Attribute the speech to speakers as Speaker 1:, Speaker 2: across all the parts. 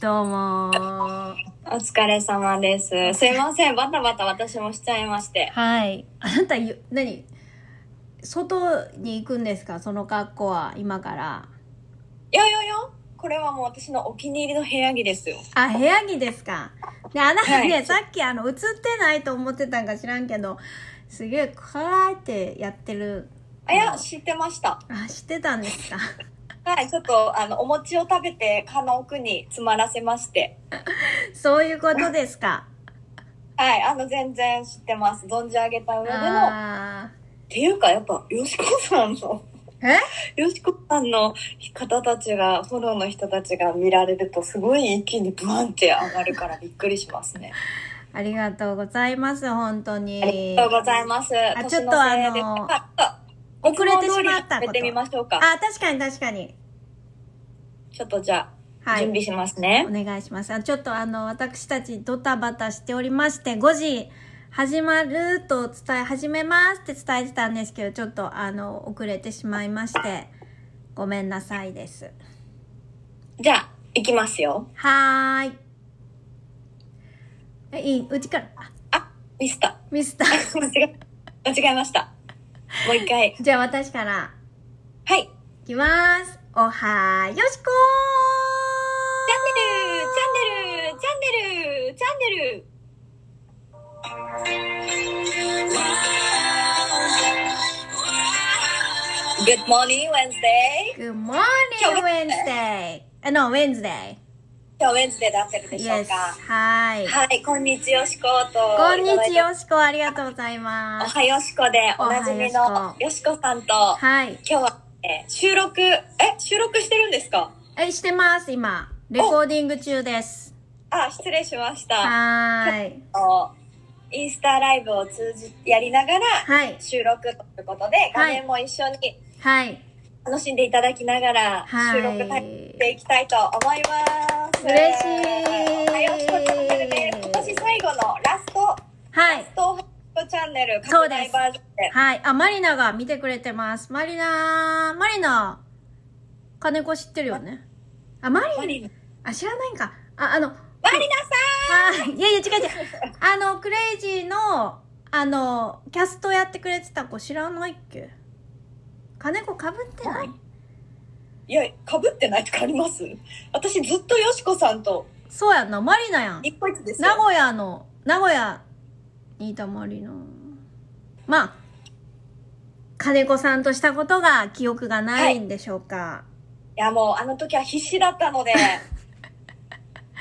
Speaker 1: どうもー
Speaker 2: お疲れ様です。すいません、バタバタ私もしちゃいまして。
Speaker 1: はいあなたゆ何外に行くんですかその格好は今から
Speaker 2: よよよこれはもう私のお気に入りの部屋着ですよ。
Speaker 1: あ部屋着ですかねあなたね、
Speaker 2: はい
Speaker 1: さっきあの映ってないと思ってたんか知らんけどすげえカーってやってる
Speaker 2: あ、いや、知ってました。
Speaker 1: あ知ってたんです か
Speaker 2: はい、ちょっと、あの、お餅を食べて、蚊の奥に詰まらせまして。
Speaker 1: そういうことですか
Speaker 2: はい、あの、全然知ってます。存じ上げた上での。っ
Speaker 1: あ
Speaker 2: ていうか、やっぱ、よしこさんの、
Speaker 1: ーえ
Speaker 2: よしこさんの方たちが、フォローの人たちが見られると、すごい一気にブワンって上がるからびっくりしますね。
Speaker 1: ありがとうございます本当に
Speaker 2: ありがとうございます。
Speaker 1: あちょっとあの
Speaker 2: 年せいですあ
Speaker 1: 遅れてしまったこと
Speaker 2: いつも通りやめてみましょうか。
Speaker 1: あ確かに確かに
Speaker 2: ちょっとじゃあ、
Speaker 1: はい
Speaker 2: 準備しますね
Speaker 1: お。願いします。あちょっとあの、私たちドタバタしておりまして、5時始まると伝え、始めますって伝えてたんですけど、ちょっとあの、遅れてしまいまして、ごめんなさいです。
Speaker 2: じゃあ、行きますよ。
Speaker 1: はーい。え、いい、うちから、あ
Speaker 2: あ、ミスった。
Speaker 1: ミスタ
Speaker 2: あ
Speaker 1: ー。
Speaker 2: 間違え、間違えました。もう一回。
Speaker 1: じゃあ私から、
Speaker 2: はい。
Speaker 1: いきます。おはーよしこ
Speaker 2: チャンネルチャンネルチャンネルチャンネルグッ o モーニング Wednesday!
Speaker 1: ー !Good morning, Wednesday! あ、no, Wednesday.
Speaker 2: 今日 Wednesday で合ってるでしょう
Speaker 1: Yes.
Speaker 2: か
Speaker 1: はい。
Speaker 2: はい、こんにちよしこと。
Speaker 1: こんにち
Speaker 2: は。
Speaker 1: よしこ、ありがとうござい
Speaker 2: お
Speaker 1: ます。
Speaker 2: はよしこで、おなじみ
Speaker 1: おは
Speaker 2: のよしこさんと、
Speaker 1: はい。
Speaker 2: 今日は、えー収録、え、収録してるんですか
Speaker 1: え、してます、今。レコーディング中です。
Speaker 2: あ、失礼しました。
Speaker 1: はーい。
Speaker 2: あのインスタライブを通じ、やりながら
Speaker 1: はい。
Speaker 2: 収録ということで、画面も一緒に
Speaker 1: はい。
Speaker 2: 楽しんでいただきながら、
Speaker 1: はい
Speaker 2: 収録体験していきたいと思います。
Speaker 1: 嬉しい
Speaker 2: おはよしこチャンネルです。今年最後のラスト、
Speaker 1: はい
Speaker 2: ラ。ストおはよしこチャンネル、
Speaker 1: そう
Speaker 2: 拡
Speaker 1: で
Speaker 2: 大
Speaker 1: す
Speaker 2: バージョンで。
Speaker 1: はい。あ、マリナが見てくれてます。マリナー、マリナー。金子知ってるよね。あ、マ
Speaker 2: マ
Speaker 1: リ、
Speaker 2: リナ
Speaker 1: あ、知らないんか。あ、あの、
Speaker 2: マリナ
Speaker 1: あ、いやいや、違う 違う。あの、クレイジーの、あの、キャストやってくれてた子知らないっけ金子かぶってない
Speaker 2: いや、かぶってないとかあります私ずっとよしこさんと
Speaker 1: そうやんな、マリナやん。
Speaker 2: 一個一ですよ
Speaker 1: 名古屋の、名古屋にいたまりな。まあ、金子さんとしたことが記憶がないんでしょうか。
Speaker 2: いや、もうあの時は必死だっ たので、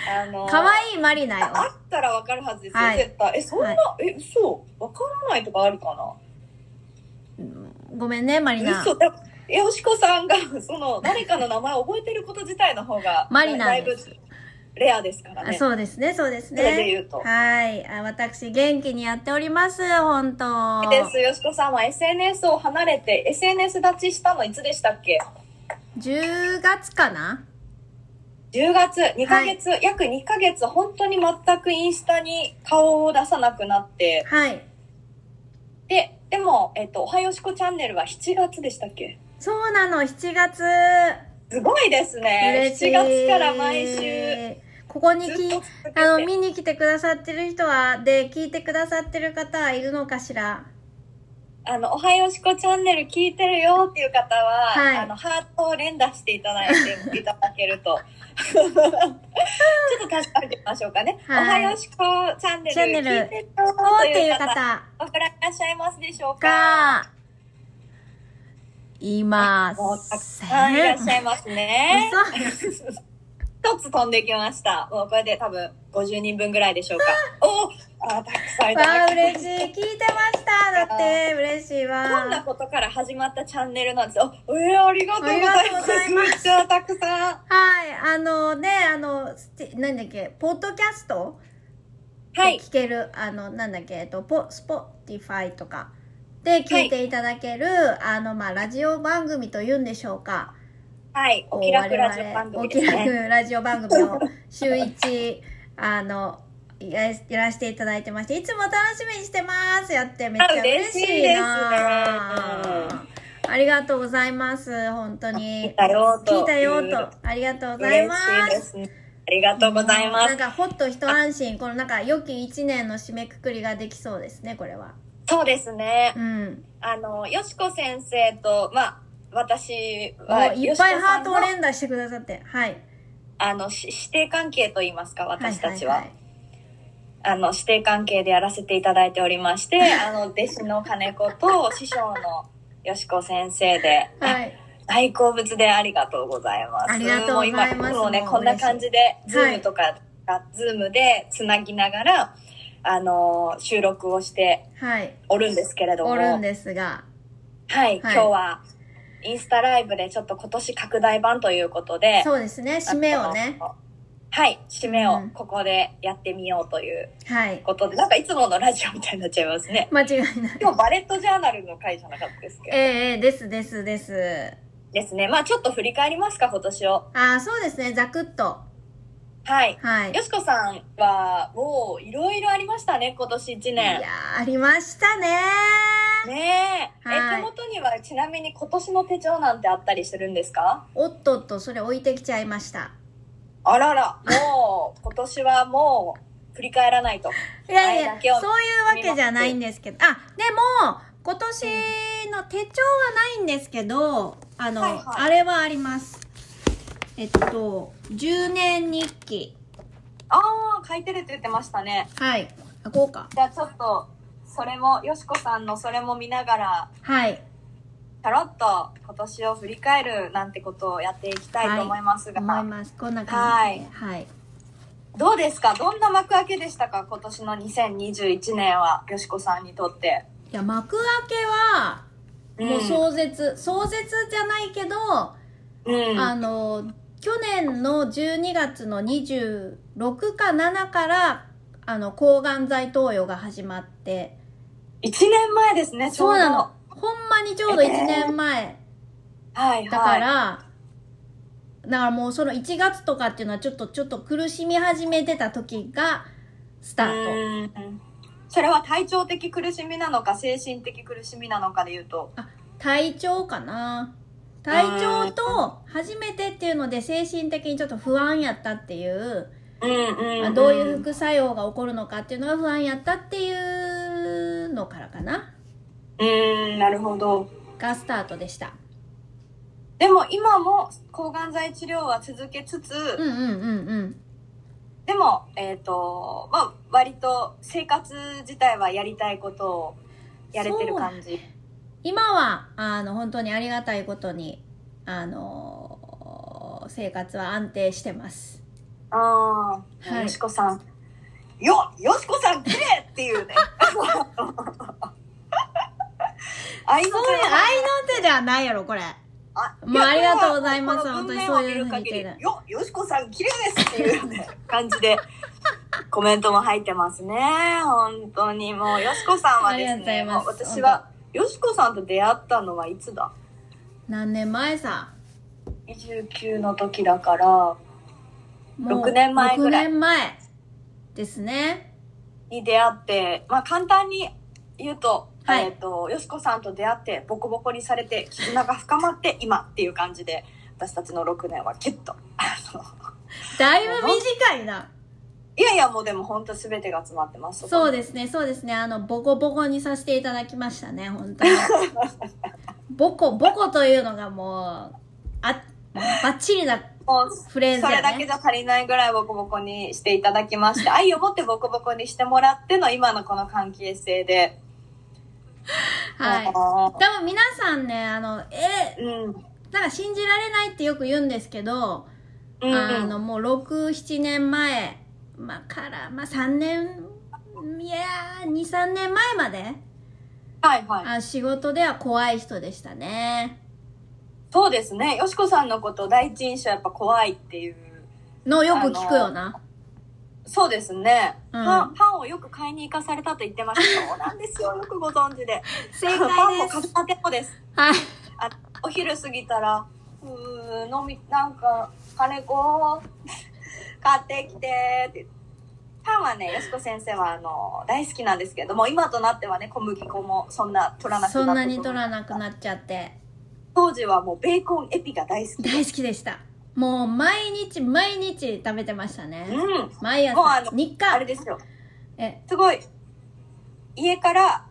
Speaker 2: あの、
Speaker 1: 可愛、い、マリナよ。
Speaker 2: あったらわかるはずですよ、
Speaker 1: はい
Speaker 2: 絶対。え、そんな、え、そう、わからないとかあるかな
Speaker 1: ごめんね、マリナ。
Speaker 2: 嘘だ。え、よしこさんが、 その、誰かの名前を覚えてること自体の方が、
Speaker 1: マリナ
Speaker 2: だいぶ
Speaker 1: です
Speaker 2: レアですから
Speaker 1: あ
Speaker 2: ね。
Speaker 1: そうですね、そうです
Speaker 2: それで
Speaker 1: ね。
Speaker 2: 言うと。
Speaker 1: はいあ。私、元気にやっております、本当
Speaker 2: です。よしこさんは SNS を離れて、SNS 立ちしたのいつでしたっけ
Speaker 1: 10月かな
Speaker 2: ?10 月、2ヶ月、約2ヶ月、本当に全くインスタに顔を出さなくなって、
Speaker 1: はい。
Speaker 2: で、でも、えっと、おはよしこチャンネルは7月でしたっけ
Speaker 1: そうなの、7月。
Speaker 2: すごいですね
Speaker 1: 嬉。しい。
Speaker 2: 7月から毎週、。
Speaker 1: ここに
Speaker 2: ずっ
Speaker 1: き
Speaker 2: と続けて。
Speaker 1: あの、見に来てくださってる人は、で、聞いてくださってる方はいるのかしら
Speaker 2: あの、おはよしこチャンネル聞いてるよっていう方は、
Speaker 1: はい
Speaker 2: あの、ハートを連打していただいて、いただける と。ちょっと確かめてみましょうかね。
Speaker 1: はい
Speaker 2: おはよしこチャンネル
Speaker 1: チャンネル
Speaker 2: 聞いてるよ
Speaker 1: お
Speaker 2: と
Speaker 1: ーって
Speaker 2: い
Speaker 1: いうう
Speaker 2: 方、
Speaker 1: 方
Speaker 2: おらいらっしゃいますでしょうか
Speaker 1: が、いま
Speaker 2: もうたく
Speaker 1: せ
Speaker 2: さんいらっしゃ
Speaker 1: ん。
Speaker 2: いますね。一つ飛んできました。もうこれで多分50人分ぐらいでしょうか。おおあたくさんい
Speaker 1: わ
Speaker 2: た
Speaker 1: あ、
Speaker 2: だき
Speaker 1: 嬉しい
Speaker 2: い。。
Speaker 1: 聞いてました。だって、嬉しい
Speaker 2: こんな
Speaker 1: わ。
Speaker 2: ことから始まったチャンネルなんです。おえー、ありがとうございます。
Speaker 1: ありがとうございます
Speaker 2: めっちゃたくさん。
Speaker 1: はい、あのね、あの、ステなんだっけ、ポッドキャスト
Speaker 2: はい。
Speaker 1: 聞ける、あの、なんだっけ、えっと、ポ、スポティファイとかで聞いていただける、あの、まあ、ラジオ番組というんでしょうか。
Speaker 2: はい。お気楽ラジオ番組です
Speaker 1: お気
Speaker 2: ね。
Speaker 1: 楽ラジオ番組を週一あのややらせていただいてましていつも楽しみにしてますやってめっちゃ
Speaker 2: あ
Speaker 1: 嬉
Speaker 2: 嬉
Speaker 1: し
Speaker 2: し
Speaker 1: い
Speaker 2: い
Speaker 1: な
Speaker 2: ですね
Speaker 1: ありがとうございます本当に
Speaker 2: 聞いたよと
Speaker 1: 聞いたよとありがとうございます
Speaker 2: 嬉しいですね。ありがとうございま
Speaker 1: な
Speaker 2: す
Speaker 1: ん。かほっと一安心このなんか良き一年の締めくくりができそうですねこれは
Speaker 2: そうですね
Speaker 1: う。ん
Speaker 2: あの、よしこ先生と、まあ、私
Speaker 1: お
Speaker 2: は、
Speaker 1: いっぱい
Speaker 2: よしこさんの
Speaker 1: ハートを連打してくださってはい
Speaker 2: あの、し師弟関係と言いますか、私たちは。
Speaker 1: いいい
Speaker 2: あの、師弟関係でやらせていただいており まして、あの、弟子の金子と師匠のよしこ先生で、
Speaker 1: はい、
Speaker 2: 大好物でありがとうございます。
Speaker 1: ありがとうございます
Speaker 2: もう今、もうね、
Speaker 1: もう嬉しい
Speaker 2: こんな感じで、ズームとか、ズームでつなぎながら、あの、収録をして
Speaker 1: はい、
Speaker 2: おるんですけれど
Speaker 1: お
Speaker 2: も、は
Speaker 1: るん
Speaker 2: い、
Speaker 1: ですが
Speaker 2: 今日は、インスタライブでちょっと今年拡大版ということで、
Speaker 1: そうですね締めをね
Speaker 2: あの。はい、締め
Speaker 1: う
Speaker 2: を
Speaker 1: ん
Speaker 2: ここでやってみようという
Speaker 1: はい
Speaker 2: ことで、なんかいつものラジオみたいになっちゃいます ね。
Speaker 1: 間違い ない
Speaker 2: 今日バレットジャーナルの回じゃなかったですけ
Speaker 1: え
Speaker 2: ど。
Speaker 1: えええですですです
Speaker 2: ですね。まあちょっと振り返りますか、今年を。
Speaker 1: ああそうですねざくっと
Speaker 2: はい。
Speaker 1: はい
Speaker 2: よしこさんは、もういろいろありましたね、今年1
Speaker 1: い
Speaker 2: 年
Speaker 1: や。ーありましたね
Speaker 2: ねえ。
Speaker 1: はい
Speaker 2: え、手元にはちなみに今年の手帳なんてあったりするんですか
Speaker 1: おっとっとそれ置いてきちゃいました
Speaker 2: あらら、もう今年はもう振り返らないと。
Speaker 1: いやい
Speaker 2: あ
Speaker 1: やそうい
Speaker 2: れだけ
Speaker 1: う
Speaker 2: を
Speaker 1: わけじゃないんですけどあでも今年の手帳はないんですけどあの、
Speaker 2: はいはい
Speaker 1: あれはありますえっと10年日記
Speaker 2: ああ、書いてるって言ってましたね。
Speaker 1: はいあこうか
Speaker 2: じゃあちょっと、それも、よしこさんのそれも見ながら、
Speaker 1: はい
Speaker 2: タロッと今年を振り返るなんてことをやっていきたいと思いますが、
Speaker 1: 思いますこんな感じではい
Speaker 2: どうですかどんな幕開けでしたか今年の2021年は、よしこさんにとって。
Speaker 1: いや幕開けはもう壮絶、壮絶じゃないけど、
Speaker 2: うん。
Speaker 1: あの去年の12月の26か7からあの抗がん剤投与が始まって
Speaker 2: 1年前ですね、ち
Speaker 1: そうう
Speaker 2: ょど。
Speaker 1: なのほんまにちょうど1年前
Speaker 2: はいはい。
Speaker 1: だから、だからもうその1月とかっていうのはちょっとちょっと苦しみ始めてた時がスタート、
Speaker 2: うんそれは体調的苦しみなのか、精神的苦しみなのかで言うと。
Speaker 1: 体調かな体調と初めてっていうので精神的にちょっと不安やったっていう
Speaker 2: うんうん、
Speaker 1: まあ、どういう副作用が起こるのかっていうのが不安やったっていうのからかな
Speaker 2: うん、なるほど。
Speaker 1: がスタートでした
Speaker 2: でも今も抗がん剤治療は続けつつ、
Speaker 1: うんうんうんうん
Speaker 2: でも、えっ、と、まあ、割と生活自体はやりたいことをやれてる感じ。
Speaker 1: 今はあの本当にありがたいことにあのー生活は安定してます
Speaker 2: ああ、
Speaker 1: はい
Speaker 2: よしこさん。よ、よしこさん、綺麗っていう ね。あい
Speaker 1: そう
Speaker 2: の
Speaker 1: いう愛の手ではないやろこれもうありがとうございます本当にそういうふうに言ってる
Speaker 2: よ、よしこさん、綺麗ですっていうね、感 じで。コメントも入ってますね。本当にもう、よしこさんはで
Speaker 1: あ
Speaker 2: す
Speaker 1: りがとうござ
Speaker 2: ね、
Speaker 1: い
Speaker 2: も
Speaker 1: ます
Speaker 2: う私は、よしこさんと出会ったのはいつだ
Speaker 1: 何年前さ
Speaker 2: ?29 の時だから、
Speaker 1: もう
Speaker 2: 6年前ぐらい
Speaker 1: 6年前ですね
Speaker 2: に出会って、まあ簡単に言うと、
Speaker 1: はい
Speaker 2: えっ、と、よしこさんと出会って、ボコボコにされて、絆が深まって、今っていう感じで、私たちの6年はキュッと。あの
Speaker 1: だいぶ短いない
Speaker 2: やいや、もうでも本当全てが詰まってます。
Speaker 1: そう
Speaker 2: で
Speaker 1: ですね、そうですね。あの、ボコボコにさせていただきましたね、本 当に。ボコ、ボコというのがもう、あ、バッチリな
Speaker 2: す。
Speaker 1: フレーズ
Speaker 2: それ
Speaker 1: や
Speaker 2: だけ
Speaker 1: ね。
Speaker 2: じゃ足りないぐらいボコボコにしていただきまして、愛を持ってボコボコにしてもらっての今のこの関係性で。
Speaker 1: はい。
Speaker 2: あ
Speaker 1: 多分皆さんね、あの、え、
Speaker 2: ーうん。
Speaker 1: なんか信じられないってよく言うんですけど、
Speaker 2: うん。
Speaker 1: あの、もう6、7年前、まあ、から、まあ、3年、いやー、2、3年前まで、
Speaker 2: はいはい。
Speaker 1: あ仕事では怖い人でしたね。
Speaker 2: そうですね。よしこさんのこと第一印象やっぱ怖いっていう。
Speaker 1: のよく聞くよな。
Speaker 2: そうですね。
Speaker 1: うん
Speaker 2: パン、パンをよく買いに行かされたと言ってました。そうなんですよ。よくご存知で。
Speaker 1: 正解
Speaker 2: パンも
Speaker 1: です
Speaker 2: 買っ。たてもです。
Speaker 1: はい。
Speaker 2: あお昼過ぎたら、うー、飲み、なんか、金子、 買ってきて、って。パンはね、よしこ先生は、あの、大好きなんですけれども、今となってはね、小麦粉もそんな取らなくな
Speaker 1: そ
Speaker 2: った
Speaker 1: んなに取らなくなっちゃって
Speaker 2: 当時はもうベーコンエピが大好きで
Speaker 1: 大好きでしたもう毎日毎日食べてましたね。
Speaker 2: うん。
Speaker 1: 毎
Speaker 2: もうあ
Speaker 1: 朝
Speaker 2: の。
Speaker 1: 日
Speaker 2: あ
Speaker 1: 課
Speaker 2: れ。ですよ。
Speaker 1: え、
Speaker 2: すごい。家から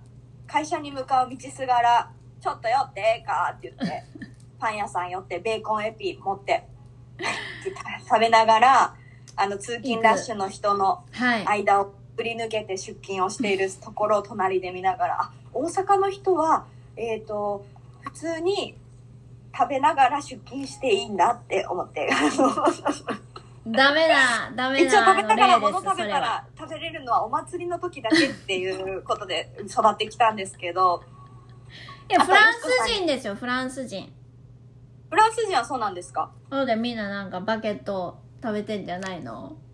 Speaker 2: 会社に向かう道すがら、ちょっと寄ってええかって言って、パン屋さん寄ってベーコンエピ持って、食べながら、あの通勤ラッシュの人の
Speaker 1: はい。
Speaker 2: 間をくり抜けて出勤をしているところを隣で見ながら、あ大阪の人は、えっ、と、普通に食べながら出勤していいんだって思って、
Speaker 1: ダメ だ、ダメ
Speaker 2: 一応
Speaker 1: だ。
Speaker 2: 食べたから、
Speaker 1: の例
Speaker 2: 物
Speaker 1: です
Speaker 2: 食
Speaker 1: そ
Speaker 2: べ
Speaker 1: れ
Speaker 2: た
Speaker 1: は
Speaker 2: ら食べれるのはお祭りの時だけっていうことで 育ってきたんですけど、
Speaker 1: いや、フランス人ですよ、フランス人。
Speaker 2: フランス人はそうなんですか
Speaker 1: なのでみんななんかバケット食べてんじゃないの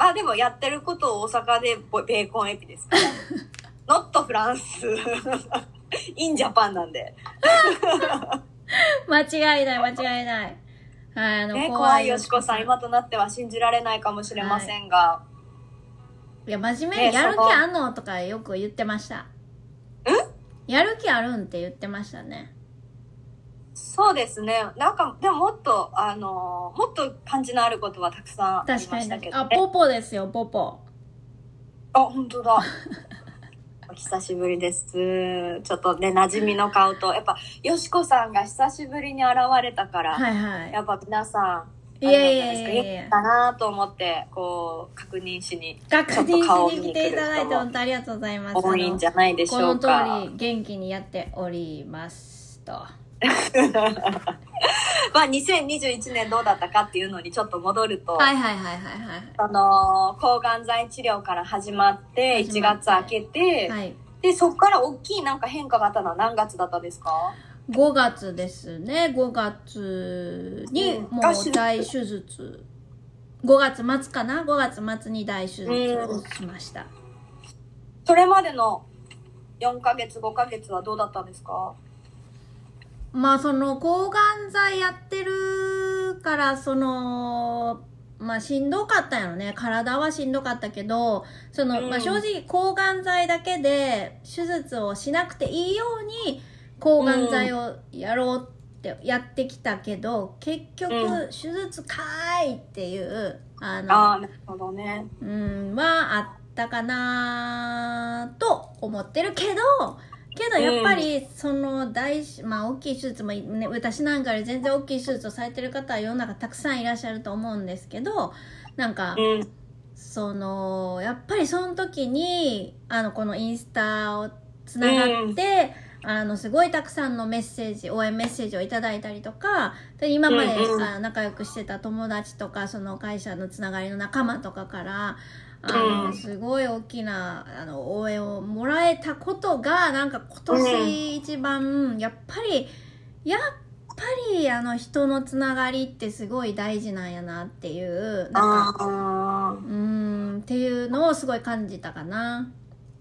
Speaker 2: あ、でもやってることを大阪でボベーコンエピで すから。ノットフランス。 インジャパンなんで。
Speaker 1: 間違いない、間違いない。はい、あの、
Speaker 2: ね、
Speaker 1: 怖
Speaker 2: 怖
Speaker 1: い
Speaker 2: いよしこさん、今となっては信じられないかもしれませんが。
Speaker 1: いや、真面目
Speaker 2: ね
Speaker 1: にやる気
Speaker 2: その
Speaker 1: あんのとかよく言ってました。やる気あるんって言ってましたね。
Speaker 2: そうですね。なんか、でももっと、あの、もっと感じのあることはたくさんあり
Speaker 1: 確
Speaker 2: ま
Speaker 1: か
Speaker 2: した
Speaker 1: に
Speaker 2: け。ど、
Speaker 1: あ、
Speaker 2: ね。
Speaker 1: ポポですよ、ポポ。
Speaker 2: あ、本当だ。 お久しぶりです。ちょっとね、馴染みの顔と、やっぱ、よしこさんが久しぶりに現れたから、
Speaker 1: はいは
Speaker 2: やっぱ皆さん、
Speaker 1: い。いやいやいやいやいや
Speaker 2: だなと思って、こう、確認しに、
Speaker 1: 確
Speaker 2: ちょっと顔
Speaker 1: 認
Speaker 2: を
Speaker 1: し
Speaker 2: 見
Speaker 1: に
Speaker 2: に
Speaker 1: 来
Speaker 2: 来
Speaker 1: て
Speaker 2: て
Speaker 1: い
Speaker 2: い
Speaker 1: た
Speaker 2: た
Speaker 1: だ
Speaker 2: だ
Speaker 1: い
Speaker 2: い
Speaker 1: て
Speaker 2: て
Speaker 1: 本
Speaker 2: 本
Speaker 1: 当ありがとうございます。
Speaker 2: 多いんじゃないでし
Speaker 1: こ
Speaker 2: ょ
Speaker 1: の
Speaker 2: う
Speaker 1: 通
Speaker 2: か。
Speaker 1: り元気にやっておりますと。
Speaker 2: まあ、2021年どうだったかっていうのにちょっと戻ると、
Speaker 1: はいはいはいはいは
Speaker 2: あのー抗がん剤治療から始まって
Speaker 1: 始
Speaker 2: 1
Speaker 1: まって
Speaker 2: 月明けて、
Speaker 1: い。はい。
Speaker 2: でそこから大きいなんか変化があったのは何月だったですか
Speaker 1: 5月ですね。5月に
Speaker 2: うん
Speaker 1: も
Speaker 2: あ手
Speaker 1: う
Speaker 2: 術
Speaker 1: 大手術。5月末かな ?5 月末に大手術をしました。
Speaker 2: それまでの4ヶ月5ヶ月はどうだったんですか
Speaker 1: まあその抗がん剤やってるからそのまあしんどかったよね体はしんどかったけどその、
Speaker 2: うん
Speaker 1: まあ、正直抗がん剤だけで手術をしなくていいように抗がん剤をやろうってやってきたけど、結
Speaker 2: う
Speaker 1: 局手術かーいっていうあの
Speaker 2: ああなるほどね
Speaker 1: うん、はあったかなと思ってるけど、けどやっぱり、その大し、まあ大きい手術も、ね、私なんかより全然大きい手術をされてる方は世の中たくさんいらっしゃると思うんですけど、なんか、
Speaker 2: うん
Speaker 1: その、やっぱりその時に、あの、このインスタをつながって、あの、すごいたくさんのメッセージ、応援メッセージをいただいたりとか、で今まで、
Speaker 2: うんうん
Speaker 1: あ仲良くしてた友達とか、その会社のつながりの仲間とかから、あ
Speaker 2: う
Speaker 1: の、
Speaker 2: ん
Speaker 1: すごい大きな、あの、応援をもらえたことが、なんか今年一番、やっぱり、やっぱり、あの、人のつながりってすごい大事なんやなっていう、なんか、
Speaker 2: あ
Speaker 1: うーんっていうのをすごい感じたかな。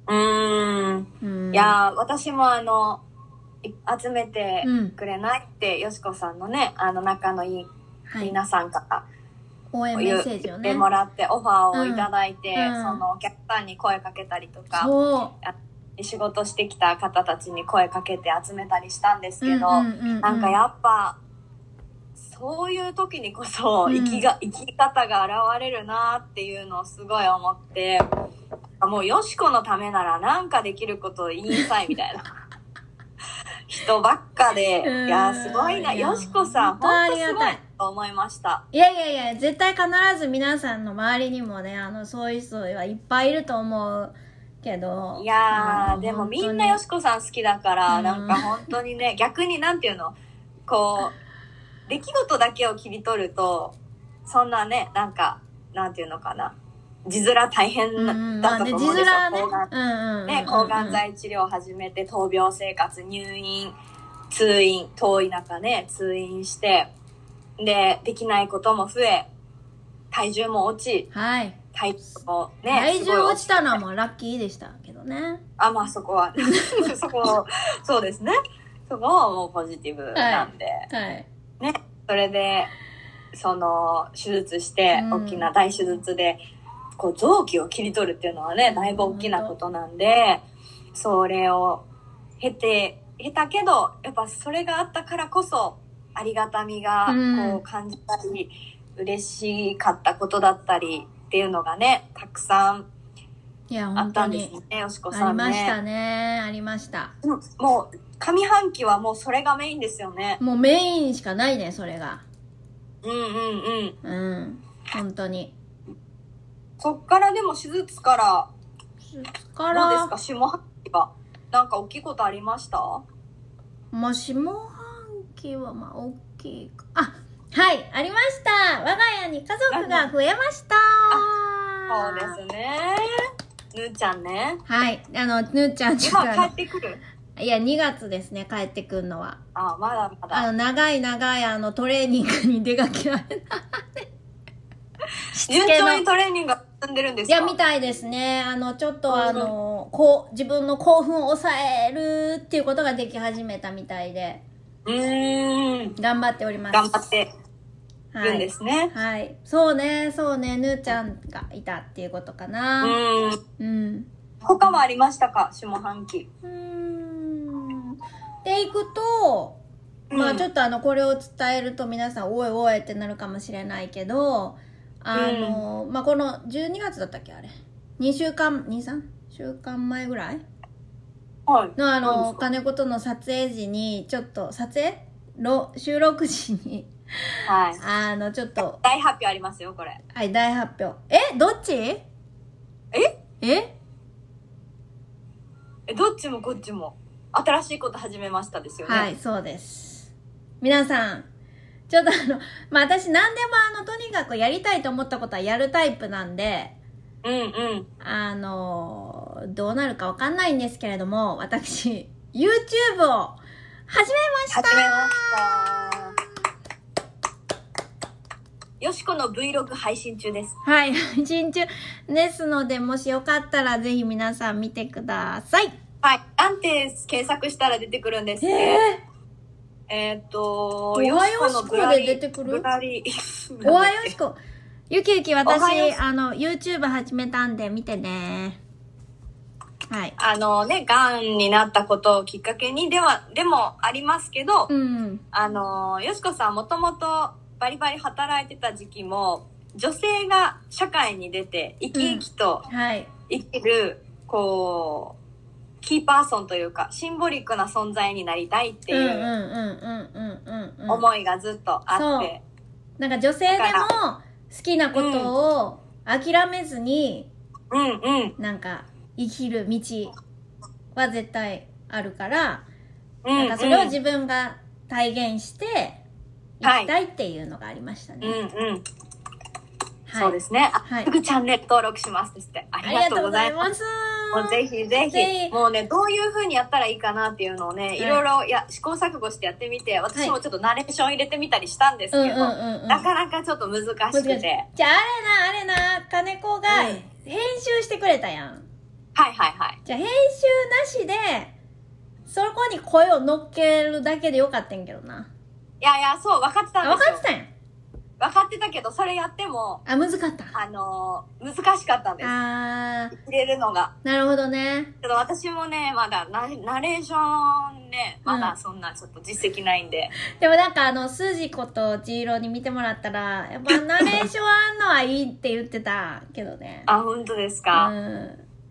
Speaker 2: あうん
Speaker 1: うん、
Speaker 2: いやー私もあのい集めて
Speaker 1: うん、
Speaker 2: くれないってよしこさんのねあの仲のいい
Speaker 1: はい、
Speaker 2: 皆さんから
Speaker 1: 応援メッセージを
Speaker 2: 言
Speaker 1: ね
Speaker 2: って。もらってオファーをいただいて、
Speaker 1: うんうん
Speaker 2: そのお客さんに声かけたりとか
Speaker 1: そ
Speaker 2: 仕事してきた方たちに声かけて集めたりしたんです
Speaker 1: う。
Speaker 2: けど、
Speaker 1: うんうんうんうん
Speaker 2: なんかやっぱそういう時にこそ
Speaker 1: うん
Speaker 2: 生きが、生き方が現れるなっていうのをすごい思ってもうよしこのためならなんかできることを言いなさいみた いな人ばっかで
Speaker 1: うん
Speaker 2: いやすごいない
Speaker 1: や
Speaker 2: よしこさん
Speaker 1: 本当あ
Speaker 2: 本
Speaker 1: り
Speaker 2: 当
Speaker 1: がたい
Speaker 2: すごいと思いました。
Speaker 1: いやいやいや、絶対必ず皆さんの周りにもね、あの、そういう人はいっぱいいると思うけど。
Speaker 2: い
Speaker 1: あ
Speaker 2: や
Speaker 1: の
Speaker 2: ー、でもみんなよしこさん好きだから、
Speaker 1: うん
Speaker 2: なんか本当にね、逆になんていうの、こう、出来事だけを切り取ると、そんなね、なんか、なんていうのかな、字面大
Speaker 1: 本当にうんう
Speaker 2: 変
Speaker 1: ん、まあ
Speaker 2: だったと
Speaker 1: ね、字
Speaker 2: 思うんですよ。
Speaker 1: 面はね。
Speaker 2: 抗が
Speaker 1: う
Speaker 2: ん
Speaker 1: んうんうん。
Speaker 2: ね、抗がん。剤治療を始めて、闘病生活、入院、通院、遠い中ね、通院して、で、できないことも増え、体重も落ち、
Speaker 1: はい。
Speaker 2: 体重もね、
Speaker 1: 体
Speaker 2: すごい
Speaker 1: 重落ちたのはもうラッキーでしたけどね。
Speaker 2: あ、まあそこは、 そこを、そうですね。そこはもうポジティブなんで、
Speaker 1: はい。
Speaker 2: ね。それで、その、手術して、
Speaker 1: うん
Speaker 2: 大きな大手術で、こう、臓器を切り取るっていうのはね、だいぶ大きなことなんで、それを経て、経たけど、やっぱそれがあったからこそ、ありがたみが
Speaker 1: うん
Speaker 2: こう感じたり、嬉しかったことだったりっていうのがね、たくさん
Speaker 1: いや、
Speaker 2: あ
Speaker 1: 本
Speaker 2: っ
Speaker 1: 当
Speaker 2: たんです
Speaker 1: に。
Speaker 2: ね、よしこ
Speaker 1: あり
Speaker 2: さんね。
Speaker 1: ましたね。ありました。
Speaker 2: うんもう上半期はもうそれがメインですよね。
Speaker 1: もうメインしかないね、それが。
Speaker 2: うんうんうん。
Speaker 1: うん。本当に。
Speaker 2: そっからでも手術から、
Speaker 1: か
Speaker 2: どうです
Speaker 1: ら、
Speaker 2: か下半期は。なんか大きいことありました
Speaker 1: まあ、下半期は、まあ、大きいか。あ、はい、ありました。我が家に家族が増えました。
Speaker 2: そうですね。ぬーちゃんね。
Speaker 1: はい。あの、ぬーちゃんちょっ
Speaker 2: 今
Speaker 1: とあ
Speaker 2: 帰
Speaker 1: の
Speaker 2: ってくる
Speaker 1: いや、2月ですね、帰ってくんのは。
Speaker 2: あ、まだま
Speaker 1: あ
Speaker 2: だ。
Speaker 1: の、長い長い、あの、トレーニングに出かけられない。し
Speaker 2: 順
Speaker 1: つけ
Speaker 2: 調
Speaker 1: の
Speaker 2: にトレーニングが進んでるんです
Speaker 1: い
Speaker 2: か
Speaker 1: や、みたいですね。あの、ちょっ
Speaker 2: うん
Speaker 1: とあの、こう、自分の興奮を抑えるっていうことができ始めたみたいで、
Speaker 2: うーん。
Speaker 1: 頑張っております。
Speaker 2: 頑張ってるんで
Speaker 1: い。
Speaker 2: すね。
Speaker 1: はい。そうね、そうね、ぬーちゃんがいたっていうことかな。
Speaker 2: うん。
Speaker 1: うん。
Speaker 2: 他はありましたか下半期。
Speaker 1: うーん。で、いくと、まあちょ
Speaker 2: っ
Speaker 1: っとあのこれを伝えると皆さん「おいおい」ってなるかもしれないけどあの、まあこの12月だったっけあれ2週間23週間前ぐらい
Speaker 2: と。はい。
Speaker 1: のあ
Speaker 2: 何で
Speaker 1: の
Speaker 2: すか
Speaker 1: 金子との撮影時にちょっと撮影ろ収録時に
Speaker 2: はい。
Speaker 1: あのちょっと
Speaker 2: 大発表ありますよ、これ。
Speaker 1: はい大発表えどっちええ
Speaker 2: え、どっちもこっちも。新しいこと始めましたですよね。
Speaker 1: はい、そうです。皆さん、ちょっとあの、まあ、私何でもあの、とにかくやりたいと思ったことはやるタイプなんで、
Speaker 2: うんうん。
Speaker 1: あの、どうなるかわかんないんですけれども、私、YouTube を始めました
Speaker 2: 始めました。よしこの Vlog 配信中です。
Speaker 1: はい、一日ですので、もしよかったらぜひ皆さん見てください。
Speaker 2: はい。なんて検索したら出てくるんです
Speaker 1: え
Speaker 2: えーっと、
Speaker 1: おはよう
Speaker 2: しこのぶらり
Speaker 1: しこで出てくる
Speaker 2: ぶらり
Speaker 1: おはよしこ。ゆきゆき、
Speaker 2: おはよ
Speaker 1: 私
Speaker 2: し、
Speaker 1: あの、YouTube 始めたんで見てね。はい。
Speaker 2: あのね、癌になったことをきっかけにでは、でもありますけど、
Speaker 1: うん。
Speaker 2: あの、よしこさんもともとバリバリ働いてた時期も、女性が社会に出て生き生きと
Speaker 1: はい。
Speaker 2: 生きる、こう、キーパーソンというか、シンボリックな存在になりたいって
Speaker 1: うんうん
Speaker 2: いう
Speaker 1: うんうんうんうんうん
Speaker 2: 思いがずっとあって、
Speaker 1: なんか女性でも好きなことを諦めずに
Speaker 2: うんうん、
Speaker 1: なんか生きる道は絶対あるから、
Speaker 2: うん、うん。
Speaker 1: なんかそれを自分が体現していき
Speaker 2: はい
Speaker 1: たいっていうのがありましたね。
Speaker 2: うん
Speaker 1: はい。
Speaker 2: うん。そうですね。あ、
Speaker 1: はい
Speaker 2: すぐチャンネル登録しますですって。あ
Speaker 1: あ
Speaker 2: り
Speaker 1: りが
Speaker 2: が
Speaker 1: と
Speaker 2: と
Speaker 1: う
Speaker 2: う
Speaker 1: ご
Speaker 2: ご
Speaker 1: ざ
Speaker 2: ざ
Speaker 1: い
Speaker 2: います。
Speaker 1: ます。
Speaker 2: もうぜひぜ
Speaker 1: ぜひ
Speaker 2: ひ、もうね、どういう風にやったらいいかなっていうのをね、
Speaker 1: い
Speaker 2: いろいろや試行錯誤してやってみて、私もちょっとナレーション入れてみたりしたんです
Speaker 1: うんうん
Speaker 2: け
Speaker 1: う
Speaker 2: ど、
Speaker 1: んうん。
Speaker 2: なかなかちょっと難しく
Speaker 1: 難しい
Speaker 2: て。
Speaker 1: じゃああれなあれな金子が
Speaker 2: うん
Speaker 1: 編集してくれたやん。
Speaker 2: はいはいはい。
Speaker 1: じゃあ編集なしでそこに声を乗っけるだけでよかったんやけどな。
Speaker 2: いやいや、そう、分かってた
Speaker 1: あ
Speaker 2: ん
Speaker 1: 分
Speaker 2: です
Speaker 1: か
Speaker 2: よ
Speaker 1: って。たんや
Speaker 2: 分かってたけど、それやっても、
Speaker 1: あ難かった
Speaker 2: あのー難しかったんです。
Speaker 1: あ
Speaker 2: 入れるのが。
Speaker 1: ーなるほどね
Speaker 2: けど私もね、まだナナレーションね、まだそんなちょっと実績ないんで。
Speaker 1: でもなんかあのスジコとジーロに見てもらったらやっぱナレーションあんのはいいって言ってたけどね
Speaker 2: あ、本当です
Speaker 1: うん
Speaker 2: か。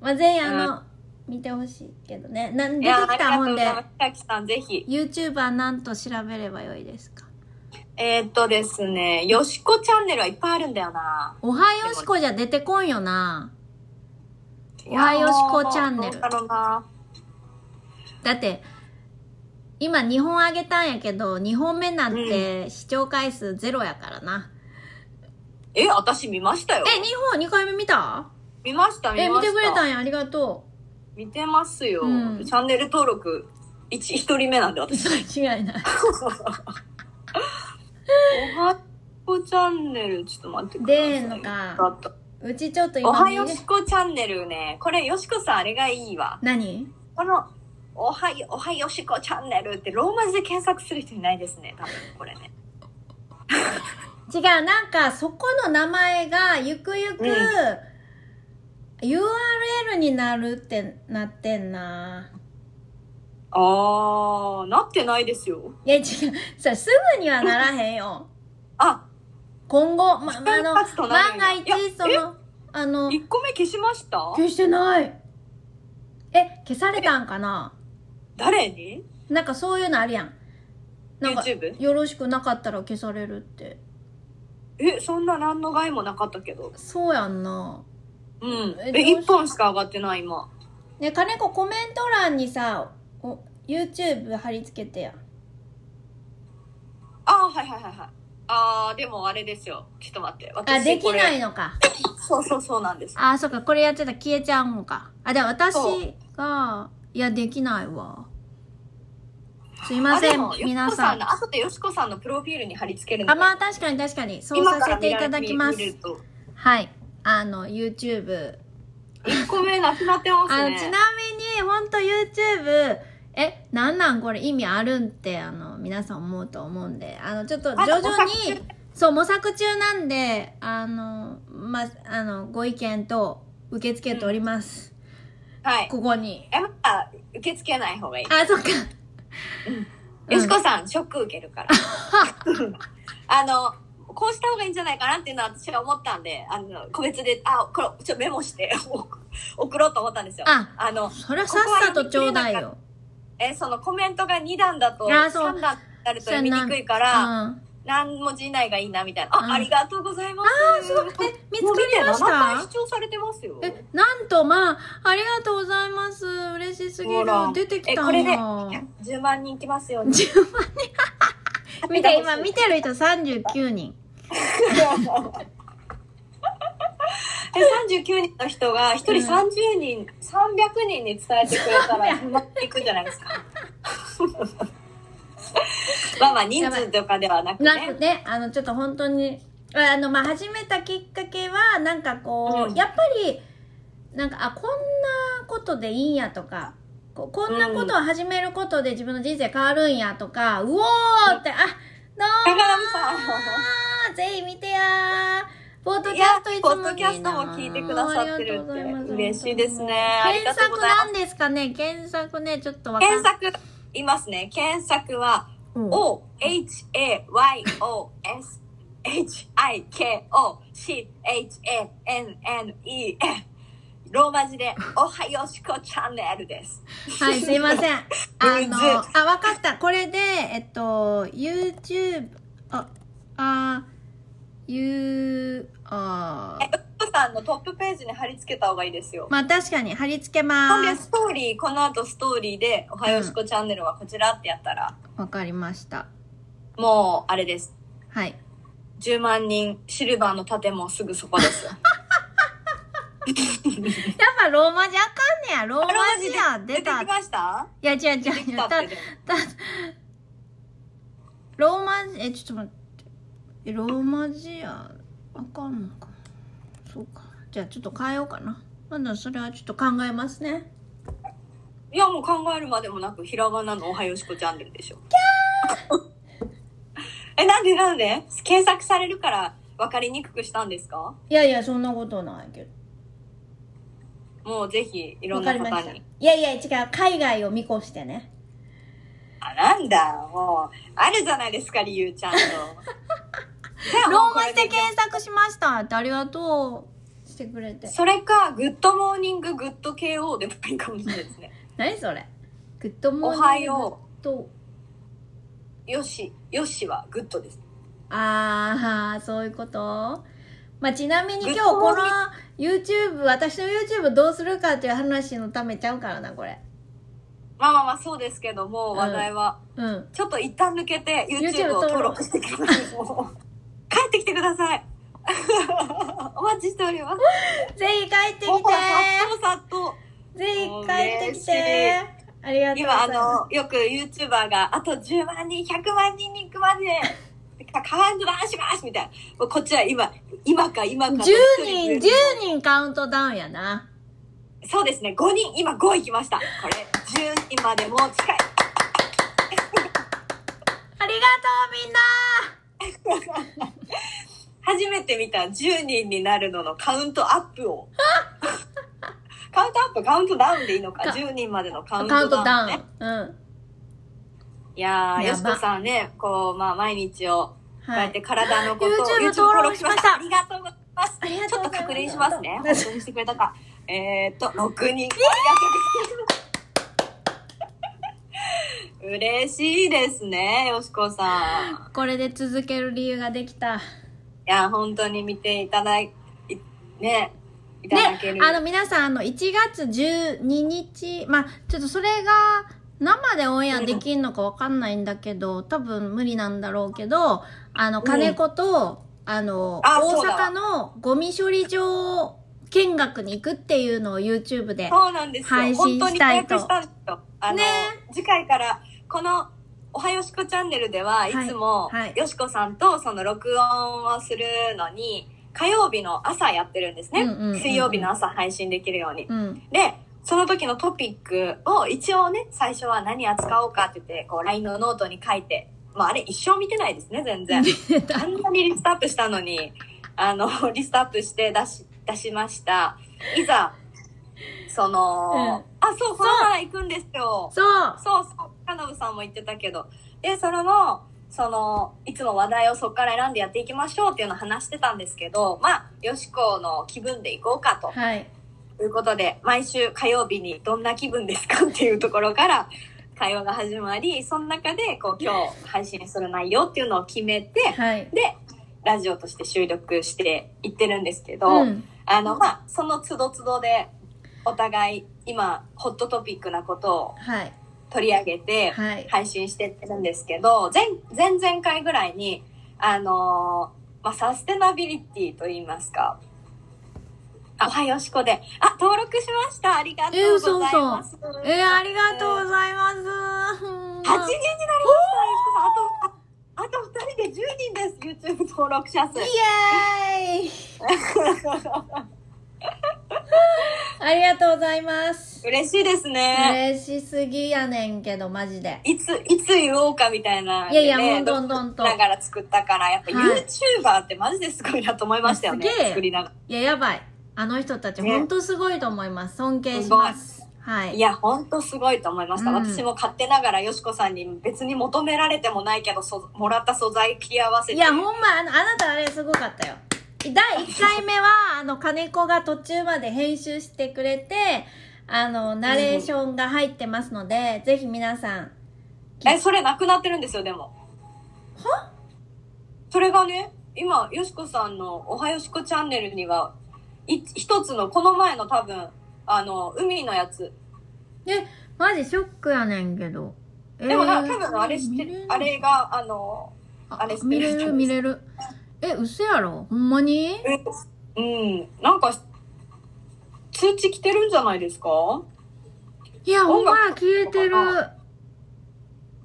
Speaker 1: まあ全員あの、見てほしいけどねなん
Speaker 2: い
Speaker 1: 出て
Speaker 2: や、あ
Speaker 1: き
Speaker 2: り
Speaker 1: た
Speaker 2: がとう
Speaker 1: 本
Speaker 2: ご
Speaker 1: で
Speaker 2: ざいます。北木さん、ぜひ。
Speaker 1: YouTuber なんと調べればよいですか
Speaker 2: えー、っとですね、よしこチャンネルはいっぱいあるんだよな。
Speaker 1: おはよしこじゃ出てこんよなおはい
Speaker 2: や
Speaker 1: よしこチャンネル
Speaker 2: どうだろうな。
Speaker 1: だって今2本あげたんやけど2本目なんて視聴回数ゼロやからな、
Speaker 2: え、私見ましたよ。
Speaker 1: え2本2回目見た
Speaker 2: 見ました、見
Speaker 1: え見
Speaker 2: ました。
Speaker 1: てくれたんやありがとう
Speaker 2: 見てますよ。
Speaker 1: うん
Speaker 2: チャンネル登録、一一人目なんで、私。
Speaker 1: 間違いない。
Speaker 2: おはよしこチャンネル、ちょっと待ってください。
Speaker 1: 出んのか
Speaker 2: だった
Speaker 1: うちちょっと
Speaker 2: お
Speaker 1: 今
Speaker 2: は
Speaker 1: 見
Speaker 2: よしこチャンネルね。これ、よしこさん、あれがいいわ。
Speaker 1: 何
Speaker 2: この、おはよ、おはよしこチャンネルって、ローマ字で検索する人いないですね。多分、これね。
Speaker 1: 違う、なんかそこの名前がゆくゆく、
Speaker 2: うん
Speaker 1: URL になるってなってんな。
Speaker 2: あー、なってないですよ。
Speaker 1: いや違うそれすぐにはならへんよ
Speaker 2: あ、
Speaker 1: 今後まあ
Speaker 2: 一
Speaker 1: の
Speaker 2: 発とな
Speaker 1: 万
Speaker 2: るんや
Speaker 1: が一
Speaker 2: いや
Speaker 1: そのあの
Speaker 2: 1個目消しました
Speaker 1: 消してないえ消されたんかな
Speaker 2: 誰に
Speaker 1: なんかそういうのあるやんなんか
Speaker 2: YouTube？
Speaker 1: よろしくなかったら消されるって
Speaker 2: え、そんな何の害もなかったけど。
Speaker 1: そうやんな
Speaker 2: うん。
Speaker 1: え
Speaker 2: え、
Speaker 1: どうし
Speaker 2: 1本しか上がってない、今。
Speaker 1: ね金子コメント欄にさお YouTube 貼り付けてや
Speaker 2: あー、はいはいはいはい。あー、でもあれですよ。ちょっと待って。
Speaker 1: あできない
Speaker 2: い。
Speaker 1: のか
Speaker 2: そうそうそうなんです。
Speaker 1: あそっかこれやってたら消えちゃうんかあでも私
Speaker 2: そう
Speaker 1: がいやできないわすいま
Speaker 2: あ、
Speaker 1: せ
Speaker 2: で
Speaker 1: ん
Speaker 2: も、よし
Speaker 1: 皆
Speaker 2: こ
Speaker 1: さ
Speaker 2: さ
Speaker 1: ん
Speaker 2: んの、あとでよしこさんのプロフィールに貼り付けるの
Speaker 1: あまあ確かに確かにそう
Speaker 2: 今
Speaker 1: さ
Speaker 2: か
Speaker 1: せ
Speaker 2: ら
Speaker 1: て
Speaker 2: 見
Speaker 1: い
Speaker 2: ら
Speaker 1: ただきます
Speaker 2: 見見ると
Speaker 1: はいあの YouTube
Speaker 2: 1個目なくなってま
Speaker 1: あ
Speaker 2: す
Speaker 1: の
Speaker 2: ね。
Speaker 1: ちなみに本当 YouTube えなんなんこれ意味あるんってあの皆さん思うと思うんであのちょっと徐々
Speaker 2: あ模
Speaker 1: に
Speaker 2: 索
Speaker 1: そう模索中なんであのまああのご意見と受け付けております、
Speaker 2: はい。
Speaker 1: ここに
Speaker 2: え、まだ受け付けない方がいい。
Speaker 1: あそっかうん
Speaker 2: よしこさん、ショック受け るから。あの、こうした方がいいんじゃないかなっていうのは私は思ったんで、あの、個別で、あ、これ、ちょ、メモして送ろうと思ったんですよ。
Speaker 1: あ
Speaker 2: の、
Speaker 1: そりゃさっさとちょうだいよ
Speaker 2: え、そのコメントが2段だと、
Speaker 1: あそう
Speaker 2: 3段になる
Speaker 1: そうや
Speaker 2: と
Speaker 1: な
Speaker 2: 見にくいから、
Speaker 1: うん
Speaker 2: 何文字以内がいいな、みたいな。
Speaker 1: うん
Speaker 2: あ、ありがとうございます。あすごく
Speaker 1: え見つかりまし
Speaker 2: もう見て7回
Speaker 1: た
Speaker 2: 視聴されてますよ。
Speaker 1: えなんとまあありがとうございます嬉しすぎる
Speaker 2: ほら
Speaker 1: 出てき
Speaker 2: え、
Speaker 1: た
Speaker 2: こ
Speaker 1: ん
Speaker 2: れで
Speaker 1: や
Speaker 2: 10万人いきますように。
Speaker 1: 10万人見て今見てる人39人
Speaker 2: え、39人の人が、1人30人、300人に伝えてくれた ら、うまくいくんじゃないですか。 まあまあ、人数とかではなく
Speaker 1: な
Speaker 2: ね
Speaker 1: く。ねあのちょっと本当にあのまあ始めたきっかけはなんかこう、
Speaker 2: うん
Speaker 1: やっぱりなんかあこんなことでいいんやとかここんなことを始めることで自分の人生変わるんやとか、うおーってあどう
Speaker 2: 高
Speaker 1: も
Speaker 2: 波さ
Speaker 1: ーぜひ見てやーポッド
Speaker 2: ん。い
Speaker 1: キャ
Speaker 2: や
Speaker 1: ストい、つ
Speaker 2: ポ
Speaker 1: も
Speaker 2: ッドキャストも聞いてくださってる
Speaker 1: ありがとうござ
Speaker 2: っ
Speaker 1: ま
Speaker 2: て、
Speaker 1: す
Speaker 2: 嬉しいですね。ありが
Speaker 1: 検
Speaker 2: と
Speaker 1: 索
Speaker 2: うございま
Speaker 1: なんですかね検索ねちょっとわ
Speaker 2: す。
Speaker 1: かん
Speaker 2: 検
Speaker 1: ない
Speaker 2: 索、いますね。検索は、
Speaker 1: うん
Speaker 2: O H A Y O S H I K O C H A N N E F ローマ字でおはよしこチャンネルです。
Speaker 1: はい、すいません。あ
Speaker 2: む
Speaker 1: の、
Speaker 2: ず
Speaker 1: あ、わかった。これで、えっと、YouTube、あ、あ、ゆう、あ
Speaker 2: え、、ウップさんのトップページに貼り付けた方がいいですよ。
Speaker 1: まあ確かに貼り付けま
Speaker 2: 今月
Speaker 1: す。
Speaker 2: ストーリー、この後ストーリーでおはよしこチャンネルはこちらってやったら、
Speaker 1: わかりました。
Speaker 2: もうあれです。
Speaker 1: はい。
Speaker 2: 10万人シルバーの盾もすぐそこですよ。
Speaker 1: やっぱローマ字あかんねや。ローマ字や。
Speaker 2: 出
Speaker 1: 出
Speaker 2: てき
Speaker 1: た。い
Speaker 2: ました
Speaker 1: や、違う違
Speaker 2: で
Speaker 1: う違
Speaker 2: き
Speaker 1: う。
Speaker 2: た
Speaker 1: た
Speaker 2: っ
Speaker 1: だ
Speaker 2: てでも。
Speaker 1: ローマ字、え、ちょっと待って。えローマ字や。あかんのか。そうか。じゃあちょっと変えようかな。まだそれはちょっと考えますね。
Speaker 2: いやもう考えるまでもなくひらがなのおはよしこチャンネルでしょ。 えなんでなんで検索されるから分かりにくくしたんですか？
Speaker 1: いやいや、そんなことないけど。
Speaker 2: もうぜひいろ
Speaker 1: わ
Speaker 2: ん
Speaker 1: か
Speaker 2: な
Speaker 1: りま
Speaker 2: 方
Speaker 1: した。
Speaker 2: に
Speaker 1: い。やいや、違う。海外を見越してね。
Speaker 2: あなんだもうあるじゃないですか理由ちゃ んと。じゃあも
Speaker 1: ロ
Speaker 2: う
Speaker 1: ー
Speaker 2: こ
Speaker 1: マ
Speaker 2: れ
Speaker 1: 字で
Speaker 2: で
Speaker 1: 検索しましたってありがとう。してくれて。
Speaker 2: それかグッドモーニンググッド KO でもいいかもしれないですね。
Speaker 1: 何それグッド
Speaker 2: お
Speaker 1: モーニング。
Speaker 2: はよ
Speaker 1: う。と、
Speaker 2: うよしよしはグッドです。
Speaker 1: あー、そういうことまあ、ちなみに今日
Speaker 2: グッドモ
Speaker 1: こ
Speaker 2: ー
Speaker 1: の
Speaker 2: ニ
Speaker 1: YouTube、私の YouTube どうするかっていう話のためちゃうからな、これ。
Speaker 2: まあまあまあそうですけども話題は、
Speaker 1: うん。
Speaker 2: ちょっと一旦抜けて
Speaker 1: YouTube
Speaker 2: YouTube を登録してください。もう帰ってきてください。 お待ちしております。
Speaker 1: ぜひ帰ってきて
Speaker 2: もうほらさっとさっと。
Speaker 1: ぜひ帰ってきて
Speaker 2: 嬉
Speaker 1: ありがとうご
Speaker 2: 今
Speaker 1: ざ
Speaker 2: あ
Speaker 1: います。
Speaker 2: の、よく YouTuber があと10万人、100万人に行くまで、かカウントダウンしますみたいな。もうこっちは今、今か今か。
Speaker 1: 10人、10
Speaker 2: 一増える
Speaker 1: 人カウントダウンやな。
Speaker 2: そうですね、5人、今5行きました。これ、10人までもう近い。
Speaker 1: ありがとうみんな
Speaker 2: 初めて見た10人になるののカウントアップを。 カウントアップ、カウントダウンでいいのか。
Speaker 1: か
Speaker 2: 10人までのカウン
Speaker 1: カウン
Speaker 2: ト
Speaker 1: トダ
Speaker 2: ダウ
Speaker 1: ウ
Speaker 2: ン、ね
Speaker 1: ン。。うん。
Speaker 2: いやー、
Speaker 1: や
Speaker 2: よ
Speaker 1: ば
Speaker 2: しこさんね、こう、まあ、毎日を、こう
Speaker 1: は
Speaker 2: やっ
Speaker 1: い
Speaker 2: て。体のことを、
Speaker 1: はい YouTube
Speaker 2: ありがとうございます。
Speaker 1: ありが
Speaker 2: ち
Speaker 1: と
Speaker 2: ょ
Speaker 1: うご
Speaker 2: っ
Speaker 1: ざいま
Speaker 2: と
Speaker 1: す
Speaker 2: 確認しますね。本当にしてくれたか。えーっと、6人。嬉しいですね、よしこさん。
Speaker 1: これで続ける理由ができた。
Speaker 2: いや、本当に見ていただい、いね、いただけ
Speaker 1: ね
Speaker 2: る。、
Speaker 1: あの皆さん、あの、1月12日、まあ、ちょっとそれが、生でオンエアできんのかわかんないんだけど、多分無理なんだろうけど、あの、金子と、あの、
Speaker 2: あ
Speaker 1: 大
Speaker 2: そうだ
Speaker 1: 阪のゴミ処理場見学に行くっていうのを YouTube で。
Speaker 2: そうなんですよ。
Speaker 1: 配信
Speaker 2: 本当
Speaker 1: し
Speaker 2: に
Speaker 1: た
Speaker 2: 予
Speaker 1: いと
Speaker 2: 約したんですよ。あの、
Speaker 1: ね
Speaker 2: 次回から、この、おはよしこチャンネルでは、
Speaker 1: い
Speaker 2: いつも、
Speaker 1: はい
Speaker 2: よしこさんとその録音をするのに、火曜日の朝やってるんですね。
Speaker 1: うんうんうんうん
Speaker 2: 水曜日の朝配信できるように。
Speaker 1: うん。
Speaker 2: で、その時のトピックを一応ね、最初は何扱おうかって言って、こう LINE のノートに書いて、まああれ一生見てないですね、全然。あんなにリストアップしたのに、あの、 リストアップして出し、出しました。いざ、その、あ、そう、このから行くんですよ。
Speaker 1: そう
Speaker 2: そうそう、かのぶさんも言ってたけど。で、それの、その、いつも話題をそこから選んでやっていきましょうっていうのを話してたんですけど、まあ、よしこの気分で行こうかと。
Speaker 1: はい。
Speaker 2: ということで、毎週火曜日にどんな気分ですかっていうところから会話が始まり、その中でこう今日配信する内容っていうのを決めて、
Speaker 1: はい。
Speaker 2: で、ラジオとして収録していってるんですけど、
Speaker 1: うん。
Speaker 2: あの、まあ、その都度都度でお互い今ホットトピックなことを
Speaker 1: はい。
Speaker 2: 取り上げて
Speaker 1: はい。
Speaker 2: 配信してってるんですけど、前、前々回ぐらいに、あのーまあ、サステナビリティと言いますか、あ、おはよしこで、あ、登録しました。ありがとうございます。
Speaker 1: えー、ありがとうございます。うん
Speaker 2: 8人になりました、よしこさん。あと、ああと2人で10人です。YouTube 登録者数。
Speaker 1: イエー イありがとうございます。
Speaker 2: 嬉しいですね。
Speaker 1: 嬉しすぎやねんけど、マジで。
Speaker 2: いつ、いつ言おうかみたいな、
Speaker 1: いやいや
Speaker 2: ね
Speaker 1: ほんとほんとほんと
Speaker 2: どっちだから作ったから、やっぱ
Speaker 1: はい
Speaker 2: YouTuber ってマジですごいなと思いましたよね
Speaker 1: すげえ。
Speaker 2: 作りながら。
Speaker 1: いや、やばい。あの人たち、
Speaker 2: ね
Speaker 1: ほんとすごいと思います。尊敬します。はい。
Speaker 2: いや、ほんとすごいと思いました。
Speaker 1: うん
Speaker 2: 私も勝手ながら、よしこさんに別に求められてもないけど、そもらった素材切り合わせて。
Speaker 1: いや、ほんま、あのあなたあれすごかったよ。第1回目は、あの、金子が途中まで編集してくれて、あの、ナレーションが入ってますので、ぜひ皆さん。
Speaker 2: え、それなくなってるんですよ、でも。はそれがね、今、よしこさんのおはよしこチャンネルには、い一つの、この前の多分、あの、海のやつ。
Speaker 1: え、マジショックやねんけど。
Speaker 2: でもな、
Speaker 1: え
Speaker 2: 多
Speaker 1: ー
Speaker 2: 分あれ知って
Speaker 1: 見、
Speaker 2: るあれが、あの、
Speaker 1: あ
Speaker 2: あれ知ってる
Speaker 1: 見れる見れるえ嘘やろほんまに
Speaker 2: うん、なんか、通知来てるんじゃないですか
Speaker 1: いやほん
Speaker 2: 音楽
Speaker 1: まや消えてる
Speaker 2: とか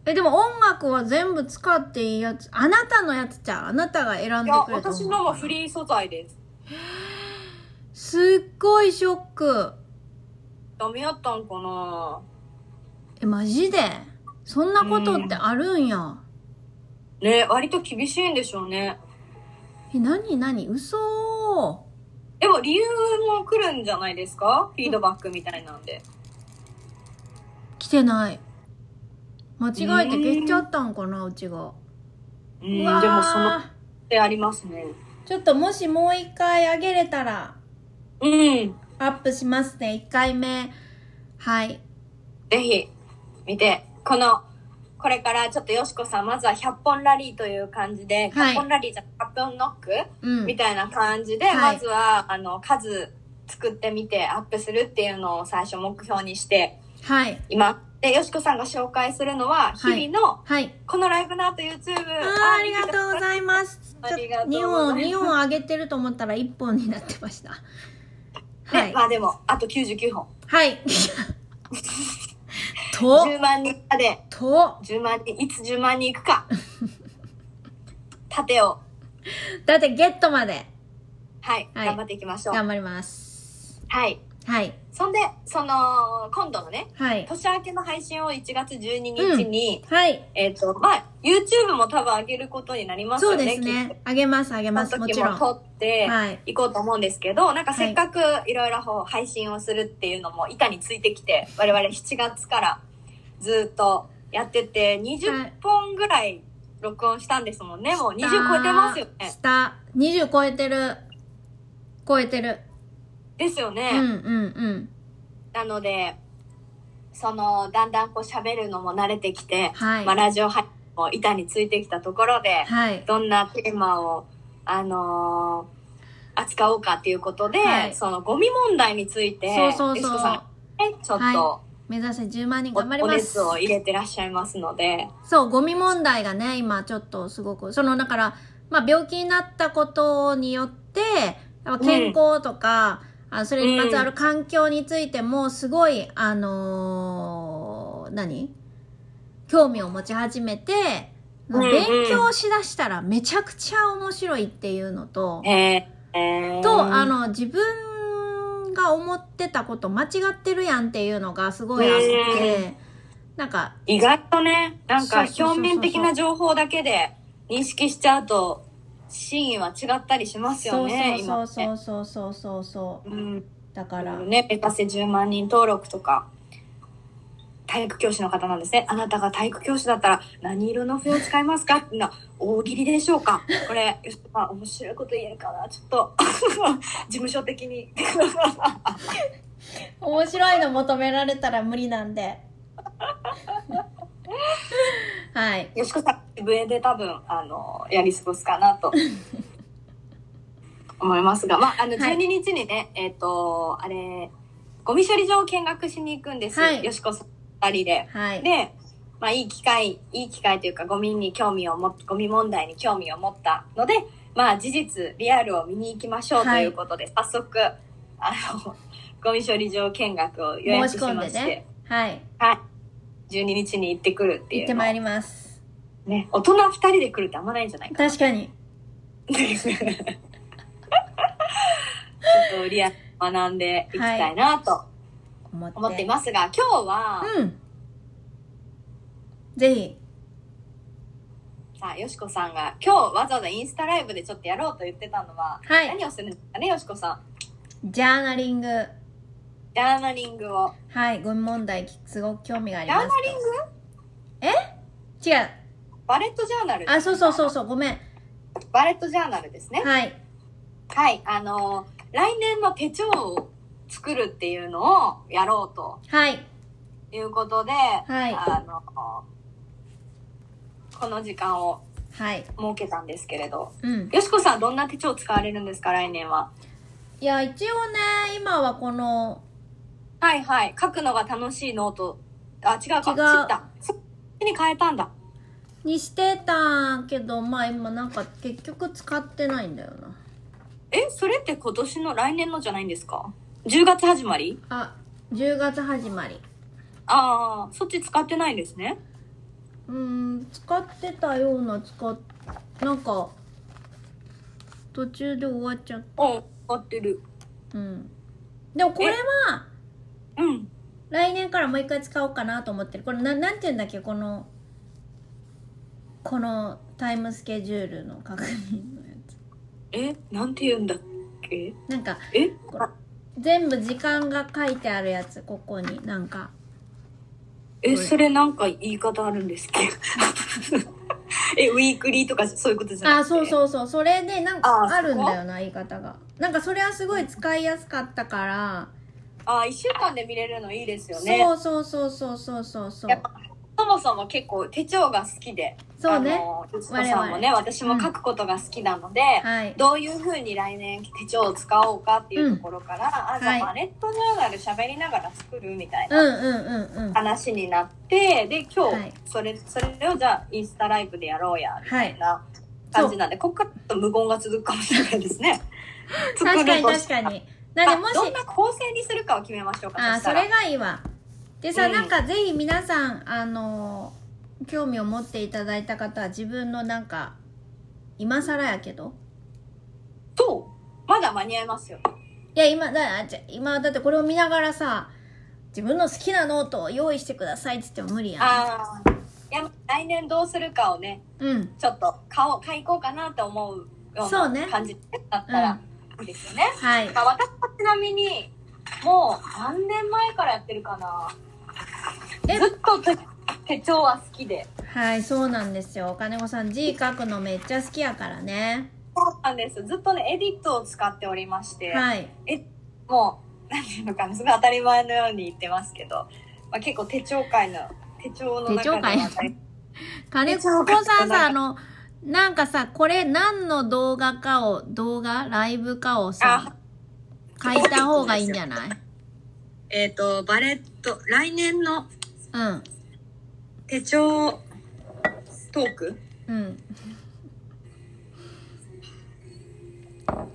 Speaker 1: えでも音楽は全部使っていいやつあなたのやつじゃうあなたが選ん
Speaker 2: い
Speaker 1: で
Speaker 2: や、
Speaker 1: くれた
Speaker 2: 私のもフ
Speaker 1: ー
Speaker 2: リー素材です。
Speaker 1: すっごいショック
Speaker 2: ダメやったんかな
Speaker 1: えマジでそんなことってあるんや
Speaker 2: ね、割と厳しいんでしょうね。
Speaker 1: え何何嘘
Speaker 2: でも理由も来るんじゃないですかフィードバックみたいなんで。
Speaker 1: 来てない間違えて消しちゃったんかなうちが
Speaker 2: う、
Speaker 1: うん
Speaker 2: で
Speaker 1: わー
Speaker 2: もその手ありますね。
Speaker 1: ちょっともしもう一回あげれたら
Speaker 2: うん。
Speaker 1: アップしますね1回目はい
Speaker 2: ぜひ、見て、この、これからちょっとよしこさん、まずは100本ラリーという感じで、
Speaker 1: はい
Speaker 2: 100本ラリーじゃ、100本ノック、
Speaker 1: うん
Speaker 2: みたいな感じで、
Speaker 1: はい
Speaker 2: まずは、あの、数作ってみてアップするっていうのを最初目標にして
Speaker 1: はい
Speaker 2: います。で、よしこさんが紹介するの
Speaker 1: は
Speaker 2: は、
Speaker 1: い
Speaker 2: 日々の、
Speaker 1: はい
Speaker 2: このライブの後 YouTube。
Speaker 1: あーありがとうご
Speaker 2: い
Speaker 1: ざいます
Speaker 2: あ
Speaker 1: ちょっ
Speaker 2: りがと
Speaker 1: と
Speaker 2: うござ
Speaker 1: 2本
Speaker 2: います
Speaker 1: 2本上げてると思ったら1本になってま したは
Speaker 2: ね、
Speaker 1: い
Speaker 2: まあでも、あと99本。
Speaker 1: はい と
Speaker 2: 10万人まで
Speaker 1: と
Speaker 2: 10万人いつ10万人い くか盾を
Speaker 1: だってゲットまで
Speaker 2: はい、
Speaker 1: はい
Speaker 2: 頑張っていきましょう
Speaker 1: 頑張ります
Speaker 2: はい
Speaker 1: はい
Speaker 2: そんでその今度のね
Speaker 1: はい
Speaker 2: 年明けの配信を1月12日に、
Speaker 1: はい
Speaker 2: えっ、とまあ YouTube も多分上げることになります
Speaker 1: そ
Speaker 2: よ
Speaker 1: うで
Speaker 2: ね
Speaker 1: すねあげますあげ
Speaker 2: きっ
Speaker 1: ま
Speaker 2: と
Speaker 1: す
Speaker 2: そ
Speaker 1: も
Speaker 2: の
Speaker 1: ち
Speaker 2: 時
Speaker 1: ろん
Speaker 2: も
Speaker 1: は
Speaker 2: 撮って
Speaker 1: い
Speaker 2: いこうと思うんですけど、なんかせっかくいろいろこう配信をするっていうのも板についてきて我々7月からずっとやってて、
Speaker 1: はい
Speaker 2: 20本ぐらい録音したんですもんね。もう20超えてますよね。
Speaker 1: 下。20超えてる。超えてる。
Speaker 2: ですよね。
Speaker 1: うんうんうん。
Speaker 2: なので、その、だんだんこう喋るのも慣れてきて、
Speaker 1: はい
Speaker 2: まあ、。ラジオ配信も板についてきたところで、
Speaker 1: はい。
Speaker 2: どんなテーマを、あのー扱おうかっていうことで、
Speaker 1: はい
Speaker 2: そのゴミ問題について、
Speaker 1: そうそう
Speaker 2: エス
Speaker 1: そ
Speaker 2: コさんが
Speaker 1: う。
Speaker 2: ね、ちょっと、
Speaker 1: は目指せ10万人
Speaker 2: お
Speaker 1: 頑張り
Speaker 2: お
Speaker 1: ます
Speaker 2: 熱。を入れてらっしゃいますので、
Speaker 1: そう、ゴミ問題がね、今ちょっとすごく、そのだから、まあ病気になったことによって、やっぱ健康とか、あそれにまつわる環境についても、すごい、あのー何興味を持ち始めて、
Speaker 2: うんうん
Speaker 1: 勉強しだしたらめちゃくちゃ面白いっていうのと、
Speaker 2: えーえー
Speaker 1: と、あの、自分が思ってたこと間違ってるやんっていうのがすごいあって、なんか、
Speaker 2: 意外とね、なん
Speaker 1: そ
Speaker 2: か
Speaker 1: うそうそうそう
Speaker 2: 表面的な情報だけで認識しちゃうと、真意は違ったりしますよね、
Speaker 1: そうそうそ
Speaker 2: 今
Speaker 1: うそうそうそうそう
Speaker 2: って。うん
Speaker 1: だから、
Speaker 2: ね、目指せ10万人登録とか、体育教師の方なんですね。あなたが体育教師だったら何色の笛を使いますかっていうのは大喜利でしょうかこれ、よしまあ面白いこと言えるかなちょっと、 事務所的に。
Speaker 1: 面白いの求められたら無理なん ではい
Speaker 2: よしこさん、笛で多分、あの、やり過ごすかなと。 思いますが、まあ、あの、
Speaker 1: はい
Speaker 2: 12日にね、えっ、と、あれ、ゴミ処理場を見学しに行くんです。
Speaker 1: はい
Speaker 2: よしこさん二人で。
Speaker 1: はい
Speaker 2: で、まあ、いい機会、いい機会というか、ゴミに興味を持っ、ゴミ問題に興味を持ったので、まあ、事実、リアルを見に行きましょうと
Speaker 1: はい
Speaker 2: いうことで、早速、あの、 ゴミ処理場見学を予
Speaker 1: 申
Speaker 2: 約
Speaker 1: し
Speaker 2: し
Speaker 1: 込ん
Speaker 2: ま
Speaker 1: で
Speaker 2: して、
Speaker 1: ねはい
Speaker 2: はい。12日に行ってくるってい
Speaker 1: 行っ
Speaker 2: う
Speaker 1: て
Speaker 2: のを
Speaker 1: まいります
Speaker 2: ね、大人2人で来るってあんまないんじゃないかな。
Speaker 1: 確かに
Speaker 2: ちょっとリアルに学んでいきたいなと
Speaker 1: 思って
Speaker 2: 思っていますが、今日は、
Speaker 1: うんぜひ
Speaker 2: さあ、よしこさんが今日わざわざインスタライブでちょっとやろうと言ってたのは、
Speaker 1: はい
Speaker 2: 何をするんですかね、よしこさん。
Speaker 1: ジャーナリング
Speaker 2: ジャーナリングを。
Speaker 1: はいご問題きすごく興味があ
Speaker 2: ジ
Speaker 1: り
Speaker 2: ャー
Speaker 1: ま
Speaker 2: ナ
Speaker 1: す
Speaker 2: リング
Speaker 1: 違う
Speaker 2: バレットジャーナル。
Speaker 1: あそうそうそうそうごめん
Speaker 2: バレットジャーナルですね。
Speaker 1: はい
Speaker 2: はい、あのー来年の手帳を作るっていうのをやろうと
Speaker 1: はい
Speaker 2: いうことで、
Speaker 1: い
Speaker 2: あのーこの時間を
Speaker 1: はい
Speaker 2: 設けたんですけれど、
Speaker 1: うん
Speaker 2: よしこさん、どんな手帳使われるんですか、来年は。
Speaker 1: いや一応ね今はこの
Speaker 2: はいはい。書くのが楽しいノート。あ、違うか。
Speaker 1: 違う
Speaker 2: 違った。そっちに変えたんだ。
Speaker 1: にしてたけどまあ今なんか結局使ってないんだよな
Speaker 2: え、それって今年の来年のじゃないんですか ?10 月始まり
Speaker 1: あ10月始まり
Speaker 2: ああ、そっち使ってないんですね。
Speaker 1: うーん使ってたような使っなんか途中で終わっちゃっ
Speaker 2: うん、使ってる。
Speaker 1: たうんでもこれは
Speaker 2: うん。
Speaker 1: 来年からもう一回使おうかなと思ってるこれななんて言うんだっけこのこのタイムスケジュールの確認のやつ
Speaker 2: え、なんて言うんだっけ
Speaker 1: なんか
Speaker 2: え
Speaker 1: これ全部時間が書いてあるやつここになんか
Speaker 2: え、
Speaker 1: これ
Speaker 2: それなんか言い方あるんですけ ど。え、ウィークリーとかそういうことじゃな
Speaker 1: あ
Speaker 2: くて
Speaker 1: そうそうそうそれでなんか
Speaker 2: あー
Speaker 1: あるんだよな言い方がなんかそれはすごい使いやすかったから、
Speaker 2: あー、1週間で見れるのいいですよね。
Speaker 1: そうそうそうそうそうそうそう
Speaker 2: やっぱそもそも結構手帳が好きで、
Speaker 1: そうね
Speaker 2: あの、ゆつこさんもね、私も書くことが好きなので、
Speaker 1: はい
Speaker 2: どういうふうに来年手帳を使おうかっていうところから、あ、じゃ
Speaker 1: は
Speaker 2: あ
Speaker 1: い
Speaker 2: マレットジャーナル喋りながら作るみたい
Speaker 1: うん
Speaker 2: な
Speaker 1: うんうんうん
Speaker 2: 話になって、で、今
Speaker 1: はい
Speaker 2: 日、それ、それをじゃあインスタライブでやろうや、みたいな感じなんで、ここからちょっと無言が続くかもしれないで すね。
Speaker 1: 確かに
Speaker 2: 作るとし
Speaker 1: 確
Speaker 2: たら
Speaker 1: か。になんでも
Speaker 2: あ
Speaker 1: し
Speaker 2: どんな構成にするかを決めましょうか。
Speaker 1: あ
Speaker 2: した
Speaker 1: そ
Speaker 2: ら
Speaker 1: れがいいわでさ、
Speaker 2: うん
Speaker 1: なんかぜひ皆さんあの興味を持っていただいた方は自分のなんか今更やけど
Speaker 2: そうまだ間に合いますよ。
Speaker 1: いや今だあじゃ今だってこれを見ながらさ自分の好きなノートを用意してくださいって言っても無理や
Speaker 2: ああ。いや、来年どうするかをね、
Speaker 1: んうん
Speaker 2: ちょっと顔買いこうかなと思うよう
Speaker 1: そうね
Speaker 2: な感じだったらいいですよね。
Speaker 1: はい
Speaker 2: まあ私はちなみに、もう何年前からやってるかな。
Speaker 1: え
Speaker 2: ずっと手手帳は好きで。
Speaker 1: はい、そうなんですよ。金子さん字書くのめっちゃ好きやからね。
Speaker 2: そうなんです。ずっとね、エディットを使っておりまして、
Speaker 1: はい。
Speaker 2: もう、なんていうのかな、すごい当たり前のように言ってますけど、まあ、結構手帳界の、手帳の中で
Speaker 1: 手帳界
Speaker 2: は当たり
Speaker 1: 金子さんさ、あの、なんかさ、これ何の動画かを、動画ライブかをさ、書いた方がいいんじゃない
Speaker 2: えっ、と、バレット、来年の
Speaker 1: うん。
Speaker 2: 手帳トーク
Speaker 1: うん。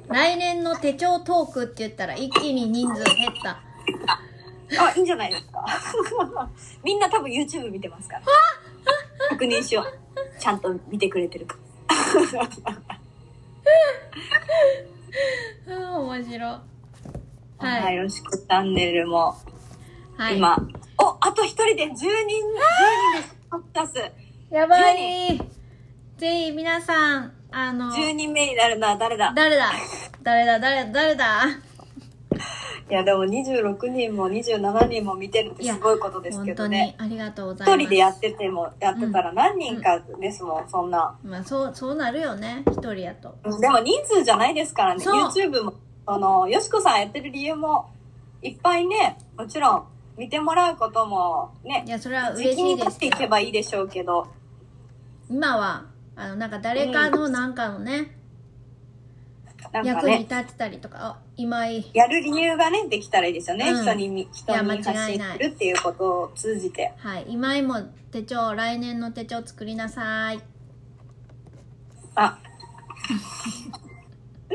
Speaker 1: 来年の手帳トークって言ったら一気に人数減った。
Speaker 2: あ、いいんじゃないですか。 みんな多分 YouTube 見てますから。確認しよう。ちゃんと見てくれてるか。
Speaker 1: あ面白。
Speaker 2: はい、
Speaker 1: はい。
Speaker 2: よろしくチャンネルも、
Speaker 1: はい。
Speaker 2: 今。お、あと一人で10人、10人です。カッタス。
Speaker 1: やばい。ぜひ皆さん、あの、
Speaker 2: 10人目になるのは誰だ
Speaker 1: 誰だ誰だ誰だ誰だ
Speaker 2: いや、でも26人も27人も見てるってすごいことです
Speaker 1: 本
Speaker 2: けど
Speaker 1: 当に
Speaker 2: ね。
Speaker 1: ありがとうございま
Speaker 2: 一
Speaker 1: す。
Speaker 2: 人でやってても、やってたら何人かですもん、そんな。
Speaker 1: まあそう、そうなるよね。一人やと。
Speaker 2: でも人数じゃないですからね。
Speaker 1: そう
Speaker 2: YouTube も、あの、よしこさんやってる理由も、いっぱいね、もちろん、見てもらうことも、ね
Speaker 1: い、や、それは嬉
Speaker 2: 時期
Speaker 1: しい
Speaker 2: に
Speaker 1: で
Speaker 2: 立っ
Speaker 1: す
Speaker 2: て
Speaker 1: け
Speaker 2: い
Speaker 1: ど
Speaker 2: けばいいでしょうけど、
Speaker 1: 今は、あの、なんか誰かのなんかのね、
Speaker 2: なんか
Speaker 1: 役に
Speaker 2: ね、
Speaker 1: 立ってたりとか、あ、今井。
Speaker 2: やる理由がね、できたらいいですよね。
Speaker 1: うん
Speaker 2: 人にみ、人
Speaker 1: いや
Speaker 2: に発
Speaker 1: 間違い
Speaker 2: 信
Speaker 1: ない
Speaker 2: するっていうことを通じて。
Speaker 1: はい。今井も手帳、来年の手帳作りなさい。
Speaker 2: あ、フ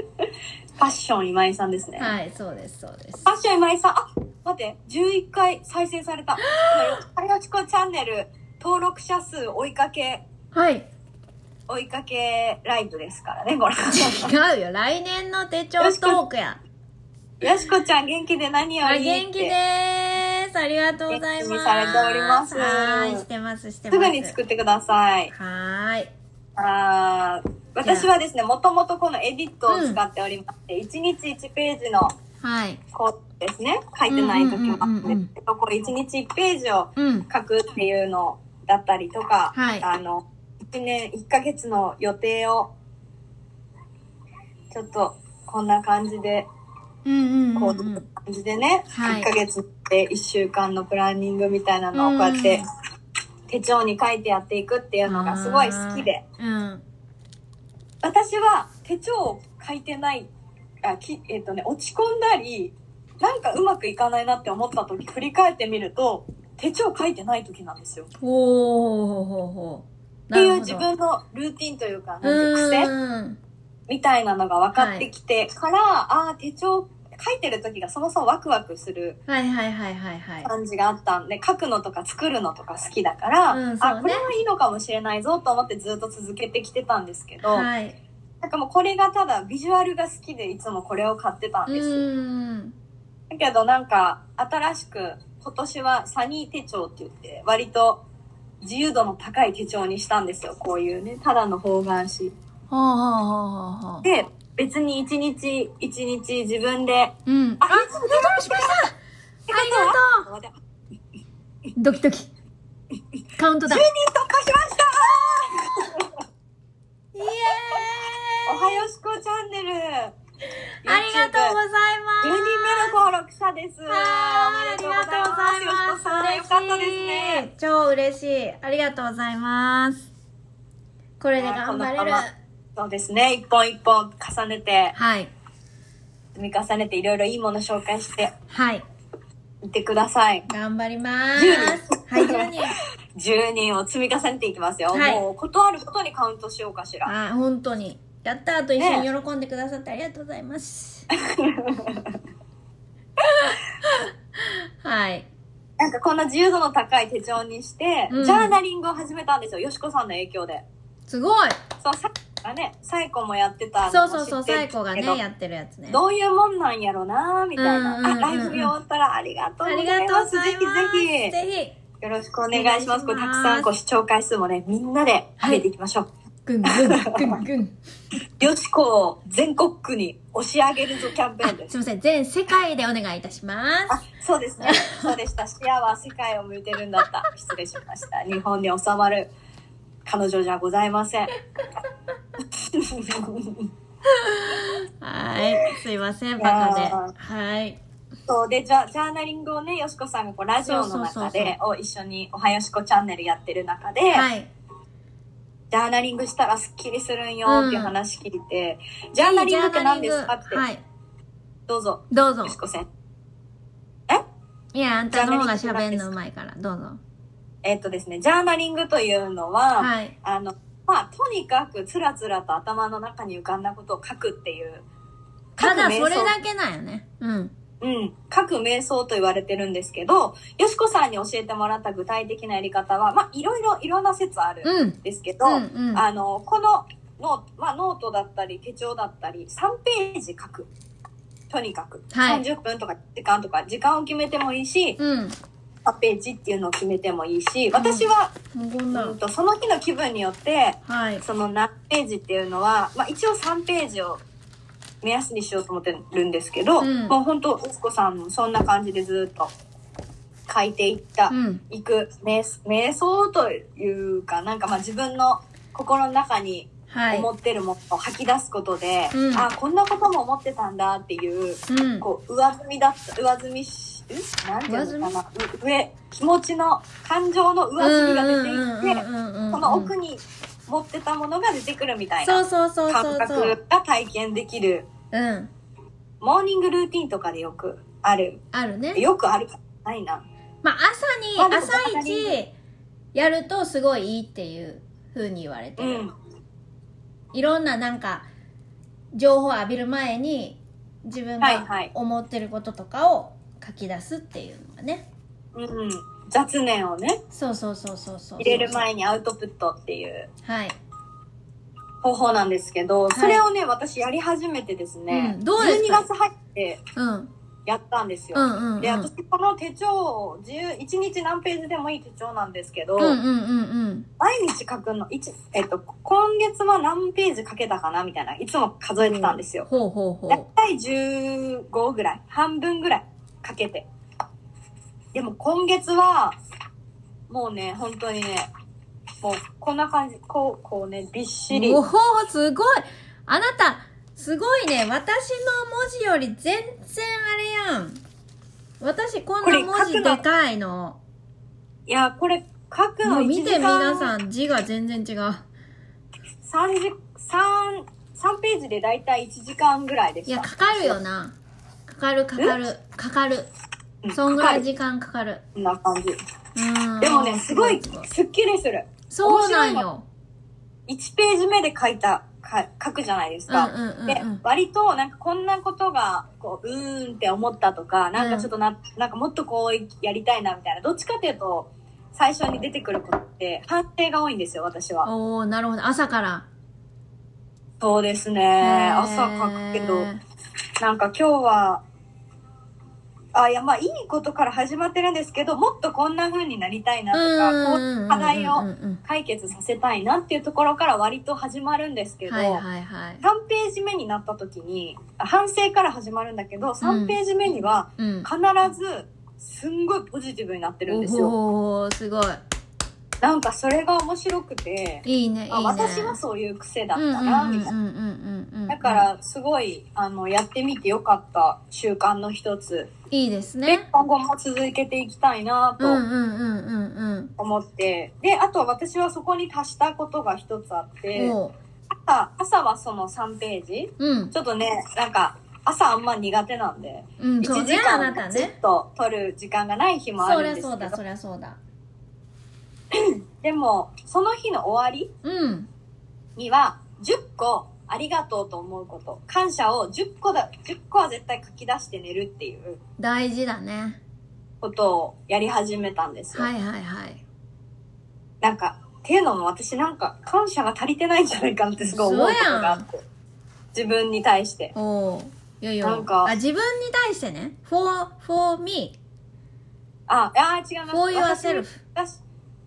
Speaker 2: ァッション今井さんですね。
Speaker 1: はい、そうです、そうです
Speaker 2: フ。ァッション今井さん、あ、待って、11回再生され た。今よよしこチャンネル登録者数追いかけ、
Speaker 1: はい。
Speaker 2: 追いかけライブですか らね、ご覧。
Speaker 1: 違うよ。来年の手帳トークや。
Speaker 2: よしこちゃん元気で何よ
Speaker 1: あ、
Speaker 2: りって。
Speaker 1: 元気でーす。ありがとうございます。
Speaker 2: 元気にされております
Speaker 1: はい、してます、してますす。
Speaker 2: ぐに作ってください。
Speaker 1: はーい。
Speaker 2: あー私はですね、もともとこのエディットを使っておりまして、1日1ページの
Speaker 1: はい。
Speaker 2: コードですね、書いてない時もあ
Speaker 1: うんうんうんう
Speaker 2: っ
Speaker 1: ん
Speaker 2: て、これ1日1ページを
Speaker 1: うん。
Speaker 2: 書くっていうのだったりとか、
Speaker 1: はい
Speaker 2: あの、1年1ヶ月の予定を、ちょっとこんな感じで、
Speaker 1: うんうんうん
Speaker 2: こ
Speaker 1: う。
Speaker 2: ういうん感じでね、
Speaker 1: はい
Speaker 2: 1ヶ月で1週間のプランニングみたいなのをこうやって手帳に書いてやっていくっていうのがすごい好きで、
Speaker 1: うん。
Speaker 2: 私は手帳を書いてない、あきえっ、とね、落ち込んだり、なんかうまくいかないなって思った時振り返ってみると、手帳書いてない時なんですよ。
Speaker 1: ほうほうほうほう。
Speaker 2: っていう自分のルーティンというか、なんていうか癖
Speaker 1: うん。
Speaker 2: みたいなのが分かってきてから、ああ、手帳書いてる時がそもそもワクワクする
Speaker 1: はいはいはいはいはい。
Speaker 2: 感じがあったんで、書くのとか作るのとか好きだから、
Speaker 1: うんそうね
Speaker 2: あ、これはいいのかもしれないぞと思ってずっと続けてきてたんですけど、
Speaker 1: はい。
Speaker 2: なんかもうこれがただビジュアルが好きでいつもこれを買ってたん
Speaker 1: う
Speaker 2: です。
Speaker 1: ん。
Speaker 2: だけどなんか新しく今年はサニー手帳って言って、割と自由度の高い手帳にしたんですよ。こういうね、ただの方眼紙。
Speaker 1: ほうほうほうほうほう。
Speaker 2: で、別に一日一日自分で、
Speaker 1: うん。あ、
Speaker 2: いつも手帳して
Speaker 1: あり
Speaker 2: とう
Speaker 1: がとう。ドキドキ。カウントダウン。
Speaker 2: 人突破しました
Speaker 1: イエーイ
Speaker 2: おはよしこチャンネル
Speaker 1: ありがとうございます。
Speaker 2: 10人目の登録者です
Speaker 1: はいありがとうござい
Speaker 2: よしこさんよ
Speaker 1: ま
Speaker 2: か
Speaker 1: す。
Speaker 2: ったですね。
Speaker 1: 超嬉しい。ありがとうございます。これで頑張れる。
Speaker 2: そうですね一本一本重ねて
Speaker 1: はい。
Speaker 2: 積み重ねていろいろいいもの紹介して
Speaker 1: はい。
Speaker 2: いってください
Speaker 1: 頑張ります
Speaker 2: 10。
Speaker 1: はい、10人。
Speaker 2: 10人を積み重ねていきますよ、
Speaker 1: はい
Speaker 2: もう断ることにカウントしようかしら
Speaker 1: あ、本当に。やったーと一緒に喜んでくださってありがとうござい ます。はい。
Speaker 2: なんかこんな自由度の高い手帳にして、
Speaker 1: うん
Speaker 2: ジャーナリングを始めたんですよよしこさんの影響です
Speaker 1: ごい
Speaker 2: そうさがねサイコもやってた
Speaker 1: そ
Speaker 2: の
Speaker 1: うそうそう、
Speaker 2: も知ってる
Speaker 1: サイコがね
Speaker 2: けど、
Speaker 1: やってるやつね。
Speaker 2: どういうもんなんやろなみたいな、
Speaker 1: うんうんうんうん
Speaker 2: あライブ見終わったらありがと
Speaker 1: あ
Speaker 2: うござ
Speaker 1: り
Speaker 2: い
Speaker 1: がとうご
Speaker 2: ます
Speaker 1: ざいます。
Speaker 2: ぜひぜ
Speaker 1: ぜひ。
Speaker 2: ひよろしくお願
Speaker 1: お願い
Speaker 2: いします
Speaker 1: します
Speaker 2: これたくさんこう視聴回数もねみんなで上げていきましょう、
Speaker 1: ぐんぐんぐんぐん。
Speaker 2: よしこを全国区に押し上げるぞキャンペーン
Speaker 1: あ
Speaker 2: です
Speaker 1: い。ません全世界でお願いいたします
Speaker 2: あ、そうですね。そうでした。視野は世界を向いてるんだった。失礼しました。日本に収まる彼女じゃござい ません。
Speaker 1: はいすいませんバカ
Speaker 2: い
Speaker 1: で
Speaker 2: やー
Speaker 1: はい
Speaker 2: そうで、ジャジャーナリングをね、よしこさんがこうラジオの
Speaker 1: そうそうそう
Speaker 2: 中
Speaker 1: そう
Speaker 2: で、を一緒におはよしこチャンネルやってる中で、
Speaker 1: はい
Speaker 2: ジャーナリングしたらスッキリするんよっていう話聞いて、ジャーナリングって何ですかって、
Speaker 1: はい
Speaker 2: どうぞ、
Speaker 1: どうぞ
Speaker 2: よしこ先生。
Speaker 1: いやあんたの方が喋んのうまいからどうぞ
Speaker 2: えっとですね、ジャーナリングというのは、
Speaker 1: はい
Speaker 2: あの、まあ、とにかくつらつらと頭の中に浮かんだことを書くっていう。
Speaker 1: ただ
Speaker 2: 書
Speaker 1: そ
Speaker 2: く瞑
Speaker 1: れ
Speaker 2: 想
Speaker 1: だけなんよねうん
Speaker 2: うん。書く瞑想と言われてるんですけど、よしこさんに教えてもらった具体的なやり方は、まあ、いろいろ、いろんな説あるん
Speaker 1: うん
Speaker 2: ですけど、
Speaker 1: うんうん
Speaker 2: あの、このノート、まあ、ノートだったり、手帳だったり、3ページ書く。とにかく。
Speaker 1: はい
Speaker 2: 30分とか時間とか、時間を決めてもいいし、
Speaker 1: うん
Speaker 2: 8ページっていうのを決めてもいいし、私は、
Speaker 1: もうこん
Speaker 2: うんとその日の気分によって、
Speaker 1: はい
Speaker 2: その何ページっていうのは、まあ、一応3ページを目安にしようと思ってるんですけど、
Speaker 1: うん
Speaker 2: もう本当つこさんもそんな感じでずっと書いていった、
Speaker 1: うん
Speaker 2: いく瞑瞑想というかなんかまあ自分の心の中に
Speaker 1: はい
Speaker 2: 思ってるものを吐き出すことで、
Speaker 1: うん
Speaker 2: あこんなことも思ってたんだっていう
Speaker 1: うん
Speaker 2: こう上積みだった上積みしんなんていうのかなう上気持ちの感情の上積みが出ていって。この奥に持ってたものが出てくるみたい
Speaker 1: そう
Speaker 2: な
Speaker 1: そうそうそ
Speaker 2: 感
Speaker 1: うそう
Speaker 2: 覚が体験できる
Speaker 1: うん
Speaker 2: モーニングルーティンとかでよくある
Speaker 1: あるね
Speaker 2: よくあるかないな
Speaker 1: まあ朝に
Speaker 2: まあでも
Speaker 1: 朝
Speaker 2: バカリ
Speaker 1: 一やるとすごいいいっていう風に言われて
Speaker 2: う
Speaker 1: る
Speaker 2: ん
Speaker 1: いろんななんか情報を浴びる前に自分
Speaker 2: はい
Speaker 1: が
Speaker 2: はい
Speaker 1: 思ってることとかを書き出すっていうのがね
Speaker 2: うん雑念をね
Speaker 1: そうそうそうそうそう
Speaker 2: 入れる前にアウトプットっていう
Speaker 1: はい、
Speaker 2: 方法なんですけど
Speaker 1: い
Speaker 2: それをね私やり始めてですね
Speaker 1: うんどうですか
Speaker 2: 12月入って
Speaker 1: うん、うん
Speaker 2: やったんですよ
Speaker 1: うんうんうん
Speaker 2: で私この手帳を10 1日何ページでもいい手帳なんですけど
Speaker 1: うんうんうん
Speaker 2: 毎日書くのいちえっと今月は何ページ書けたかなみたいないつも数えてたんですよ
Speaker 1: ほうほう
Speaker 2: だい
Speaker 1: ほ
Speaker 2: たい15ぐらい、半分ぐらいかけて。でも今月は、もうね、本当にね、もうこんな感じ、こう、こうね、びっしり。
Speaker 1: うおおすごいあなたすごいね私の文字より全然あれやん私こんな文字でかいの
Speaker 2: いや、これ書く
Speaker 1: も
Speaker 2: の
Speaker 1: う
Speaker 2: 1
Speaker 1: 見
Speaker 2: 時
Speaker 1: て皆
Speaker 2: 間
Speaker 1: さん字が全然違う
Speaker 2: 3時、三三ページでだいたい1時間ぐらいで
Speaker 1: い
Speaker 2: し
Speaker 1: や
Speaker 2: た。
Speaker 1: かかるよなかかるかかるかかる
Speaker 2: うん
Speaker 1: そんぐらい
Speaker 2: かかる
Speaker 1: 時間かかる
Speaker 2: こんな感じ。
Speaker 1: うん
Speaker 2: でもね、すごい、すっきりする。
Speaker 1: そうなんよ
Speaker 2: 1ページ目で書いた、か書くじゃないです
Speaker 1: うんう
Speaker 2: か。
Speaker 1: んうんう
Speaker 2: で
Speaker 1: ん、
Speaker 2: 割と、なんかこんなことが、こう、うーんって思ったとか、なんかちょっとな、なんかもっとこうやりたいなみたいな、どっちかっていうと、最初に出てくることって、反省が多いんですよ、私は。
Speaker 1: おおなるほど朝から
Speaker 2: そうですね。朝書くけど、なんか今日は、あ、いや、まあ、いいことから始まってるんですけど、もっとこんな風になりたいなとか、こういう課題
Speaker 1: うんう
Speaker 2: を
Speaker 1: んうん
Speaker 2: 解決させたいなっていうところから割と始まるんですけど、
Speaker 1: はいはいはい
Speaker 2: 3ページ目になった時に、あ反省から始まるんだけど、3ページ目には、
Speaker 1: うん
Speaker 2: 必ずすんごいポジティブになってるんですよ。
Speaker 1: おおすごい
Speaker 2: なんかそれが面白くて、
Speaker 1: いいねいいね
Speaker 2: あ私はそういう癖だっ
Speaker 1: うんうん
Speaker 2: た
Speaker 1: うん
Speaker 2: な、みたいな。
Speaker 1: うんうんうんうん
Speaker 2: だからすごい、あの、やってみてよかった習慣の一つ。
Speaker 1: いいです
Speaker 2: で、
Speaker 1: ね
Speaker 2: 今後も続けていきたいな
Speaker 1: うんうん
Speaker 2: と
Speaker 1: うんうん
Speaker 2: 思って。で、あと私はそこに足したことが一つあっ
Speaker 1: うん
Speaker 2: て、
Speaker 1: おー
Speaker 2: 朝、朝はその3ページ
Speaker 1: うん
Speaker 2: ちょっとね、なんか、朝あんま苦手なんで、
Speaker 1: うんそ
Speaker 2: 1
Speaker 1: うね
Speaker 2: 時
Speaker 1: あなた
Speaker 2: 間ずっ
Speaker 1: ね
Speaker 2: と取る時間がない日もあ
Speaker 1: そ
Speaker 2: る
Speaker 1: りゃ
Speaker 2: んです
Speaker 1: そう
Speaker 2: け
Speaker 1: だ
Speaker 2: ど、
Speaker 1: そりゃそうだ
Speaker 2: でも、その日の終わり
Speaker 1: うん
Speaker 2: には10個ありがとうと思うこと感謝を10個だ10個は絶対書き出して寝るっていう
Speaker 1: 大事だね
Speaker 2: ことをやり始めたんですよ、
Speaker 1: はいはいはい
Speaker 2: なんかっていうのも私なんか感謝が足りてないんじゃないかなってすごい思うことがあって自分に対して
Speaker 1: おおいやいや
Speaker 2: なんか
Speaker 1: あ自分に対してね for for me
Speaker 2: ああ違います
Speaker 1: for yourself
Speaker 2: 私私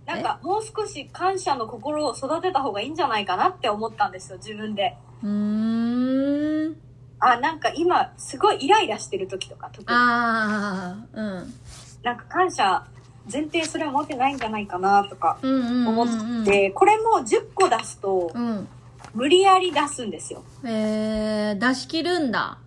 Speaker 2: なんかもう少し感謝の心を育てた方がいいんじゃないかなって思ったんですよ、自分で。
Speaker 1: うーん。
Speaker 2: あ、なんか今すごいイライラしてる時とか、特に
Speaker 1: ああ、うん。
Speaker 2: なんか感謝前提それは持ってないんじゃないかなとか
Speaker 1: うんうんうん、
Speaker 2: 思
Speaker 1: う
Speaker 2: っ
Speaker 1: ん。
Speaker 2: て、これも10個出すと
Speaker 1: うん。
Speaker 2: 無理やり出すんですよ。
Speaker 1: えー、出し切るんだ。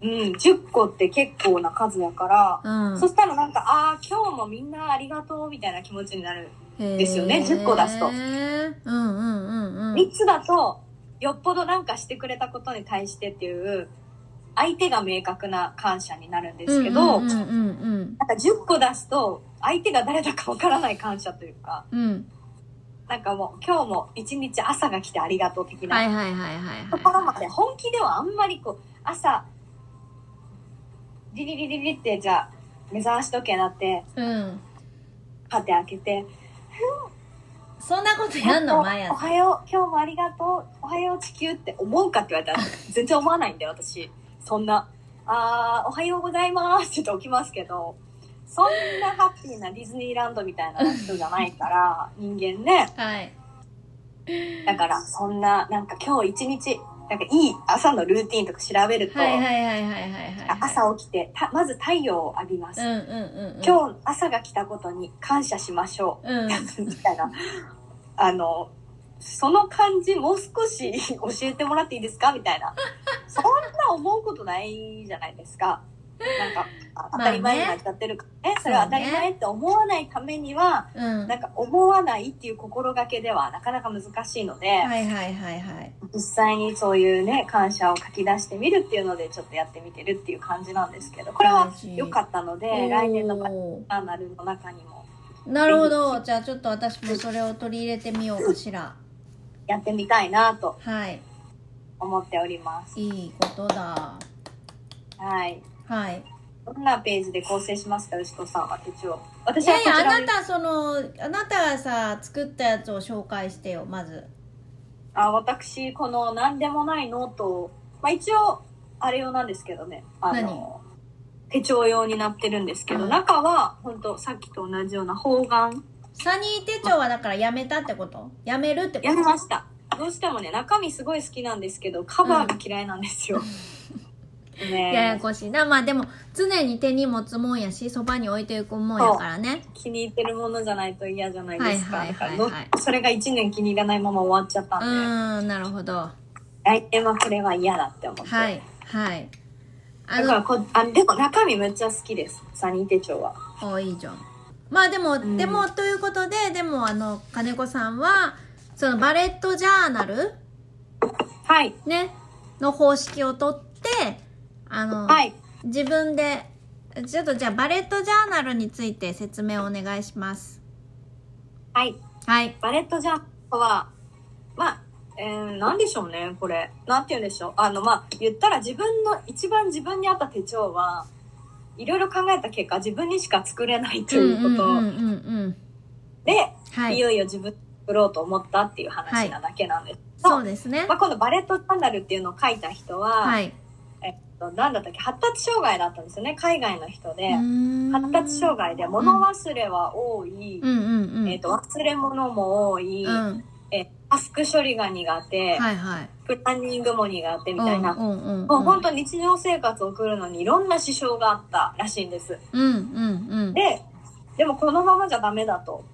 Speaker 2: うん、10個って結構な数だから、
Speaker 1: うん。
Speaker 2: そしたらなんか、ああ、今日もみんなありがとうみたいな気持ちになる。
Speaker 1: です
Speaker 2: よね10個出すと
Speaker 1: うんうんうんうん。
Speaker 2: 3つだと、よっぽどなんかしてくれたことに対してっていう、相手が明確な感謝になるんですけど、
Speaker 1: うんうんうん
Speaker 2: なんか10個出すと、相手が誰だかわからない感謝というか、
Speaker 1: うん。うん。
Speaker 2: なんかもう今日も一日朝が来てありがとう的
Speaker 1: は
Speaker 2: ない
Speaker 1: はいはいはい
Speaker 2: ところま
Speaker 1: は
Speaker 2: で、本気ではあんまりこう、朝、リリリリリってじゃあ、目覚まし時計なって、
Speaker 1: い。うん。
Speaker 2: パテ開けて、
Speaker 1: そんなことやんのマヤ
Speaker 2: おはよう、今日もありがとう、おはよう地球って思うかって言われたら、 全然思わないんだよ、私。そんな、あー、おはようございますって言って起きますけど、そんなハッピーなディズニーランドみたいな人じゃないから、人間ね。
Speaker 1: はい。
Speaker 2: だから、そんな、なんか今日一日、なんかいい朝のルーティンとか調べると、
Speaker 1: はいはいはいはいはいはい。
Speaker 2: 朝起きてた、まず太陽を浴びます。
Speaker 1: うんうんうんうん。
Speaker 2: 今日朝が来たことに感謝しましょう。
Speaker 1: うん。
Speaker 2: みたいな。あの、その感じもう少し 教えてもらっていいですかみたいな。そんな思うことないじゃないですか。なんか、あ当たり前になっちゃってるからね。それは当たり前って思わないためには、
Speaker 1: うん。
Speaker 2: なんか思わないっていう心がけではなかなか難しいので、
Speaker 1: はいはいはいはい。
Speaker 2: 実際にそういうね、感謝を書き出してみるっていうので、ちょっとやってみてるっていう感じなんですけど、これは良かったので、来年のバ
Speaker 1: お
Speaker 2: ナナルの中にも
Speaker 1: ーなるほど。じゃあちょっと私もそれを取り入れてみようかしら。
Speaker 2: やってみたいなと
Speaker 1: はい。
Speaker 2: 思っております。
Speaker 1: いいことだ。
Speaker 2: はい。
Speaker 1: はい。
Speaker 2: どんなページで構成しますか、牛子さんは手帳。
Speaker 1: い
Speaker 2: 私は
Speaker 1: や
Speaker 2: こ
Speaker 1: い
Speaker 2: ちら
Speaker 1: や、あ
Speaker 2: で
Speaker 1: なた、その、あなたがさ、作ったやつを紹介してよ、まず。
Speaker 2: あ私、この何でもないノートを、まあ一応、あれ用なんですけどね。あの、手帳用になってるんですけど、
Speaker 1: うん
Speaker 2: 中は、本当さっきと同じような方眼。
Speaker 1: サニー手帳はだからやめたってことやめるってこと
Speaker 2: やめました。どうしてもね、中身すごい好きなんですけど、カバーが嫌いなんですよ。ね
Speaker 1: ややこしいな。まあでも、常に手に持つもんやし、そばに置いていくもんやからね。
Speaker 2: 気に入ってるものじゃないと嫌じゃないですか。
Speaker 1: はいはい
Speaker 2: だか
Speaker 1: はい
Speaker 2: ら
Speaker 1: はい
Speaker 2: のそれが1年気に入らないまま終わっちゃっ
Speaker 1: う
Speaker 2: たんで、
Speaker 1: ーん、なるほど。
Speaker 2: 来年はこれは嫌だって思って。
Speaker 1: はい、はい。あ
Speaker 2: だから
Speaker 1: の、
Speaker 2: こあでも中身めっちゃ好きですサニー手帳は
Speaker 1: おいいじゃん。まあでも、
Speaker 2: ん
Speaker 1: でも、ということで、でも、あの、金子さんは、そのバレットジャーナル
Speaker 2: はい
Speaker 1: ね、の方式をとって、あの、
Speaker 2: はい
Speaker 1: 自分で、ちょっとじゃあ、バレットジャーナルについて説明お願いします。
Speaker 2: はい
Speaker 1: はい。
Speaker 2: バレットジャンプはまあえー、なんでしょうねこれなんて言うんでしょうあのまあ言ったら自分の一番自分に合った手帳はいろいろ考えた結果自分にしか作れないということ
Speaker 1: うんうんうんうんうん。
Speaker 2: で、、
Speaker 1: はいい。
Speaker 2: よいよ自分で作ろうと思ったっていう話なだけなんですけど、
Speaker 1: そうですね
Speaker 2: ま。あ、このバレットジャンナルっていうのを書いた人は、
Speaker 1: はい。
Speaker 2: えっと、なんだったっけ発達障害だったんですよね海外の人で。
Speaker 1: 発
Speaker 2: 発達障害で物忘れは多い、
Speaker 1: うんうんうん。
Speaker 2: えっと忘れ物も多い、
Speaker 1: うん。
Speaker 2: えタスク処理が苦手、
Speaker 1: はいはい。
Speaker 2: プランニングも苦手みたいな、
Speaker 1: うんうんうん。
Speaker 2: もう本当に日常生活を送るのにいろんな支障があったらしいんです。
Speaker 1: うんうんうん。
Speaker 2: ででもこのままじゃダメだと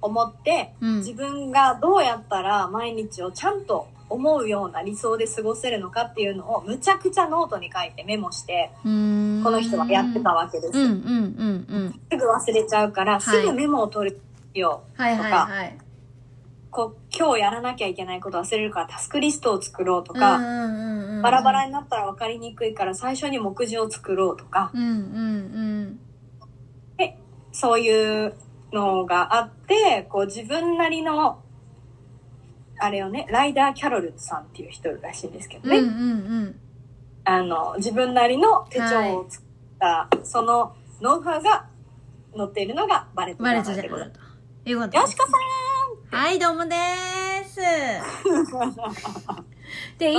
Speaker 2: 思って
Speaker 1: うん
Speaker 2: 自分がどうやったら毎日をちゃんと思うような理想で過ごせるのかっていうのをむちゃくちゃノートに書いてメモして
Speaker 1: うーん
Speaker 2: この人はやってたわけです。
Speaker 1: うんうんうんうん。
Speaker 2: すぐ忘れちゃうから、
Speaker 1: い
Speaker 2: すぐメモを取るよう
Speaker 1: はいはいはい。
Speaker 2: こう今日やらなきゃいけないこと忘れるからタスクリストを作ろうと
Speaker 1: と
Speaker 2: か、
Speaker 1: うんうんうんうん、
Speaker 2: バラバラ
Speaker 1: に。
Speaker 2: になったら分かりにくいから最初に目次を作ろうとか、
Speaker 1: うんうん
Speaker 2: そういうのがあってこう自分なりのあれをねライダー・キャロルさんっていう人らしいんですけ
Speaker 1: う
Speaker 2: ど
Speaker 1: ん。
Speaker 2: ね、
Speaker 1: うんうん
Speaker 2: あの自分なりの手帳を作った、そのノウハウが載っているのがバレッ
Speaker 1: う
Speaker 2: ト
Speaker 1: ん。バレ
Speaker 2: だ
Speaker 1: ちゃ
Speaker 2: っ
Speaker 1: う
Speaker 2: てこと。よ
Speaker 1: と。いうこと
Speaker 2: しこさん
Speaker 1: はい、どうもでーす。で、いいじ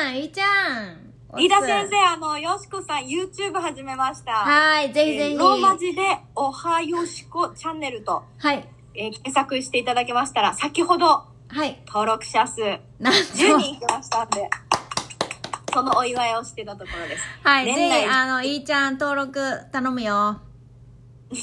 Speaker 1: ゃん、いいじゃん。
Speaker 2: 飯田先生、あの、よしこさん YouTube 始めました。
Speaker 1: はい、ぜひぜ
Speaker 2: え
Speaker 1: ひ。
Speaker 2: ーローマ字で、おはよしこチャンネルと、
Speaker 1: はい。
Speaker 2: えー検索していただけましたら、先ほど
Speaker 1: はい。
Speaker 2: 登録者数10
Speaker 1: なんと。
Speaker 2: 人いきましたんで、そのお祝いをしてたところです。
Speaker 1: はい、ぜ
Speaker 2: 年内
Speaker 1: ひ、あの、いーちゃん登録頼むよ。はい。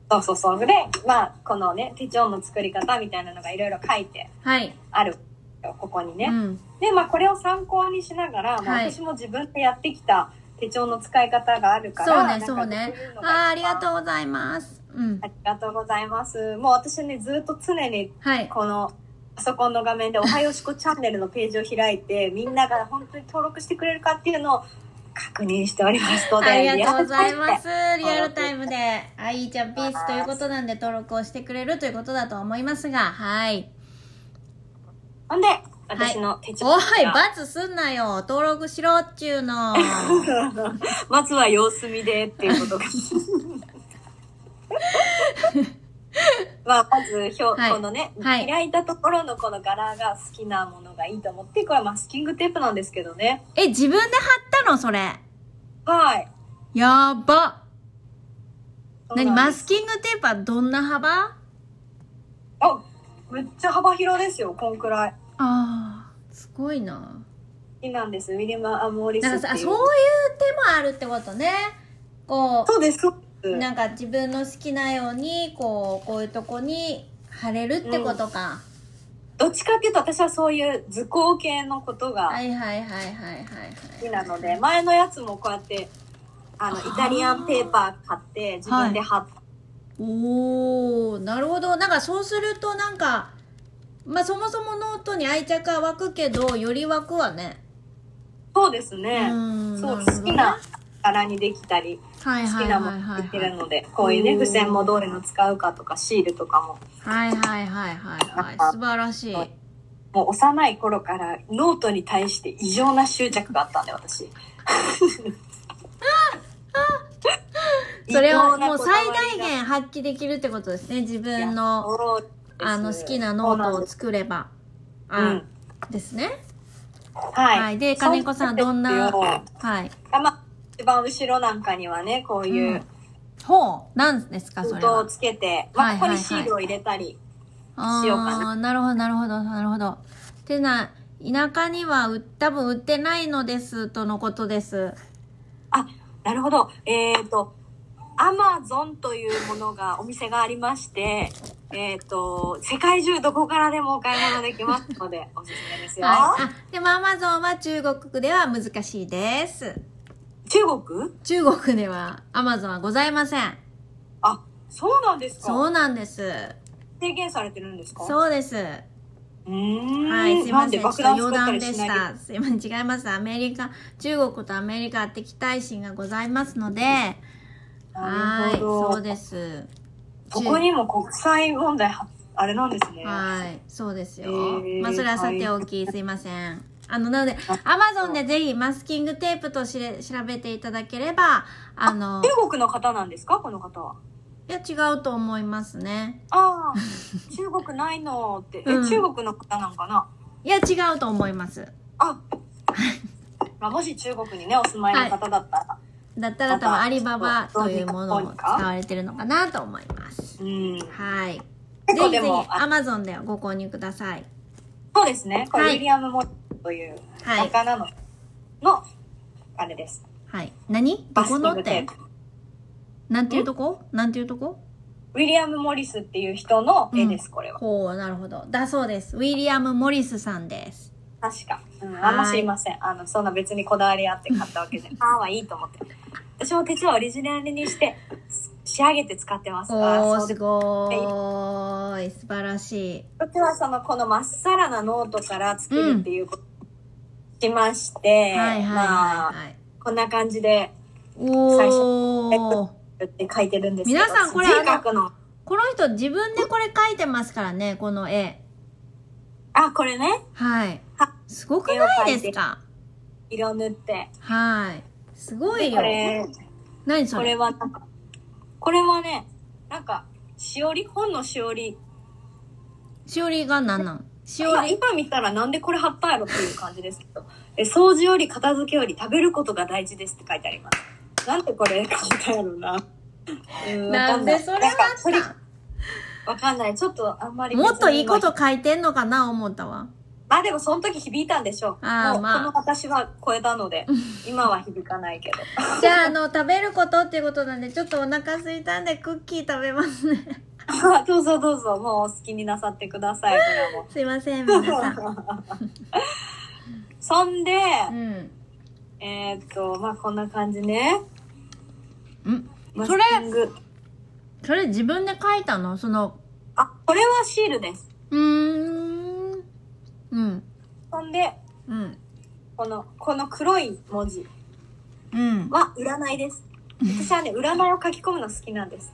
Speaker 2: そうそうそう。で、まあ、このね、手帳の作り方みたいなのがいろいろ書いて
Speaker 1: はい。
Speaker 2: あるよ、ここにね。
Speaker 1: うん。
Speaker 2: で、まあ、これを参考にしながら、まあ
Speaker 1: はい
Speaker 2: 私も自分でやってきた手帳の使い方があるか
Speaker 1: そう
Speaker 2: ら、
Speaker 1: ね、そうね。あ
Speaker 2: あ
Speaker 1: ーありが
Speaker 2: う。
Speaker 1: とうございます。うん
Speaker 2: あ。りがとうございます。もう私ね、ずっと常に
Speaker 1: はい。
Speaker 2: このパソコンの画面で、おはよしこチャンネルのページを開い て、みんなが本当に登録してくれるかっていうのを確認しておりますので、
Speaker 1: ありがとうござい
Speaker 2: や
Speaker 1: ま
Speaker 2: っ
Speaker 1: す。リアルタイムで、あいーちゃんピースということなんで登録をしてくれるということだと思いますが、はい。
Speaker 2: ほんで、私の手帳
Speaker 1: お
Speaker 2: が、
Speaker 1: い、バツすんなよ。登録しろっちゅうの。
Speaker 2: まずは様子見でっていうこ とが。まあ、まず表、
Speaker 1: はい
Speaker 2: このね、
Speaker 1: はい
Speaker 2: 開いたところのこの柄が好きなものがいいと思って、これはマスキングテープなんですけどね。
Speaker 1: え、自分で貼ったのそれ。
Speaker 2: はい。
Speaker 1: やば。
Speaker 2: そう
Speaker 1: 何
Speaker 2: なん
Speaker 1: マ
Speaker 2: です
Speaker 1: スキングテープはどんな幅
Speaker 2: あ、めっちゃ幅広ですよ、こんくらい。
Speaker 1: あー、すごいな。
Speaker 2: 好きなんです、ウィリアム・アモーリス
Speaker 1: なん
Speaker 2: っ
Speaker 1: か
Speaker 2: てい
Speaker 1: さ、そ
Speaker 2: う。
Speaker 1: ういう手もあるってことね。こ
Speaker 2: そうです、そう
Speaker 1: う、
Speaker 2: です。
Speaker 1: なんか自分の好きなように、こう、こういうとこに貼れるってことか。
Speaker 2: どっちかっていうと、私はそういう図工系のことが
Speaker 1: はいはいはいはいはい
Speaker 2: 好きなので前のやつもこうやってあの
Speaker 1: あー
Speaker 2: イタリアンペーパー買って自分で貼っ
Speaker 1: おーなるほどなんかそうするとなんかまあそもそもノートに愛着は湧くけどより湧くわね
Speaker 2: そうです
Speaker 1: う
Speaker 2: ね、
Speaker 1: ん
Speaker 2: そう
Speaker 1: るほど
Speaker 2: 好
Speaker 1: ね
Speaker 2: きな柄にできたり
Speaker 1: はい
Speaker 2: 好
Speaker 1: はいは
Speaker 2: きないもの
Speaker 1: は
Speaker 2: で
Speaker 1: い
Speaker 2: き
Speaker 1: はい
Speaker 2: るのでこういうね
Speaker 1: おー
Speaker 2: 付箋もどれの使うかとかシールとかも
Speaker 1: はいはいはいはいはい素晴らしい
Speaker 2: はいもう幼い頃からノートに対して異常な執着があったんで私
Speaker 1: それ
Speaker 2: 異
Speaker 1: を
Speaker 2: 常な
Speaker 1: もう
Speaker 2: こだ
Speaker 1: 最
Speaker 2: わりが
Speaker 1: 大限発揮できるってことですね自
Speaker 2: いや
Speaker 1: 分の
Speaker 2: そうです
Speaker 1: あの好きなノートを
Speaker 2: そ
Speaker 1: 作れば
Speaker 2: うな
Speaker 1: あ
Speaker 2: んで
Speaker 1: です
Speaker 2: す
Speaker 1: ね
Speaker 2: うんはい、
Speaker 1: はいで金子さんどんな
Speaker 2: そうですよ
Speaker 1: はい
Speaker 2: あまあ、一番後ろなんかにはね、こういう
Speaker 1: ほうなんですかそ
Speaker 2: 封
Speaker 1: れ
Speaker 2: 筒を
Speaker 1: は
Speaker 2: つけて、
Speaker 1: は
Speaker 2: ま
Speaker 1: い
Speaker 2: あ、ここにシールを入れたり、
Speaker 1: あ
Speaker 2: しようかな
Speaker 1: あーなるほどなるほどなるほどてな田舎にはう多分売ってないのですとのことです
Speaker 2: なるほど、えっ、ー、と、アマゾンというものが、お店がありまして、えっ、と、世界中どこからでもお買い物できますので、おすすめですよ。
Speaker 1: はいあでもアマゾンは中国では難しいです
Speaker 2: 中国
Speaker 1: 中国ではアマゾンはございません
Speaker 2: あ、そうなんです
Speaker 1: そ
Speaker 2: か
Speaker 1: うなんです
Speaker 2: 制限されてるんですかう。
Speaker 1: そうです
Speaker 2: うーん。
Speaker 1: はいすいま
Speaker 2: なん
Speaker 1: せ
Speaker 2: で
Speaker 1: んちょっ
Speaker 2: 爆
Speaker 1: と
Speaker 2: 弾
Speaker 1: 余
Speaker 2: 作った
Speaker 1: 談
Speaker 2: り
Speaker 1: で
Speaker 2: し
Speaker 1: し
Speaker 2: ない
Speaker 1: たすいません違いますアメリカ中国とアメリカは敵対心がございますので
Speaker 2: で
Speaker 1: は
Speaker 2: ないるほ
Speaker 1: そう
Speaker 2: ど。
Speaker 1: です
Speaker 2: ここにも国際問題は、あれなんですね。
Speaker 1: はい、そうですよ。
Speaker 2: えー
Speaker 1: まあそれはさておき、すいません。あの、なので、アマゾンでぜひマスキングテープとしれ調べていただければ、あの、
Speaker 2: 中国の方なんですかこの方は。
Speaker 1: いや、違うと思いますね。
Speaker 2: ああ、 中国ないのって。え、
Speaker 1: うん
Speaker 2: 中国の方なんかない
Speaker 1: や、違うと思います。
Speaker 2: あ、まあ、もし中国にね、お住まいの方だったら。
Speaker 1: だったら多分アリババというものを
Speaker 2: どうに
Speaker 1: 使
Speaker 2: か
Speaker 1: われてるのかなと思います。
Speaker 2: うん。
Speaker 1: はい。ぜ
Speaker 2: 結構
Speaker 1: ひぜ
Speaker 2: で
Speaker 1: ひ
Speaker 2: も、
Speaker 1: アマゾンではご購入ください。
Speaker 2: そうですね。これ、
Speaker 1: はい
Speaker 2: ウィリアム・モリスという
Speaker 1: はい。
Speaker 2: 魚の、の、あれです。
Speaker 1: はい。何ど
Speaker 2: バス
Speaker 1: こ
Speaker 2: キ
Speaker 1: の
Speaker 2: ン
Speaker 1: っ
Speaker 2: グ
Speaker 1: て
Speaker 2: テープ。
Speaker 1: なんていうとこなんていうとこ
Speaker 2: ウィリアム・モリスっていう人の絵です、これは。
Speaker 1: ほう、なるほど。だそうです。ウィリアム・モリスさんです。
Speaker 2: 確か。うん、あんま知りません。あの、そんな別にこだわりあって買ったわけ じゃない。ああはいいと思って。私も手帳をオリジナルにして、仕上げて使ってます。あ
Speaker 1: お
Speaker 2: ー
Speaker 1: ー
Speaker 2: そう
Speaker 1: すごーい素晴らしい
Speaker 2: 私はそのこのまっさらなノートから作るっていうことをしまし
Speaker 1: は
Speaker 2: て、
Speaker 1: いはい
Speaker 2: ま
Speaker 1: はい
Speaker 2: あ
Speaker 1: はい
Speaker 2: こんな感じで最初
Speaker 1: おー
Speaker 2: って書いてるんですけど
Speaker 1: 皆さんこれ
Speaker 2: 字書くの
Speaker 1: この人自分でこれ描いてますからねこの絵
Speaker 2: あこれね
Speaker 1: はい
Speaker 2: は
Speaker 1: すごくないですか
Speaker 2: 色塗って
Speaker 1: はいすご
Speaker 2: で
Speaker 1: い
Speaker 2: こ
Speaker 1: よ
Speaker 2: れ
Speaker 1: 何そ
Speaker 2: これ
Speaker 1: れ
Speaker 2: はなんかこれはねなんかしおり本のしおり
Speaker 1: しおりが何なんしお
Speaker 2: 今
Speaker 1: り。
Speaker 2: 今見たらなんでこれ葉っぱやろっていう感じですけどえ掃除より片付けより食べることが大事ですって書いてありますなんでこれ簡単やろなうん
Speaker 1: なんでそれは
Speaker 2: わかんないなんかこれ
Speaker 1: さ
Speaker 2: わかんないちょっとあんまり
Speaker 1: もっといいこと書いてんのかな思ったわ。
Speaker 2: まあでもその時響いたんでしょう
Speaker 1: あー
Speaker 2: もう
Speaker 1: まあ
Speaker 2: この私は超えたので今は響かないけど
Speaker 1: じゃあ、あの、食べることっていうことなんで、ちょっとお腹空いたんで、クッキー食べますね。
Speaker 2: あどうぞどうぞもうお好きになさってくださいこれはも
Speaker 1: すいません、皆さ ん。
Speaker 2: うそんで、
Speaker 1: うん。
Speaker 2: えーっとまあこんな感じね
Speaker 1: うん。
Speaker 2: マス
Speaker 1: それ
Speaker 2: キング
Speaker 1: それ自分で書いたのその、
Speaker 2: あ、これはシールです。
Speaker 1: うーん。うん。
Speaker 2: ほんで、
Speaker 1: うん。
Speaker 2: この、この黒い文字
Speaker 1: うん。
Speaker 2: は占いです。私はね、占いを書き込むの好きなんです。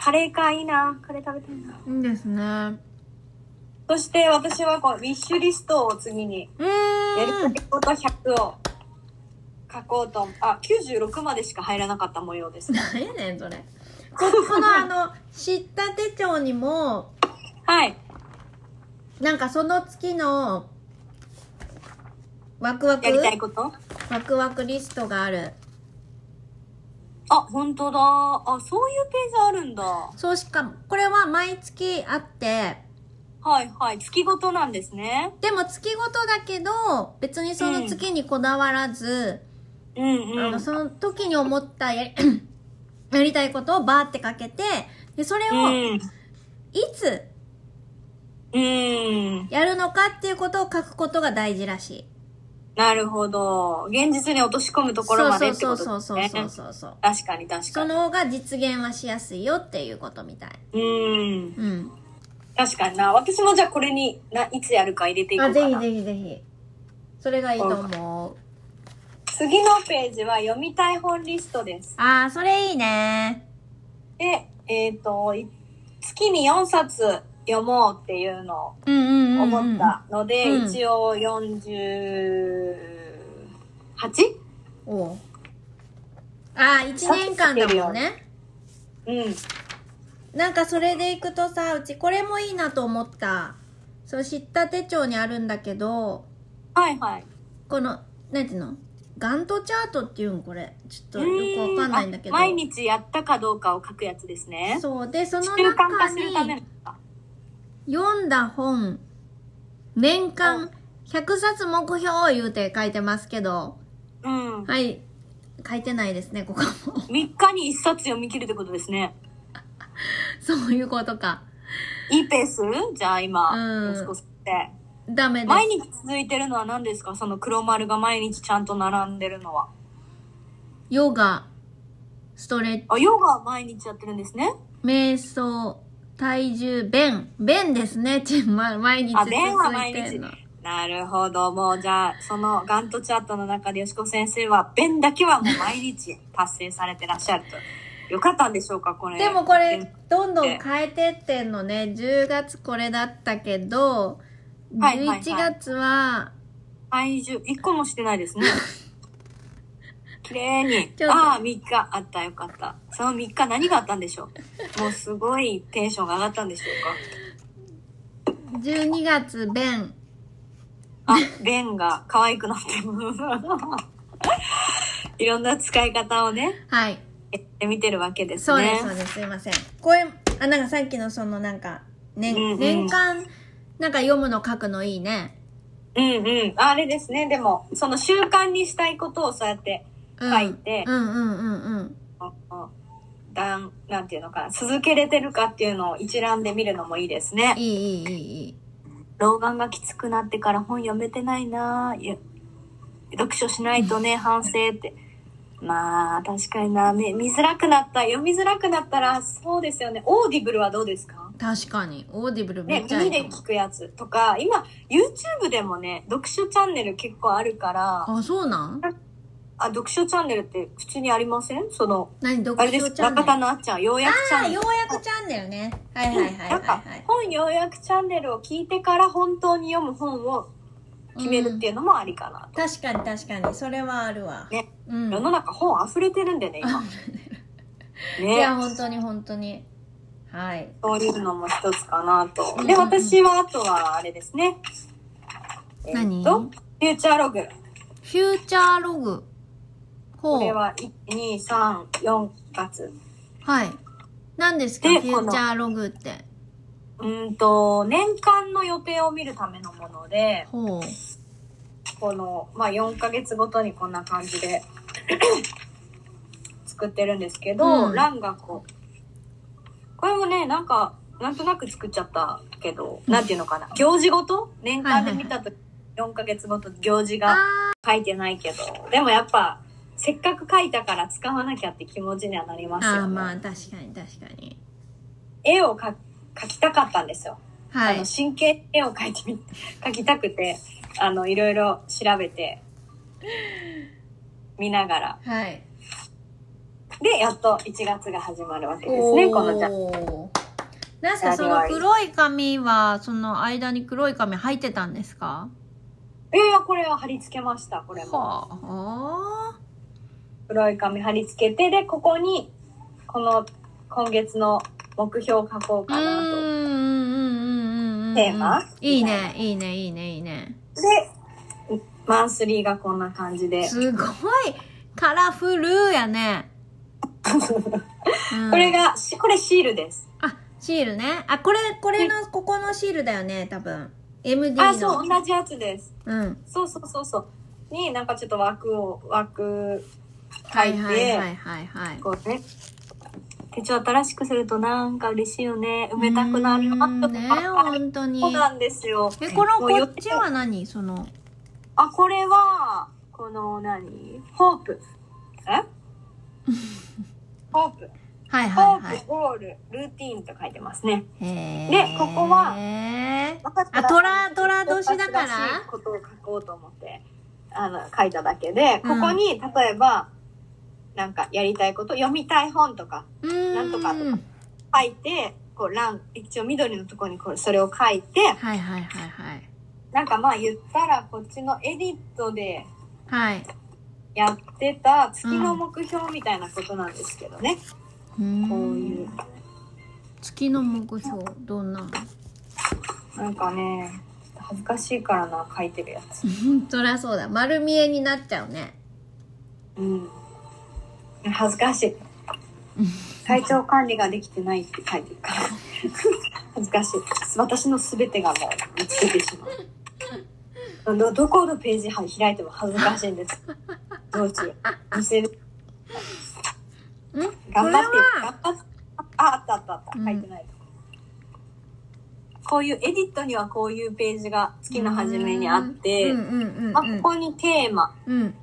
Speaker 2: カレーかいいな。カレー食べたいな。
Speaker 1: いいですね。うーん。
Speaker 2: そして私はこのウィッシュリストを次に、やりたいこと100を書こうと。あ、96までしか入らなかった模様で す。
Speaker 1: 何やねん、それ。こ、 このあの、知った手帳にも、
Speaker 2: はい。
Speaker 1: なんかその月の、ワクワク
Speaker 2: やりたいこと
Speaker 1: ワクワクリストがある。
Speaker 2: あ、本当だ。あ、そういうページあるんだ。
Speaker 1: そうしかも、これは毎月あって、
Speaker 2: はいはい。月ごとなんですね。
Speaker 1: でも月ごとだけど、別にその月にこだわらず、
Speaker 2: うん
Speaker 1: あ
Speaker 2: う
Speaker 1: の、
Speaker 2: ん。
Speaker 1: その時に思ったやり、 やりたいことをバーってかけて、で、それを
Speaker 2: うん。
Speaker 1: いつ
Speaker 2: うん。
Speaker 1: やるのかっていうことを書くことが大事らしい。
Speaker 2: なるほど。現実に落とし込むところ
Speaker 1: そう
Speaker 2: まで
Speaker 1: そ
Speaker 2: っ
Speaker 1: う
Speaker 2: て
Speaker 1: そ
Speaker 2: こ
Speaker 1: うそ
Speaker 2: と
Speaker 1: う
Speaker 2: です
Speaker 1: そう
Speaker 2: ね。
Speaker 1: そうそうそう。
Speaker 2: 確かに確か
Speaker 1: そ
Speaker 2: に。
Speaker 1: の方が実現はしやすいよっていうことみたい。
Speaker 2: うん。
Speaker 1: うん。
Speaker 2: 確かにな。私もじゃあこれにないつやるか入れていこ
Speaker 1: あ、
Speaker 2: うか
Speaker 1: ぜ
Speaker 2: な。
Speaker 1: ひぜひぜひ。それがいいと思う。
Speaker 2: 次のページは読みたい本リストです。
Speaker 1: あー、それいいね。
Speaker 2: で、えっ、と、い月に4冊読もうっていうの
Speaker 1: うんうんう
Speaker 2: を
Speaker 1: んうん
Speaker 2: 思ったので、
Speaker 1: うん
Speaker 2: 一応 48?
Speaker 1: おうあー、1年間だもんね。
Speaker 2: うん。
Speaker 1: なんかそれでいくとさ、うちこれもいいなと思った。そう、知った手帳にあるんだけど、
Speaker 2: はいはい。
Speaker 1: この、なんていうのガントチャートっていうんこれ。ちょっとよくわかんないんだけど。
Speaker 2: うあ毎日やったかどうかを書くやつですね。
Speaker 1: そう。で、その
Speaker 2: 習慣化
Speaker 1: 中
Speaker 2: す
Speaker 1: に
Speaker 2: るためのか。
Speaker 1: 読んだ本、年間100冊目標を言うて書いてますけど、
Speaker 2: うん。
Speaker 1: はい。書いてないですね、ここも。
Speaker 2: 3日に1冊読み切るってことですね。
Speaker 1: そういうことか。
Speaker 2: いいペースじゃあ今、
Speaker 1: うん
Speaker 2: 息子さんって。
Speaker 1: ダメです
Speaker 2: 毎。日続いてるのは何ですかその黒丸が毎日ちゃんと並んでるのは。
Speaker 1: ヨガ、ストレッチ、
Speaker 2: あ、ヨガは毎日やってるんですね。
Speaker 1: 瞑想、体重、便。便ですね、ちん、ま、毎日
Speaker 2: あ、
Speaker 1: 続
Speaker 2: 便は毎
Speaker 1: いて
Speaker 2: 日
Speaker 1: んの。。
Speaker 2: なるほど。もうじゃあ、そのガントチャットの中でよしこ先生は、便だけはもう毎日達成されてらっしゃると。よかったんでしょうかこれ。
Speaker 1: でもこれ、どんどん変えてってんのね。10月これだったけど、
Speaker 2: はいはいはい
Speaker 1: 11月は、
Speaker 2: 体重、1個もしてないで すね。綺麗に
Speaker 1: ちょ。っと
Speaker 2: ああ、3日あった、よかった。その3日何があったんでしょうもうすごいテンションが上がったんでしょう
Speaker 1: 12月、便。
Speaker 2: かあ、ベンが可愛くなってる。 いろんな使い方をね、
Speaker 1: はい。
Speaker 2: やってみてるわけですね。
Speaker 1: そうです、そうです。すいません。これ、あ、なんかさっきのそのなんか、年、
Speaker 2: うんうん
Speaker 1: 年間、なんか読むの書くのいいね。
Speaker 2: うんうん。あれですね。でも、その習慣にしたいことをそうやって
Speaker 1: うん
Speaker 2: 書いて、
Speaker 1: うんうんうんうん。
Speaker 2: だん、なんていうのかな、続けれてるかっていうのを一覧で見るのもいいですね。
Speaker 1: いいいいいいいい。
Speaker 2: 老眼がきつくなってから本読めてないなぁゆ読書しないとね反省ってまあ確かにな見見づらくなった読みづらくなったらそうですよねオーディブルはどうですか
Speaker 1: 確かに。オーディブルめ
Speaker 2: ね
Speaker 1: っ、ちゃい
Speaker 2: 耳
Speaker 1: いか
Speaker 2: で
Speaker 1: も。
Speaker 2: 聞くやつとか今 YouTube でもね読書チャンネル結構あるから
Speaker 1: あ、そうなん
Speaker 2: あ読書チャンネルって普通にありませんその
Speaker 1: 何読
Speaker 2: あれで
Speaker 1: 書
Speaker 2: す
Speaker 1: チャンネ
Speaker 2: 中
Speaker 1: ル
Speaker 2: 田のあっちゃんようやくチャ
Speaker 1: あ
Speaker 2: ンネ
Speaker 1: よ
Speaker 2: ル
Speaker 1: うやくチャンネルね。はいはいはい
Speaker 2: なんか
Speaker 1: はい、
Speaker 2: 本ようやくチャンネルを聞いてから本当に読む本を決めるっていうのもありかな
Speaker 1: はい。確かに確かに。それはあるわ。
Speaker 2: ね
Speaker 1: うん。
Speaker 2: 世の中本溢れてるんでね今
Speaker 1: いや、
Speaker 2: ね
Speaker 1: 本当に本当に。はい。
Speaker 2: そういうのも一つかなと。
Speaker 1: う
Speaker 2: で、
Speaker 1: んうん
Speaker 2: 私は、あとは、あれですね。
Speaker 1: 何
Speaker 2: えーっと、フューチャーログ。
Speaker 1: フューチャーログ。ほ
Speaker 2: これ
Speaker 1: う。
Speaker 2: は、1、2、3、4月。
Speaker 1: はい。何ですかフ
Speaker 2: で
Speaker 1: ューチャーログって。
Speaker 2: うーんと、年間の予定を見るためのもので、
Speaker 1: ほう。
Speaker 2: この、まあ、4ヶ月ごとにこんな感じで 作ってるんですけど、
Speaker 1: うん
Speaker 2: 欄がこう、これもね、なんか、なんとなく作っちゃったけど、なんていうのかな、行事ごと年間で見たとき、4ヶ月ごと行事が
Speaker 1: あ
Speaker 2: 書いてないけど、でもやっぱ、せっかく書いたから使わなきゃって気持ちにはなり
Speaker 1: ーあ
Speaker 2: ます
Speaker 1: ー、
Speaker 2: よ、ね。
Speaker 1: まあ確かに確かに。
Speaker 2: 絵をか描きたかったんですよ。
Speaker 1: は
Speaker 2: あ
Speaker 1: い
Speaker 2: の。神経絵を描いてみ 描きたくてあのいろいろ調べて 見ながら
Speaker 1: はい。
Speaker 2: でやっと1月が始まるわけですねこのじゃ
Speaker 1: おーなんすかその黒い紙は、その間に黒い紙入ってたんですか
Speaker 2: いやいやこれは貼り付けましたこれも
Speaker 1: はあ。
Speaker 2: 黒い紙貼り付けてでここにこの今月の目標を書こう
Speaker 1: うん
Speaker 2: か
Speaker 1: う
Speaker 2: なんと
Speaker 1: うんうんうん。
Speaker 2: テーマ
Speaker 1: いいね、いいね、いいね、いいね。
Speaker 2: でマンスリーがこんな感じで
Speaker 1: すごいカラフルや ね。うん
Speaker 2: これがしこれシールです
Speaker 1: あ、シールね。あ、これ、これの、ここのシールだよね、多分。MD の。
Speaker 2: あそう同じやつです
Speaker 1: うん。
Speaker 2: そうそうそうそう。に、なんかちょっと枠を、枠書
Speaker 1: はいい
Speaker 2: て、
Speaker 1: はいはいはいはい。
Speaker 2: こうね、手帳新しくするとなんか嬉しいよね。埋めたくなるな
Speaker 1: うん
Speaker 2: と
Speaker 1: ね、
Speaker 2: か。
Speaker 1: 本当
Speaker 2: そう
Speaker 1: に。
Speaker 2: なんですよ。
Speaker 1: え、この、
Speaker 2: も
Speaker 1: こ
Speaker 2: うよ
Speaker 1: っちは何その、
Speaker 2: あ、これは、この何ホープ。 えホープ。
Speaker 1: はい
Speaker 2: ホ
Speaker 1: はいは
Speaker 2: ー
Speaker 1: い
Speaker 2: プ、。ゴール、ルーティーンと書いてますね。
Speaker 1: へー
Speaker 2: でここは
Speaker 1: へー
Speaker 2: あ
Speaker 1: 虎虎年だから
Speaker 2: しいことを書こうと思って、あの、書いただけで、ここに、例えば、なんかやりたいこと、読みたい本とか
Speaker 1: うーん。
Speaker 2: なんとかと書いて、こう、欄、一応緑のところにこうそれを書いて、
Speaker 1: はいはいはいはい。
Speaker 2: なんかまあ言ったら、こっちのエディットで
Speaker 1: はい。
Speaker 2: やってた月の目標みたいなことなんですけどね。
Speaker 1: うーん
Speaker 2: こういう。
Speaker 1: 月の目標、どんな の
Speaker 2: なんかね、ちょっと恥ずかしいからな、書いてるやつ。
Speaker 1: そりゃそうだ。丸見えになっちゃうね。
Speaker 2: うん。恥ずかしい。体調管理ができてないって書いてるから。恥ずかしい。私の全てがもう見つけてしまう。どどこのページ開いても恥ずかしいんです。どうしよう。見せる。
Speaker 1: んこれ
Speaker 2: 頑張って
Speaker 1: は、、
Speaker 2: 頑張って。あ、あったあったあった。
Speaker 1: うん
Speaker 2: 書いてないとこ。こういう、エディットにはこういうページが月の初めにあって、
Speaker 1: うんうんうんうん。
Speaker 2: まあ、ここにテーマ、
Speaker 1: うん。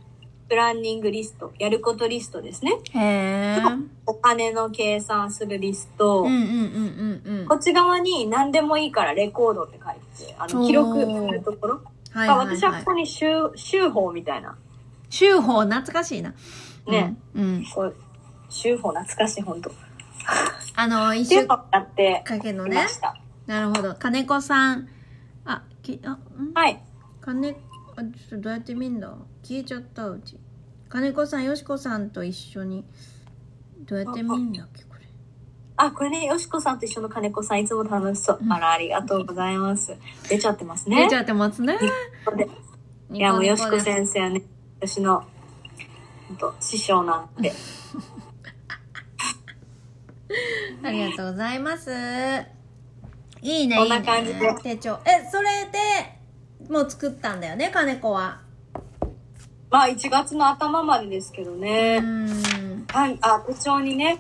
Speaker 2: プランニングリスト、やることリストですね。
Speaker 1: へー
Speaker 2: お金の計算するリスト、
Speaker 1: うんうんうんうんうん。
Speaker 2: こっち側に何でもいいからレコードって書いて、あの、記録するところ。
Speaker 1: は
Speaker 2: まあ私はここに集、集法みたいな。
Speaker 1: 修法懐かしいな。
Speaker 2: ね。
Speaker 1: うん。うん。
Speaker 2: こう、集法懐かしい、本当。っ
Speaker 1: あの、一
Speaker 2: てい
Speaker 1: 週
Speaker 2: うのをやって
Speaker 1: かけの
Speaker 2: み
Speaker 1: ね
Speaker 2: ま。した。
Speaker 1: なるほど。金子さん。あ、き、あ、ん
Speaker 2: はい。
Speaker 1: 金、あ、ちょっとどうやって見んだ消えちゃった、うち。金子さん、よしこさんと一緒に、どうやって見んだっけ、これ。
Speaker 2: あ、これね、よしこさんと一緒の金子さん、いつも楽しそう
Speaker 1: う。ん
Speaker 2: あら、ありがとうございます。出ちゃってますね
Speaker 1: 出ち。ゃってますね。
Speaker 2: いや、もうよ
Speaker 1: ニ
Speaker 2: し
Speaker 1: コ
Speaker 2: こ
Speaker 1: ニコで
Speaker 2: 先生はね、私の、ほんと師匠なんで。
Speaker 1: ありがとうございます。いいね。
Speaker 2: こんな感じで
Speaker 1: いいね手帳。え、それで、もう作ったんだよね、金子は。
Speaker 2: まあ、1月の頭までですけどね。
Speaker 1: うん。
Speaker 2: はい、あ、部長にね、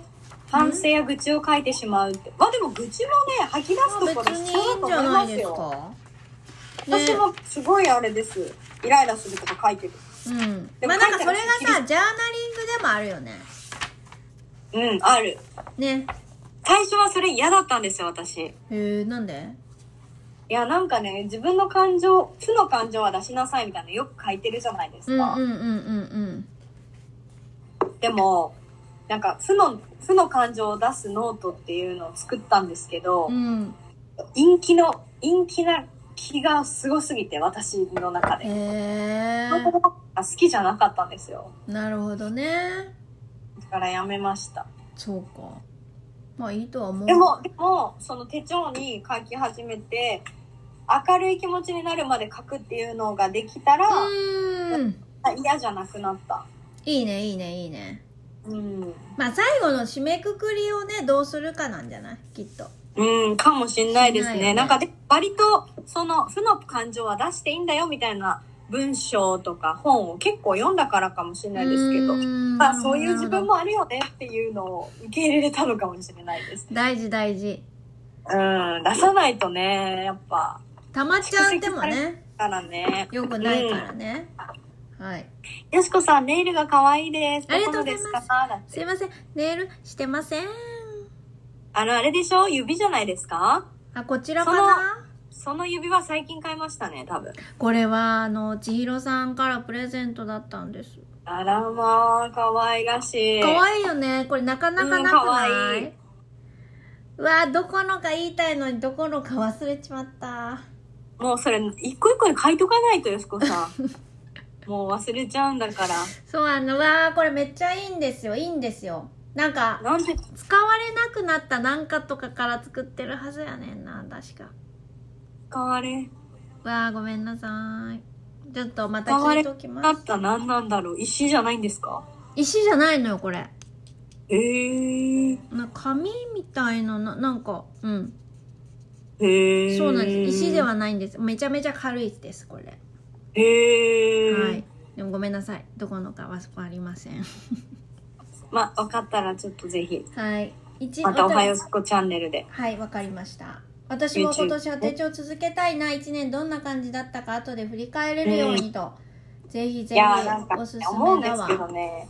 Speaker 2: 反省や愚痴を書いてしまうって。まあでも愚痴もね、吐き出すとこ
Speaker 1: 別
Speaker 2: ろ必
Speaker 1: に
Speaker 2: 要だ
Speaker 1: いい
Speaker 2: と
Speaker 1: ん
Speaker 2: 思
Speaker 1: じゃ
Speaker 2: い
Speaker 1: な
Speaker 2: ま
Speaker 1: い
Speaker 2: す
Speaker 1: です
Speaker 2: よ。
Speaker 1: か。
Speaker 2: 私もすごいあれです。イライラすること書いてる。
Speaker 1: うん。
Speaker 2: でも
Speaker 1: まあなんかそれ
Speaker 2: 書いて
Speaker 1: が
Speaker 2: あ
Speaker 1: さ、ジャーナリングでもあるよね。
Speaker 2: うん、ある。
Speaker 1: ね。
Speaker 2: 最初はそれ嫌だったんですよ、私。い
Speaker 1: へえ、なんで
Speaker 2: や、なんかね、自分の感情、負の感情は出しなさいみたいなのよく書いてるじゃないで
Speaker 1: う
Speaker 2: す
Speaker 1: ん
Speaker 2: か。
Speaker 1: うんうんうん
Speaker 2: でも、なんか負の、負の感情を出すノートっていうのを作ったんですけど、
Speaker 1: うん。うん。
Speaker 2: 陰気の、陰気な気がすごすぎて、私の中で。
Speaker 1: へ
Speaker 2: そこが好きじゃなかったんですよ。
Speaker 1: え。なるほどね。
Speaker 2: だからやめました。
Speaker 1: そうか。まあいいとは思う
Speaker 2: でも、でも、その手帳に書き始めて、明るい気持ちになるまで書くっていうのができたら、
Speaker 1: うん
Speaker 2: 嫌じゃなくなった。
Speaker 1: いいねいいねいいね
Speaker 2: うん。
Speaker 1: まあ最後の締めくくりをねどうするかなんじゃないきっと
Speaker 2: うん、かもしんないです
Speaker 1: しんな
Speaker 2: ね。
Speaker 1: いよね
Speaker 2: なんかで、割と、その、負の感情は出していいんだよ、みたいな文章とか本を結構読んだからかもしれないですけど、
Speaker 1: うん
Speaker 2: まあ、そういう自分もあるよねっていうのを受け入れれたのかもしれないです。
Speaker 1: 大事大事
Speaker 2: うん、出さないとね、やっぱ、
Speaker 1: たまっちゃってもね
Speaker 2: からね。
Speaker 1: よくないからね、はい
Speaker 2: よしこさん、ネイルが可愛いです。
Speaker 1: ありがとうございます
Speaker 2: どこのですかだって
Speaker 1: すいませんネイルしてません
Speaker 2: あの、あれでしょ指じゃないですか
Speaker 1: あこちらかな
Speaker 2: その指輪最近買いましたね、多分。
Speaker 1: これはあの千尋さんからプレゼントだったんです
Speaker 2: あらまあ、可愛らしい。
Speaker 1: 可愛いよねこれなかなかなくない,、
Speaker 2: うん可
Speaker 1: う
Speaker 2: 愛いう
Speaker 1: わどこのか言いたいのにどこのか忘れちまった
Speaker 2: もうそれ、一個一個に書いとかないと、よしこさん。 もう忘れちゃうんだから。
Speaker 1: そうあのうわーこれめっちゃいいんですよいいんですよなんか
Speaker 2: なんで、
Speaker 1: 使われなくなったなんかとかから作ってるはずやねんな確か
Speaker 2: 使われ、
Speaker 1: うわーごめんなさいちょっとまた聞いておき
Speaker 2: あ
Speaker 1: ま
Speaker 2: っ
Speaker 1: す
Speaker 2: た何なんだろう石じゃないんですか
Speaker 1: 石じゃないのよこれ
Speaker 2: えー、
Speaker 1: な紙みたいなななんかうん
Speaker 2: えー。
Speaker 1: そうなんです石ではないんですめちゃめちゃ軽いですこれ
Speaker 2: えー。
Speaker 1: はい。でもごめんなさい。どこのかはそこありません。
Speaker 2: まあ、分かったらちょっとぜひ、
Speaker 1: はい。一
Speaker 2: またおはようしこチャンネルで。
Speaker 1: はい、わかりました。私も今年は手帳続けたいな、一年どんな感じだったか後で振り返れるようにと、ぜひぜ
Speaker 2: い
Speaker 1: ひ
Speaker 2: やーなんか
Speaker 1: おすす
Speaker 2: 思うん
Speaker 1: めだ
Speaker 2: ですけど
Speaker 1: わ。
Speaker 2: ね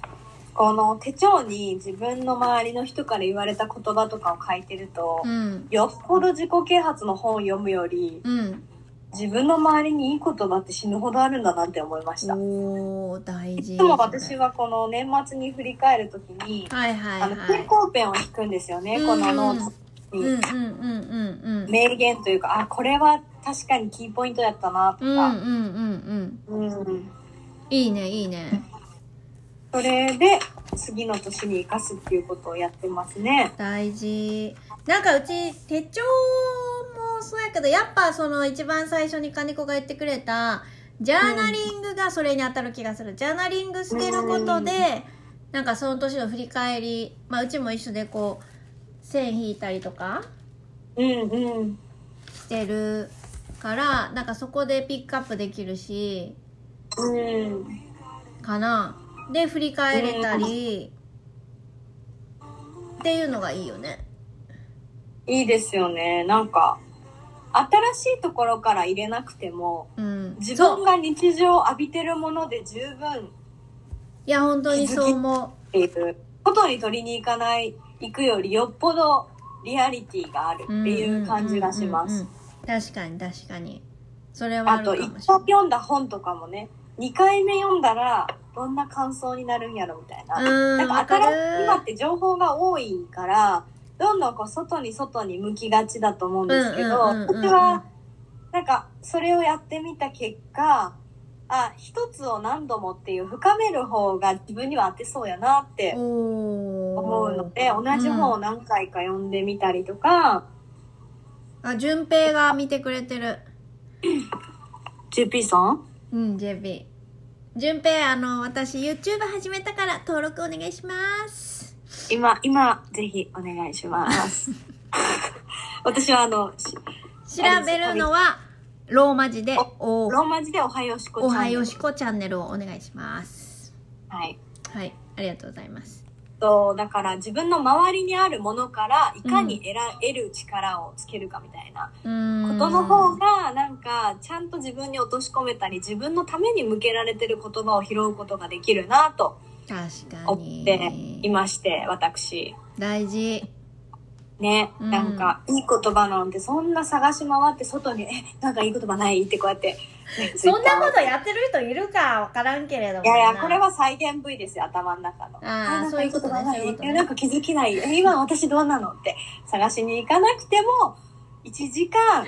Speaker 2: この手帳に自分の周りの人から言われた言葉とかを書いてると、
Speaker 1: うん。
Speaker 2: よっぽど自己啓発の本を読むより
Speaker 1: うん。
Speaker 2: 自分の周りにいい言葉って死ぬほどあるんだなって思いました、
Speaker 1: おー、大事。
Speaker 2: いつも私はこの年末に振り返るときに、
Speaker 1: はいはい
Speaker 2: あの
Speaker 1: は
Speaker 2: 蛍
Speaker 1: い。
Speaker 2: 光ペンを引くんですよね、このノート
Speaker 1: うん
Speaker 2: に、
Speaker 1: うんうんうんうん。
Speaker 2: 名言というかあこれは確かにキーポイントだったなと
Speaker 1: うんうん
Speaker 2: か、
Speaker 1: うんうん。
Speaker 2: うん
Speaker 1: いいねいいね。
Speaker 2: それで次の年に生かすっていうことをやってますね
Speaker 1: 大事なんかうち手帳もそうやけどやっぱその一番最初に金子が言ってくれたジャーナリングがそれに当たる気がする、ジャーナリングしてることで、
Speaker 2: う
Speaker 1: なんかその年の振り返り、まあ、うちも一緒でこう線引いたりとか
Speaker 2: うんうん
Speaker 1: してるからなんかそこでピックアップできるし
Speaker 2: うん
Speaker 1: かなで振り返れたり、っていうのがいいよね
Speaker 2: いいですよね。なんか、新しいところから入れなくても、
Speaker 1: うん
Speaker 2: 自
Speaker 1: そう
Speaker 2: 分が日常浴びてるもので十分
Speaker 1: いや本当にそう思う
Speaker 2: っていう、外に取りに行かない、行くよりよっぽどリアリティがあるっていう感じがしま
Speaker 1: うんうん
Speaker 2: す。
Speaker 1: うんうん。確かに確かに。それはあ
Speaker 2: あ
Speaker 1: る
Speaker 2: と、
Speaker 1: か
Speaker 2: 一
Speaker 1: も
Speaker 2: 回
Speaker 1: しれ
Speaker 2: 読んだ本とかもね、二回目読んだら、どんな感想になるんやろみたいな。
Speaker 1: な。
Speaker 2: ない
Speaker 1: うんん、わ
Speaker 2: か
Speaker 1: かる
Speaker 2: 新しい、今って情報が多いから、どんどんこう外に外に向きがちだと思うんですけど、
Speaker 1: うんうんうんうん
Speaker 2: 私はなんかそれをやってみた結果、あ、一つを何度もっていう深める方が自分には当てそうやなって
Speaker 1: おー
Speaker 2: 思うので、同じ本を
Speaker 1: うん
Speaker 2: 何回か読んでみたりとか、
Speaker 1: あ、順平が見てくれてる。
Speaker 2: ジュピさん
Speaker 1: うん、JP。順平、あの、私 YouTube 始めたから登録お願いします。
Speaker 2: 今、今、ぜひお願い します。私はあの、し
Speaker 1: 調べるのは、ローマ字で、お、
Speaker 2: ローマ字でおはよしこちゃん。
Speaker 1: おはよしこチャンネルをお願いします。
Speaker 2: はい。
Speaker 1: はい、ありがとうございます。
Speaker 2: とだから自分の周りにあるものからいかに得ら、得る力をつけるかみたいな
Speaker 1: う
Speaker 2: こ
Speaker 1: ーん。
Speaker 2: との方がなんかちゃんと自分に落とし込めたり自分のために向けられてる言葉を拾うことができるなと
Speaker 1: 確か
Speaker 2: 思
Speaker 1: に。
Speaker 2: っていまして私
Speaker 1: 大事。
Speaker 2: ね、
Speaker 1: うん
Speaker 2: なんかいい言葉なんてそんな探し回って外に「えなんかいい言葉ない?」ってこうやって、ね
Speaker 1: そんな
Speaker 2: Twitter
Speaker 1: ことやってる人いるか分からんけれども。
Speaker 2: いやいや、これは再現 V ですよ、頭の中の。
Speaker 1: あー
Speaker 2: なんか
Speaker 1: そういうことね
Speaker 2: 言葉ない
Speaker 1: そういうことね
Speaker 2: やなんか気づきない。え今私どうなのって探しに行かなくても、1時間、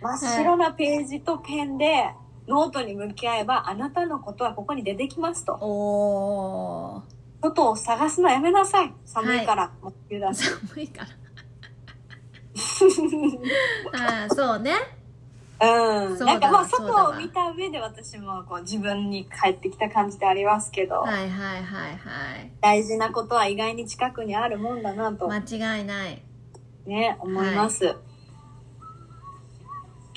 Speaker 2: 真っ白なページとペンで、ノートに向き合えば、あなたのことはここに出てきますと。
Speaker 1: おー。
Speaker 2: 外を探すのやめなさい。寒いから、もう冬だし。
Speaker 1: 寒いから。ああ、そうね。
Speaker 2: うん。
Speaker 1: そうだ
Speaker 2: なんかまあ、
Speaker 1: そうだ
Speaker 2: 外を見た上で私もこう自分に帰ってきた感じでありますけど、
Speaker 1: はいはいはいはい。
Speaker 2: 大事なことは意外に近くにあるもんだなと
Speaker 1: 間違いない。
Speaker 2: ね、思います。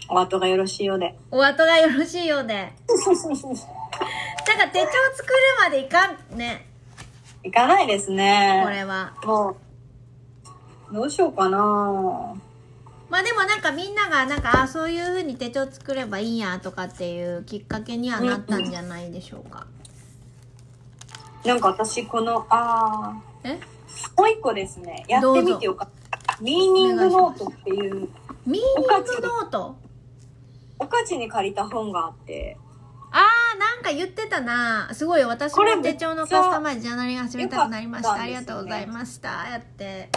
Speaker 2: お後がよろしいようで。
Speaker 1: お後がよろしいよう で。なんか手帳作るまでいかんね。
Speaker 2: いかないです
Speaker 1: こ
Speaker 2: ね。
Speaker 1: れは。
Speaker 2: もう、どうしようかな
Speaker 1: まあでもなんかみんながなんか、あそういう風に手帳作ればいいんやとかっていうきっかけにはなったんじゃないでしょうか。
Speaker 2: なんか私、この、あ
Speaker 1: え
Speaker 2: ー、もう一個ですね、やってみてよかった。ミーニングノートっていう、
Speaker 1: ミーニングノート
Speaker 2: おかちに借りた本があって、
Speaker 1: あー、なんか言ってたな。すごい、私も手帳のカスタマイズジャーナリング始めたくなりました。
Speaker 2: よ
Speaker 1: あ
Speaker 2: かったん
Speaker 1: り
Speaker 2: ですよね
Speaker 1: がとうございました。やって。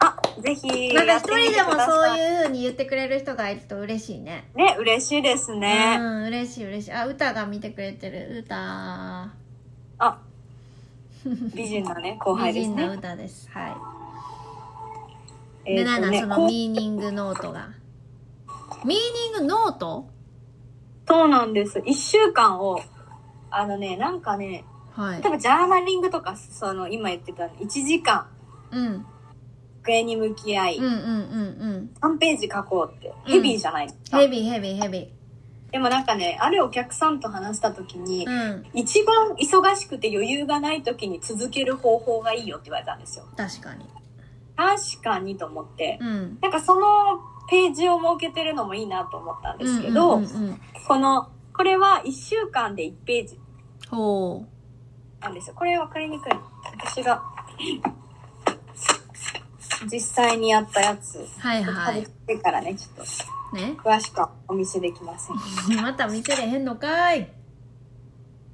Speaker 2: あ、ぜひ、
Speaker 1: なんか
Speaker 2: やっ
Speaker 1: 一
Speaker 2: てみ
Speaker 1: 人
Speaker 2: て
Speaker 1: でも
Speaker 2: くだ
Speaker 1: そ
Speaker 2: さ
Speaker 1: う
Speaker 2: い。
Speaker 1: いう風に言ってくれる人がいると嬉しいね。
Speaker 2: ね、嬉しいですね。
Speaker 1: うん、嬉しい嬉しい。あ、歌が見てくれてる。歌。
Speaker 2: あ、美人なね、後輩
Speaker 1: 美
Speaker 2: です
Speaker 1: 人な
Speaker 2: ね。
Speaker 1: 歌です。は
Speaker 2: え
Speaker 1: い。で、
Speaker 2: ー
Speaker 1: な
Speaker 2: と
Speaker 1: んだ、
Speaker 2: ね
Speaker 1: そ
Speaker 2: こ
Speaker 1: の
Speaker 2: う
Speaker 1: ミーニングノートが。ミーニングノート
Speaker 2: そうなんです。一週間を、あのね、なんかね、
Speaker 1: はい
Speaker 2: 例え。ばジャーナリングとか、その、今言ってた1時間、
Speaker 1: うん。
Speaker 2: 机に向き合い、
Speaker 1: うんうんうん
Speaker 2: 3ページ書こうって、
Speaker 1: うん
Speaker 2: ヘビーじゃないです
Speaker 1: うん。
Speaker 2: か。
Speaker 1: ヘビーヘビーヘビ
Speaker 2: でもなんかね、あるお客さんと話した時に、
Speaker 1: ー。うん。
Speaker 2: 一番忙しくて余裕がない時に続ける方法がいいよって言われたんですよ。
Speaker 1: 確かに。
Speaker 2: 確かにと思って、
Speaker 1: うん。
Speaker 2: なんかそのページを設けてるのもいいなと思ったんですけど、
Speaker 1: うんうんうんうん
Speaker 2: この、これは1週間で1ページ
Speaker 1: ほう。
Speaker 2: なんですよ。これ分かりにくい。私が、 実際にやったやつ。
Speaker 1: はいはい
Speaker 2: 食。べてからね、ちょっ
Speaker 1: ね
Speaker 2: と、。詳しくはお見せできません。
Speaker 1: また見せれへんのかい。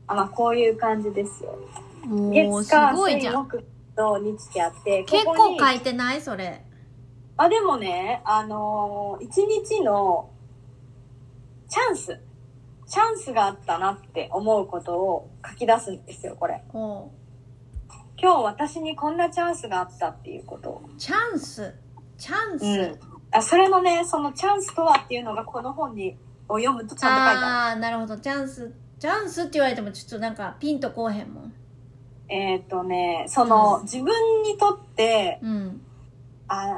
Speaker 2: あ、まあ、こういう感じですよ。
Speaker 1: おー、
Speaker 2: 月
Speaker 1: す
Speaker 2: 火
Speaker 1: ごいじ
Speaker 2: 水
Speaker 1: ゃん。
Speaker 2: 木と日ってあって、
Speaker 1: 結
Speaker 2: ここ
Speaker 1: 構
Speaker 2: に
Speaker 1: 書いてないそれ。
Speaker 2: あ、でもね、あのー、一日のチャンス、チャンスがあったなって思うことを書き出すんですよ、これ。
Speaker 1: ほ
Speaker 2: 今日私にこんなチャンスがあったっていうことを。
Speaker 1: う。チャンス。チャンス。
Speaker 2: うん。あ、それのね、そのチャンスとはっていうのがこの本に、を読むとちゃんと書いてあ
Speaker 1: ああーなるほどチャンスチャンスって言われてもちょっとなんかピンとこうへんもん
Speaker 2: る。えっ、とね、その、
Speaker 1: うん
Speaker 2: 自分にとって、
Speaker 1: うん
Speaker 2: あ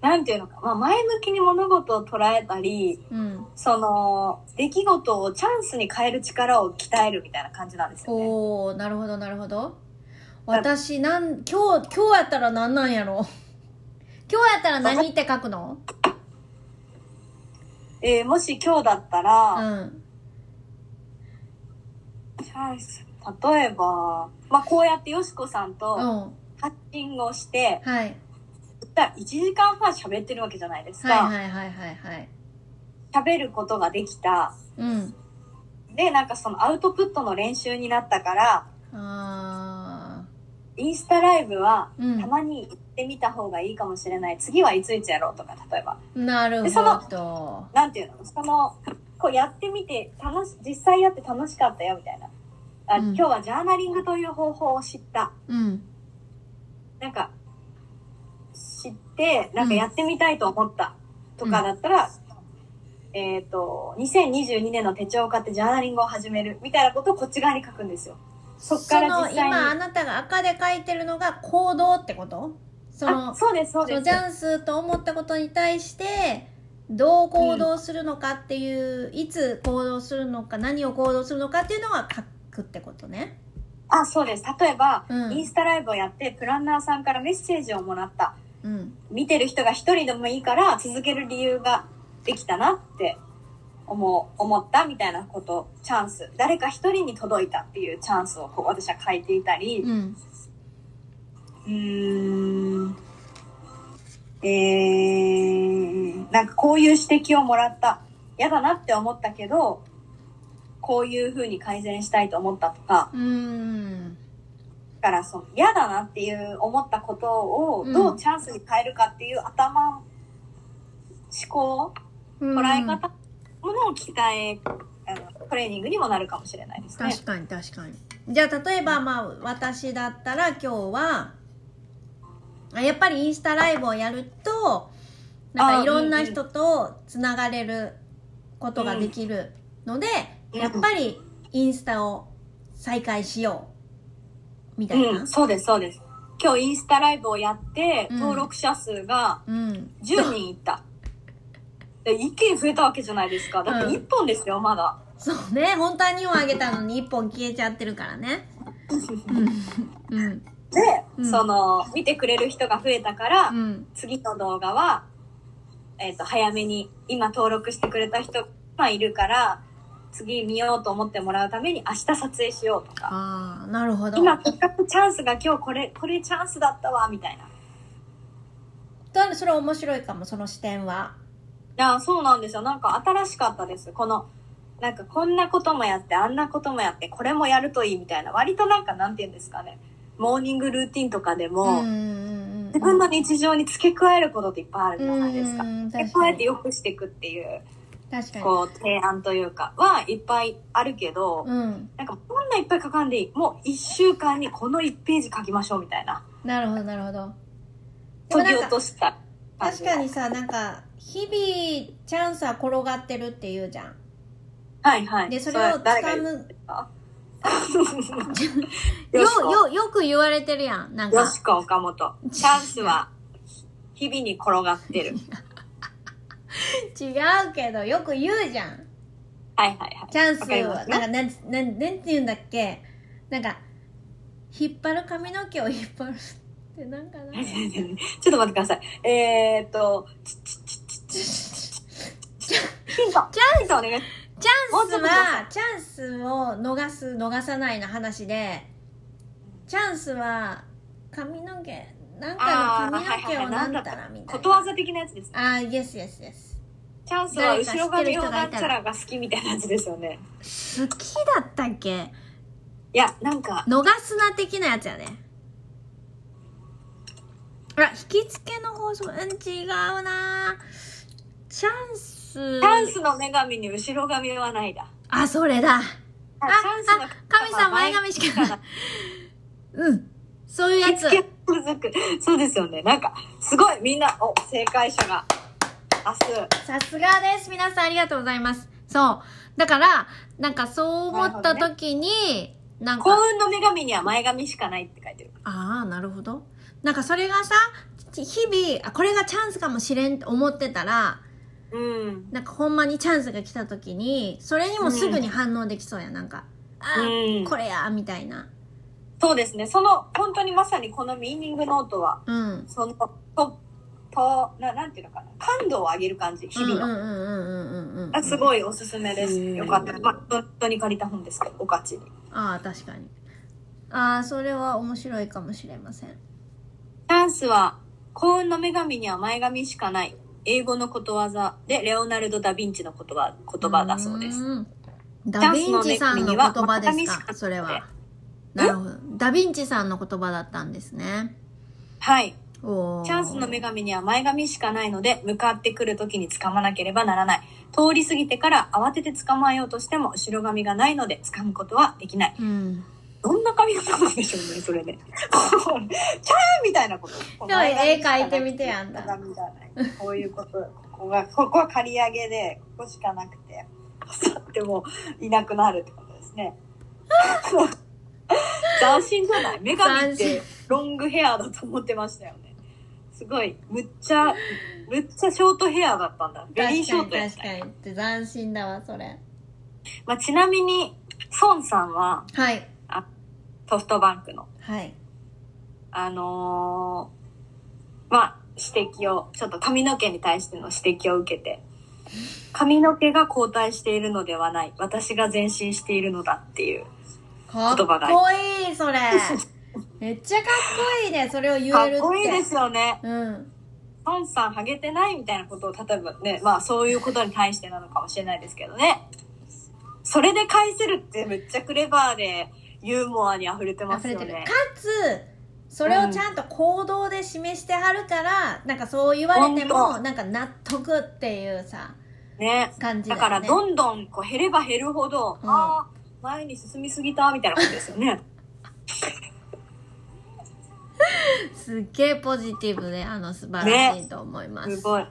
Speaker 2: なんていうのか、まあ、前向きに物事を捉えたり、
Speaker 1: うん
Speaker 2: その、出来事をチャンスに変える力を鍛えるみたいな感じなんですよね。
Speaker 1: おおなるほどなるほど私なん今日今日やったら何なんやろ 今日やったら何って書くの
Speaker 2: えーもし今日だったら、
Speaker 1: うん
Speaker 2: チャンス。例えば、まあ、こうやってよしこさん
Speaker 1: う
Speaker 2: と
Speaker 1: ん
Speaker 2: ハッチングをして、
Speaker 1: はい
Speaker 2: 1時間半喋ってるわけじゃないです
Speaker 1: はい
Speaker 2: か。
Speaker 1: はいはいはいはい
Speaker 2: 喋、ることができた。
Speaker 1: うん
Speaker 2: で、なんかそのアウトプットの練習になったから、
Speaker 1: あ
Speaker 2: インスタライブは
Speaker 1: うん
Speaker 2: たまに行ってみた方がいいかもしれない。次はいついつやろうとか、例えば。
Speaker 1: ーなる
Speaker 2: でその
Speaker 1: ほど
Speaker 2: なんていうのその、こうやってみて、楽し、実際やって楽しかったよ、みたいな。あ、
Speaker 1: うん
Speaker 2: 今日はジャーナリングという方法を知った。
Speaker 1: うん
Speaker 2: なんか、知って、なんかやってみたいと思ったとかだったら、えっ、と、2022年の手帳を買ってジャーナリングを始めるみたいなことをこっち側に書くんですよ。そっから実際に
Speaker 1: その今あなたが赤で書いてるのが行動ってことその
Speaker 2: あ、そうです、そう
Speaker 1: そ
Speaker 2: で
Speaker 1: の
Speaker 2: す
Speaker 1: チ。ャンスと思ったことに対してどう行動するのかっていう、いつ行動するのか何を行動するのかっていうのは書くってことね。
Speaker 2: あ、そうです。例えば、
Speaker 1: うん
Speaker 2: インスタライブをやって、プランナーさんからメッセージをもらった。
Speaker 1: うん、
Speaker 2: 見てる人が一人でもいいから、続ける理由ができたなって思う、思ったみたいなこと、チャンス。誰か一人に届いたっていうチャンスをこう私は書いていたり、
Speaker 1: うん、
Speaker 2: うーんえー、なんかこういう指摘をもらった。嫌だなって思ったけど、こういう風に改善したいと思ったとか、
Speaker 1: うん、
Speaker 2: だからその嫌だなっていう思ったことを
Speaker 1: うん
Speaker 2: どうチャンスに変えるかっていう頭、思考、捉え方、ものを鍛え、あのトレーニングにもなるかもしれないですね。
Speaker 1: 確かに確かに。じゃあ例えばまあ私だったら今日はあやっぱりインスタライブをやるとなん
Speaker 2: あ
Speaker 1: かいろんな人とつながれることができるので、
Speaker 2: うん
Speaker 1: やっぱりインスタを再開しようみたい
Speaker 2: うん、
Speaker 1: な。
Speaker 2: そうです、そうです。今日インスタライブをやって、
Speaker 1: うん
Speaker 2: 登録者数が
Speaker 1: うん。
Speaker 2: 10人いった。で一気に増えたわけじゃないですか。だって
Speaker 1: うん
Speaker 2: 1本ですよ、まだ。
Speaker 1: そうね。本当は2本あげたのに1本消えちゃってるからね。うん。うん。
Speaker 2: で、
Speaker 1: うん
Speaker 2: その、見てくれる人が増えたから、
Speaker 1: うん。
Speaker 2: 次の動画は、えっ、と、早めに、今登録してくれた人がいるから、次見ようと思ってもらうために明日撮影しようとか。
Speaker 1: ああ、なるほど。
Speaker 2: 今、せっかくチャンスが今日これ、これチャンスだったわ、みたいな。
Speaker 1: だからそれ面白いかも、その視点は。
Speaker 2: いや、そうなんですよ。なんか新しかったです。この、なんかこんなこともやって、あんなこともやって、これもやるといいみたいな。割となんかなんて言うんですかね。モーニングルーティンとかで
Speaker 1: うん
Speaker 2: も、
Speaker 1: うんうんうん。
Speaker 2: 自分の日常に付け加えることっていっぱいあるじゃないですか
Speaker 1: う。ん
Speaker 2: 付け
Speaker 1: 確
Speaker 2: 加
Speaker 1: か
Speaker 2: えて
Speaker 1: に。
Speaker 2: 良くしていくっていう、
Speaker 1: 確かに。
Speaker 2: こう、提案というか、はいっぱいあるけど、
Speaker 1: うん。
Speaker 2: なんかこんないっぱい書かんでいい。もう1週間にこの1ページ書きましょうみたいな。
Speaker 1: なるほど、なるほど。でもな
Speaker 2: 研ぎ
Speaker 1: ん
Speaker 2: 落
Speaker 1: か
Speaker 2: とした感
Speaker 1: 確
Speaker 2: じ
Speaker 1: かにさなんか日々チャンスは転がってるっていうじゃん
Speaker 2: はいはい。
Speaker 1: でそれを
Speaker 2: は誰が
Speaker 1: 掴
Speaker 2: 言う
Speaker 1: むよ
Speaker 2: よしこ
Speaker 1: よよく言われてるやんなん
Speaker 2: よ
Speaker 1: か
Speaker 2: しこ岡本。チャンスは、日々に転がってる。
Speaker 1: 違うけどよく言うじゃん
Speaker 2: はいはいはい。
Speaker 1: チャンス
Speaker 2: わかりま
Speaker 1: は
Speaker 2: す
Speaker 1: なん
Speaker 2: ね
Speaker 1: かなんなんなんて言うんだっけなんか引っ張る髪の毛を引っ張るってなんかな
Speaker 2: ちょっと待ってください。えーっと、ちちちちちヒント。
Speaker 1: チ
Speaker 2: ヒントお願い。
Speaker 1: チャンスはチャンスを逃す逃さないの話でチャンスは髪の毛なんかの髪の毛をなんたらみた
Speaker 2: こ
Speaker 1: い
Speaker 2: と
Speaker 1: な
Speaker 2: わざ的なやつです。
Speaker 1: ああイエスイエスイエス
Speaker 2: チャンスは後ろ髪をなんちゃらが好きみたいなやつですよね。
Speaker 1: 好きだったっけ
Speaker 2: いや、なんか、
Speaker 1: 逃すな的なやつやねあ引き付けの法則うん違うなチャンス
Speaker 2: チャンスの女神に後ろ髪はないだ。
Speaker 1: あそれだ
Speaker 2: あ
Speaker 1: あ
Speaker 2: チャンスの
Speaker 1: 神様前髪しかないうんそういうやつ
Speaker 2: 引き付け続く。そうですよね。なんか、すごいみんな、お、正解者が、明日。
Speaker 1: さすがです皆さんありがとうございますそうだからなんかそう思った時になんか
Speaker 2: 幸運の女神には前髪しかないって書いてる。
Speaker 1: ああなるほどなんかそれがさ日々あこれがチャンスかもしれんと思ってたら
Speaker 2: うん。
Speaker 1: なんかほんまにチャンスが来た時にそれにもすぐに反応できそうやなんかあー、
Speaker 2: うん
Speaker 1: これやみたいな
Speaker 2: そうですね。その、本当にまさにこのミーニングノートは、
Speaker 1: うん
Speaker 2: その、と、と、ななんていうのかな。感度を上げる感じ、日々の。
Speaker 1: うんうんうんうんうんうんうん
Speaker 2: あすごいおすすめです。
Speaker 1: うん
Speaker 2: よかった。まあ、本当に借りた本ですけど、おかちに。チ
Speaker 1: ああ確かにああそれは面白いかもしれません
Speaker 2: ャンスは、幸運の女神には前髪しかない。英語のことわざで、レオナルド・ダ・ヴィンチの言葉、言葉だそうです。
Speaker 1: んダヴィンチさんの言葉
Speaker 2: チャンスの女神
Speaker 1: で
Speaker 2: には
Speaker 1: す
Speaker 2: また
Speaker 1: かそれは
Speaker 2: え
Speaker 1: なるほどダヴィンチさんの言葉だったんですね
Speaker 2: はい。
Speaker 1: おー
Speaker 2: チャンスの女神には前髪しかないので、向かってくる時に掴まなければならない。通り過ぎてから慌てて捕まえようとしても、後ろ髪がないので掴むことはできない。
Speaker 1: うん
Speaker 2: どんな髪型なんでしょうね、それね。 こうチャーみたいなこと。
Speaker 1: でも絵描いてみてやんだ
Speaker 2: 前髪がないこういうこと。ここが、ここは刈り上げで、ここしかなくて、去ってもいなくなるってことですね。 斬新じゃない女神
Speaker 1: 斬
Speaker 2: って
Speaker 1: 新
Speaker 2: ロングヘアだと思ってましたよね。すごい、むっちゃ、むっちゃショートヘアだったんだ。ベリーショー
Speaker 1: 確
Speaker 2: ト
Speaker 1: か
Speaker 2: や
Speaker 1: に
Speaker 2: っ
Speaker 1: 確
Speaker 2: た。
Speaker 1: かにって斬新だわそれ
Speaker 2: まあ、ちなみに、孫さんは
Speaker 1: はい
Speaker 2: ソフトバンクの、
Speaker 1: はい
Speaker 2: あのーまあ、指摘を、ちょっと髪の毛に対しての指摘を受けて、髪の毛が後退しているのではない。私が前進しているのだっていう。
Speaker 1: かっ
Speaker 2: 言葉が
Speaker 1: こいいそれめっちゃかっこい いねそれを言えるっ
Speaker 2: かってこいいですよね。
Speaker 1: うん
Speaker 2: 孫さんハゲてないみたいなことを、例えばね、まあそういうことに対してなのかもしれないですけどね。それで返せるってめっちゃクレバーで、ユーモアに溢れてま
Speaker 1: 溢
Speaker 2: す
Speaker 1: れ
Speaker 2: よ
Speaker 1: てるか
Speaker 2: ね。
Speaker 1: つそれをちゃんと行動で示してはるから、なんかそう言われて
Speaker 2: 本
Speaker 1: も
Speaker 2: 当
Speaker 1: なんか納得っていうさ
Speaker 2: ね。
Speaker 1: 感じだ
Speaker 2: だ
Speaker 1: よね
Speaker 2: からどんどんこう減れば減るほど、
Speaker 1: うん
Speaker 2: ああ前に進みすぎたみたいなことですよね
Speaker 1: すっげえポジティブであの素晴らしいと思います
Speaker 2: すごい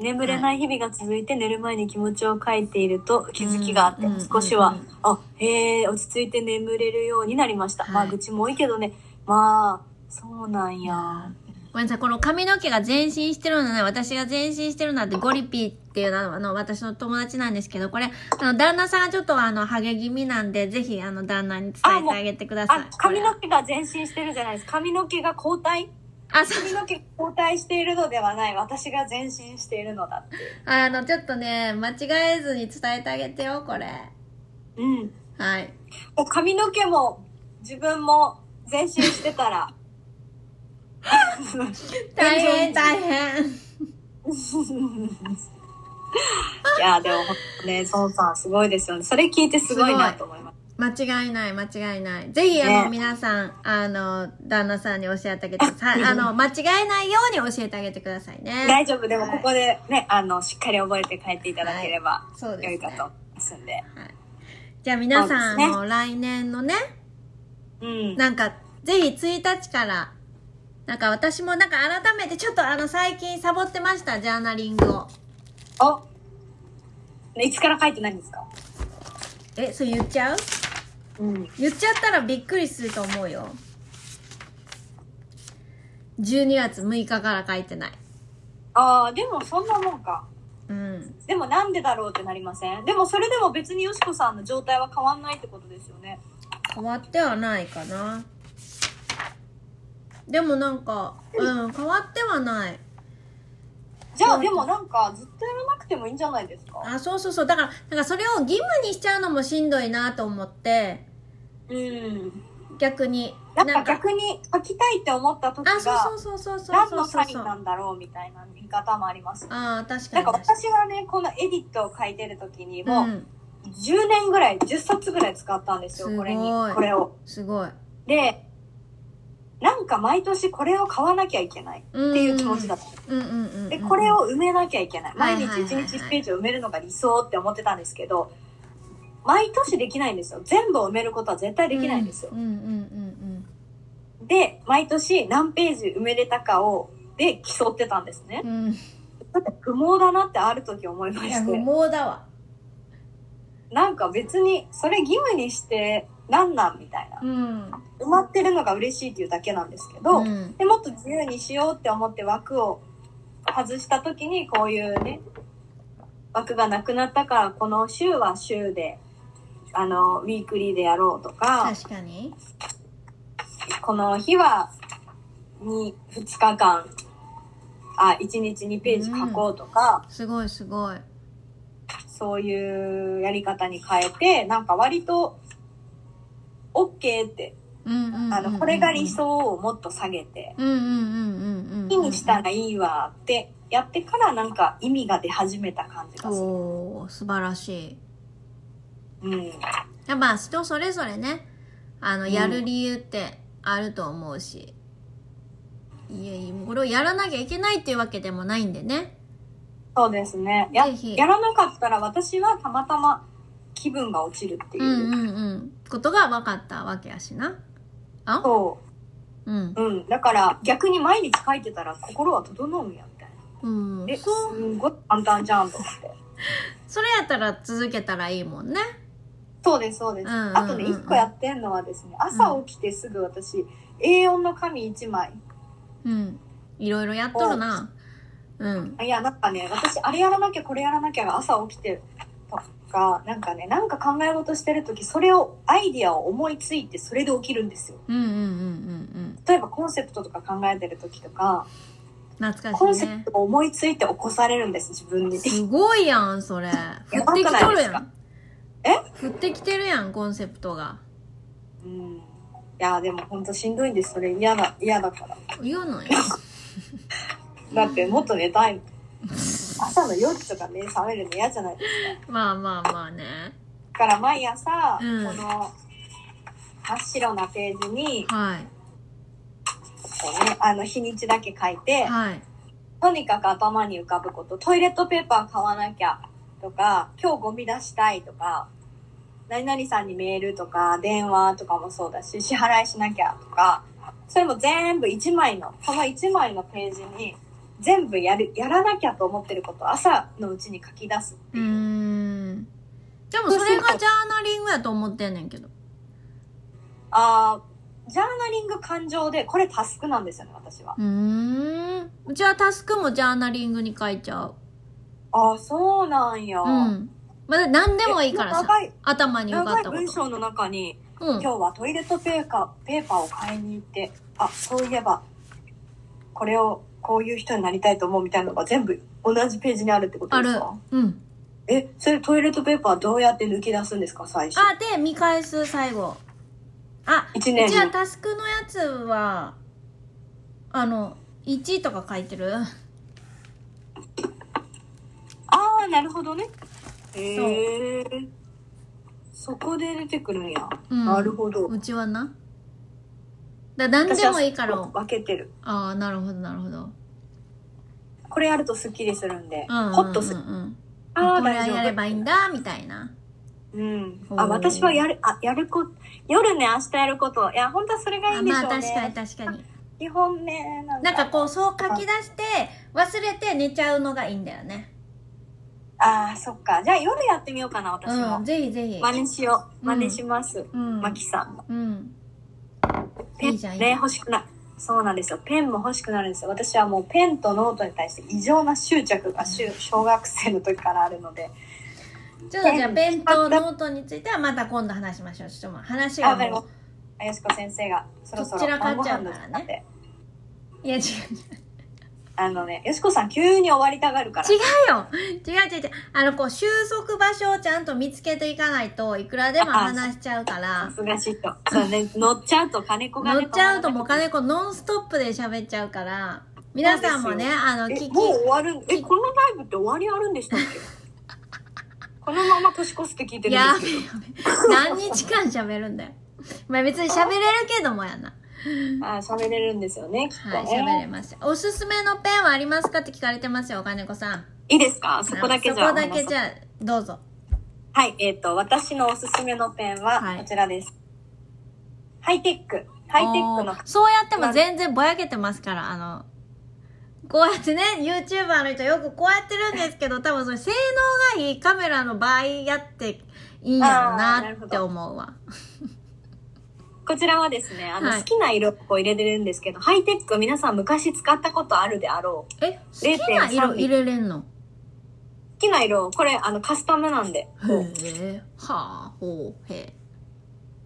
Speaker 3: 眠れない日々が続いて寝る前に気持ちを書いていると気づきがあって
Speaker 1: うんうん
Speaker 3: 少し
Speaker 1: うん
Speaker 3: は
Speaker 1: うん
Speaker 3: あへえ落ち着いて眠れるようになりました、
Speaker 1: はい
Speaker 3: まあ愚痴も多いけどねまあそうなんや
Speaker 1: ごめんなさい、この髪の毛が前進してるのね、私が前進してるのってゴリピーっていうのはあの、私の友達なんですけど、これ、あの、旦那さんがちょっとあの、ハゲ気味なんで、ぜひあの、旦那に伝えてあげてください
Speaker 3: あ。髪の
Speaker 1: 毛
Speaker 3: 毛が前進してるじゃないですか髪の毛が後退
Speaker 1: あ、そう
Speaker 2: 髪の毛交代しているのではない私が前進しているのだって
Speaker 1: あの、ちょっとね、間違えずに伝えてあげてよ、これ。
Speaker 3: うん
Speaker 1: はい。
Speaker 2: 髪の毛も自分も前進してた ら
Speaker 1: 大変、大変。
Speaker 2: いやでもほんとねゾウさんすごいですよねそれ聞いてすごいなと思います
Speaker 1: 間違いない、間違いない。ぜひ、あの、
Speaker 2: ね
Speaker 1: 皆さん、あの、旦那さんに教えてあげてください。あの、間違えないように教えてあげてくださいね。
Speaker 2: 大丈夫でもここでねあのしっかり覚えて帰っていただければ
Speaker 1: そうです、
Speaker 2: 良
Speaker 1: ね。
Speaker 2: いかと思いますんで
Speaker 1: じゃあ皆さん、
Speaker 2: そうですね
Speaker 1: あの、来年のね、
Speaker 2: うん
Speaker 1: なんか、ぜひ1日から、なんか私もなんか改めてちょっとあの最近サボってました、ジャーナリングを。
Speaker 2: おねいつから書いてないんですか
Speaker 1: え、そう言っちゃう
Speaker 2: うん
Speaker 1: 言っちゃったらびっくりすると思うよ。12月6日から書いてない。
Speaker 2: ああでもそんなもんか
Speaker 1: うん。
Speaker 2: でもなんでだろうってなりませんでもそれでも別によしこさんの状態は変わんないってことですよね
Speaker 1: 変わってはないかな。でもなんか、うん、変わってはない。
Speaker 2: じゃ
Speaker 1: う
Speaker 2: あ
Speaker 1: ん
Speaker 2: でもなんかずっとやらなくてもいいんじゃないですか
Speaker 1: あ、そうそうそう。だから、なんかそれを義務にしちゃうのもしんどいなと思って、
Speaker 2: うん
Speaker 1: 逆に。
Speaker 2: なんか逆に書きたいって思った時
Speaker 1: あ、そ
Speaker 2: が
Speaker 1: うそうそうそうそう
Speaker 2: 何
Speaker 1: そう
Speaker 2: の
Speaker 1: そう
Speaker 2: サインなんだろうみたいな見方もありますよね
Speaker 1: ああ、確か
Speaker 2: な
Speaker 1: に
Speaker 2: んか
Speaker 1: 確か
Speaker 2: 私がねこのエディットを書いてる時に
Speaker 1: に。
Speaker 2: も
Speaker 1: う、
Speaker 2: うん10年ぐらい10冊ぐらい使ったんですよ
Speaker 1: すご
Speaker 2: こ
Speaker 1: い
Speaker 2: れにこれを
Speaker 1: すごい。っ
Speaker 2: でなんか毎年これを買わなきゃいけない
Speaker 1: て
Speaker 2: っていう気持ちだった
Speaker 1: うんうんうんうん。
Speaker 2: でこれを埋めなきゃいけない
Speaker 1: はい
Speaker 2: 毎
Speaker 1: はい
Speaker 2: 日
Speaker 1: はいはい
Speaker 2: 1日1ページを埋めるのが理想って思ってたんですけど毎年できないんですよ全部を埋めることは絶対できないんですよ
Speaker 1: うんうんうん
Speaker 2: で毎年何ページ埋めれたかをで競ってたんですね
Speaker 1: うんうん。うん。
Speaker 2: だって不毛だなってある時思いま
Speaker 1: いや、
Speaker 2: し
Speaker 1: 不
Speaker 2: て
Speaker 1: 毛だわ。
Speaker 2: なんか別にそれ義務にしてなんなんみたいな
Speaker 1: うん。
Speaker 2: 埋まってるのが嬉しいっていうだけなんですけど、
Speaker 1: ん。
Speaker 2: でもっと自由にしようって思って枠を外した時にこういうね枠がなくなったからこの週は週であのウィークリーでやろうとか
Speaker 1: 確かに。
Speaker 2: この日は 2, 2日間あ1日2ページ書こうとか、
Speaker 1: すごいすごい。
Speaker 2: そういうやり方に変えてなんか割と OK って
Speaker 1: うんうんうんうん。
Speaker 2: あのこれが理。想をもっと下げて。
Speaker 1: うんうんうんうんうん。
Speaker 2: 好きにしたらいいわってやってからなんか意味が出始めた感じがする。
Speaker 1: おー、素晴らしい。
Speaker 2: うん、
Speaker 1: やっぱ人それぞれね、あの、
Speaker 2: ん
Speaker 1: やる理由ってあると思うし。いやいや、これをやらなきゃいけないっていうわけでもないんでね。
Speaker 2: そうですねや
Speaker 1: ぜひ
Speaker 2: やらなかったら私はたまたま気分が落ちるっていうう、
Speaker 1: んうんうん。ことが分かったわけやしな。あ
Speaker 2: そ
Speaker 1: うん。
Speaker 2: う、うん、だから逆に毎日書いてたら心は整うんやみたいな
Speaker 1: うん。
Speaker 2: で
Speaker 1: そ
Speaker 2: す
Speaker 1: う。
Speaker 2: んごい簡単じゃんと思って
Speaker 1: それやったら続けたらいいもんね。
Speaker 2: そうですそうです、
Speaker 1: うんうんうんうん
Speaker 2: あとね一個やってんのはですね朝起きてすぐ私 A4 の紙1枚
Speaker 1: うん。いろいろやっとるな。うん。
Speaker 2: いや、なんかね、私、あれやらなきゃ、これやらなきゃが朝起きてとか、なんかね、なんか考え事してるとき、それを、アイディアを思いついて、それで起きるんですよ。
Speaker 1: うんうんうんうん
Speaker 2: 例えば、コンセプトとか考えてるときとか、
Speaker 1: うん。懐
Speaker 2: コ
Speaker 1: か
Speaker 2: ン
Speaker 1: しい
Speaker 2: セ
Speaker 1: ね
Speaker 2: プ。トを思いついて起こされるんです、自分に。
Speaker 1: すごいやん、それ。降
Speaker 2: や
Speaker 1: っ
Speaker 2: ば
Speaker 1: て
Speaker 2: く
Speaker 1: き
Speaker 2: な
Speaker 1: と
Speaker 2: い
Speaker 1: る
Speaker 2: です
Speaker 1: や
Speaker 2: か
Speaker 1: ん。降ってきてるやん、コンセプトが。
Speaker 2: うん。いや、でもほんとしんどいんです、それ嫌だ、嫌だから。
Speaker 1: 言うの よ。
Speaker 2: だって、もっと寝たい。朝の4時とか目覚めるの嫌じゃないです
Speaker 1: まあまあまあね。
Speaker 2: か。だから、毎朝、
Speaker 1: うん
Speaker 2: この、真っ白なページに、
Speaker 1: は
Speaker 2: こうね、あの、日にちだけ書い
Speaker 1: い。
Speaker 2: て、
Speaker 1: はい。
Speaker 2: とにかく頭に浮かぶこと、トイレットペーパー買わなきゃとか、今日ゴミ出したいとか、何々さんにメールとか、電話とかもそうだし、支払いしなきゃとか、それも全部1枚の、この1枚のページに全部やる、やらなきゃと思ってることを朝のうちに書き出すって
Speaker 1: う
Speaker 2: いう。
Speaker 1: ーん。でもそれがジャーナリングやと思ってんねんけど。
Speaker 2: あージャーナリング感情で、これタスクなんですよね、私は。
Speaker 1: うーん。じゃあタスクもジャーナリングに書いちゃう。
Speaker 2: ああ、そうなんや。
Speaker 1: うん。まだ何でもいいから
Speaker 2: え
Speaker 1: さ。
Speaker 2: 長い、
Speaker 1: 頭に浮か
Speaker 2: 長
Speaker 1: っ
Speaker 2: い
Speaker 1: たこ
Speaker 2: 文
Speaker 1: と。
Speaker 2: 章の中に、
Speaker 1: うん。
Speaker 2: 今日はトイレットペーカー、ペーパーを買いに行って、あ、そういえば、これを、こういう人になりたいと思うみたいなのが全部同じページにあるってこと
Speaker 1: あ
Speaker 2: です
Speaker 1: る
Speaker 2: か。
Speaker 1: うん。
Speaker 2: え、それトイレットペーパーどうやって抜き出すんですか、最初。
Speaker 1: あ、で、見返す、最後。あ、
Speaker 2: 一年に
Speaker 1: じゃあタスクのやつは、あの、1とか書いてる
Speaker 2: ああ、なるほどね。へ
Speaker 1: そう
Speaker 2: えー。そこで出てくるんや。
Speaker 1: うん
Speaker 2: なるほど。
Speaker 1: うちはな。だ何でもいいから。
Speaker 2: 分けてる。
Speaker 1: ああ、なるほど、なるほど。
Speaker 2: これやるとスッキリするんで、
Speaker 1: うんうんうんうん。
Speaker 2: ホッとする。ああ、
Speaker 1: これは
Speaker 2: 大丈夫。
Speaker 1: やればいいんだ、みたいな。
Speaker 2: うん。
Speaker 1: おー
Speaker 2: あ、私はやる、あ、やるこ、夜ね、明日やること。いや、本当はそれがいい
Speaker 1: あ
Speaker 2: んでしょ
Speaker 1: ま
Speaker 2: う
Speaker 1: あ
Speaker 2: ね。
Speaker 1: 確かに確かに。
Speaker 2: 基本ね、なんか。
Speaker 1: なんかこう、そう書き出して、忘れて寝ちゃうのがいいんだよね。
Speaker 2: ああ、そっか。じゃあ夜やってみようかな、私
Speaker 1: う
Speaker 2: も
Speaker 1: ん、。ぜひぜひ。
Speaker 2: 真似しよう。
Speaker 1: うん
Speaker 2: 真似します。
Speaker 1: うん。
Speaker 2: まきさんの。
Speaker 1: うん。
Speaker 2: ペ
Speaker 1: い
Speaker 2: ン
Speaker 1: いじゃん、いいじ
Speaker 2: ね、
Speaker 1: ゃん。
Speaker 2: 欲しくなそうなんですよ。ペンも欲しくなるんですよ。私はもうペンとノートに対して異常な執着がしゅ小学生の時からあるので。
Speaker 1: ちょっとじゃあ、弁当、ノートについてはまた今度話しましょう。ちょっともう話
Speaker 2: あ、
Speaker 1: が
Speaker 2: わかりま
Speaker 1: も
Speaker 2: す。あやしこ先生がそろそろ
Speaker 1: どちらかっちゃう
Speaker 2: 晩ご飯の時間
Speaker 1: から
Speaker 2: で。
Speaker 1: う。いや、違う
Speaker 2: あのね、よしこさん急に終わりたがるから。
Speaker 1: 違うよ。違う違う違う。あの、こう、収束場所をちゃんと見つけていかないといくらでも話しちゃうから、
Speaker 2: 忙しいと。そうね、乗っちゃうと金子が
Speaker 1: 乗
Speaker 2: ね、
Speaker 1: っちゃうともう金子ノンストップで喋っちゃうから、皆さんもね、
Speaker 2: そ
Speaker 1: あの、
Speaker 2: え
Speaker 1: 聞き、
Speaker 2: もう終わるんえこのライブって終わりあるんでしたっけこのまま年越すって聞いてる
Speaker 1: や
Speaker 2: んです
Speaker 1: べ
Speaker 2: け
Speaker 1: や
Speaker 2: ど
Speaker 1: べ。何日間喋るんだよ。まあ別に喋れるけどもやな。
Speaker 2: あ喋れるんですよねきっと
Speaker 1: はい、
Speaker 2: ね、
Speaker 1: 喋れました。おすすめのペンはありますかって聞かれてますよ、お金子さん。
Speaker 2: いいですかそこだけじゃ
Speaker 1: あ
Speaker 2: あ
Speaker 1: そこだけじゃ、どうぞ。
Speaker 2: はいえっ、と私のおすすめのペンは
Speaker 1: はい
Speaker 2: こちらです、ハイテックハイテックの
Speaker 1: おーそうやっても全然ぼやけてますから、あの、こうやってね、YouTuber の人よくこうやってるんです けど、多分それ性能がいいカメラの場合やっていいんやろ
Speaker 2: あーな
Speaker 1: な
Speaker 2: るほ
Speaker 1: って
Speaker 2: ど
Speaker 1: 思うわ。
Speaker 2: こちらはですねあの、
Speaker 1: はい
Speaker 2: 好きな色をこう入れてるんですけどハイテック皆さん昔使ったことあるであろう
Speaker 1: え、好きな色
Speaker 2: 0.3
Speaker 1: 入れれんの
Speaker 2: 好きな色をこれあのカスタムなんで
Speaker 1: へえ、はあ、ほう、へ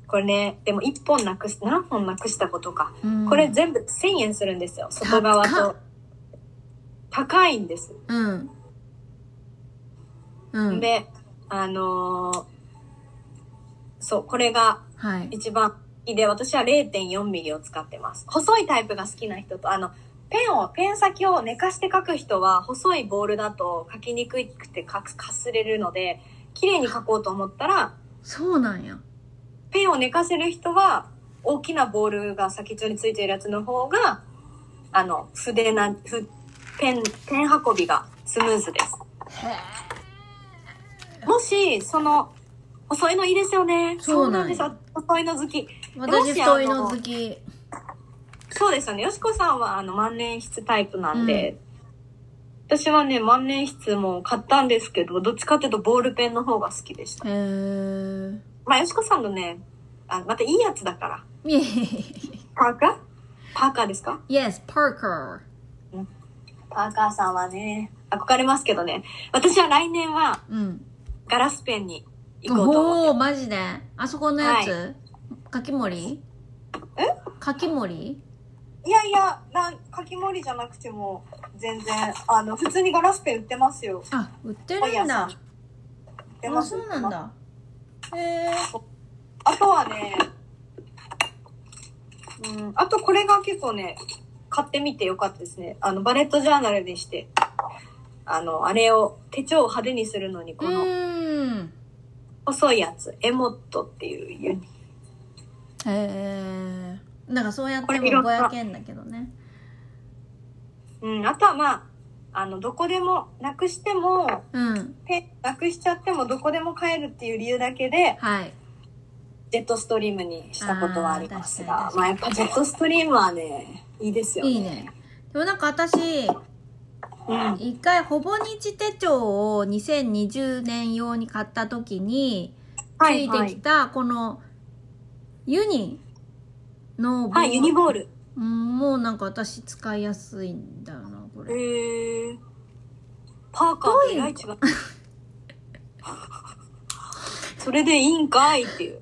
Speaker 2: これねでも1本なくす何本なくしたことか
Speaker 1: え。うん
Speaker 2: これ全部1000円するんですよ外側
Speaker 1: 高っ
Speaker 2: と高いんです、
Speaker 1: うん。うん。
Speaker 2: であのーそうこれが
Speaker 1: はい。
Speaker 2: 一番いいで私は0 4ミリを使ってます細いタイプが好きな人とあのペンをペン先を寝かして書く人は細いボールだと書きにくくてかかすれるので綺麗に書こうと思ったら
Speaker 1: そうなんや。
Speaker 2: ペンを寝かせる人は大きなボールが先っちょについてるやつの方があの筆なふペンペン運びがスムーズです
Speaker 1: へえ。
Speaker 2: もしその細いのいいですよね
Speaker 1: そうなんや
Speaker 2: ですよ細いの好き
Speaker 1: 私、
Speaker 2: もしあの
Speaker 1: 太いの好き。
Speaker 2: そうですよねよしこさんはあの万年筆タイプなんで、私はね万年筆も買ったんですけどどっちかっていうとボールペンの方が好きでした
Speaker 1: へえ。
Speaker 2: まあよしこさんのねあまたいいやつだから
Speaker 1: イェ
Speaker 2: パーカーパーカーですか
Speaker 1: イ。Yes, Parker.
Speaker 2: パーカーさんはね、憧れますけどね。私は来年は
Speaker 1: うん。
Speaker 2: ガラスペンに行こうと思
Speaker 1: お
Speaker 2: っ
Speaker 1: おーマジであそこのやつ、かき盛り
Speaker 2: え
Speaker 1: かき盛り
Speaker 2: て。いやいや、なん、かき盛りじゃなくても、全然、あの、普通にガラスペン売ってますよ。
Speaker 1: あ売って
Speaker 2: 本
Speaker 1: るん
Speaker 2: 屋さ
Speaker 1: だ
Speaker 2: んに売って
Speaker 1: あ
Speaker 2: ます。
Speaker 1: そうなん。だへえ
Speaker 2: あとはね、うん、あとこれが結構ね、買ってみてよかったですね。あの、バレットジャーナルにして、あの、あれを、手帳を派手にするのに、
Speaker 1: う
Speaker 2: この
Speaker 1: ーん
Speaker 2: 細いやつ、エモットっていう、
Speaker 1: へえなんかそうやっ
Speaker 2: こ
Speaker 1: て
Speaker 2: れ色
Speaker 1: も
Speaker 2: 々
Speaker 1: ぼやけんだけどね
Speaker 2: うん、あとはまあ、あの、どこでも、なくしても、
Speaker 1: うん
Speaker 2: ペンなくしちゃってもどこでも買えるっていう理由だけで、
Speaker 1: はい
Speaker 2: ジェットストリームにしたことはあります
Speaker 1: あー
Speaker 2: が、
Speaker 1: 確か
Speaker 2: まあやっぱジェットストリームはね、いいですよね。
Speaker 1: いいねでもなんか私
Speaker 4: うん。
Speaker 1: 一回ほぼ日手帳を2020年用に買った時につ
Speaker 2: はい
Speaker 1: いてきたこのユニのボール
Speaker 2: はい、ユニボール。
Speaker 1: うんもうなんか私使いやすいんだよなこれ
Speaker 2: えー、パーカーとえらい違う。 それでいいんかいっていう。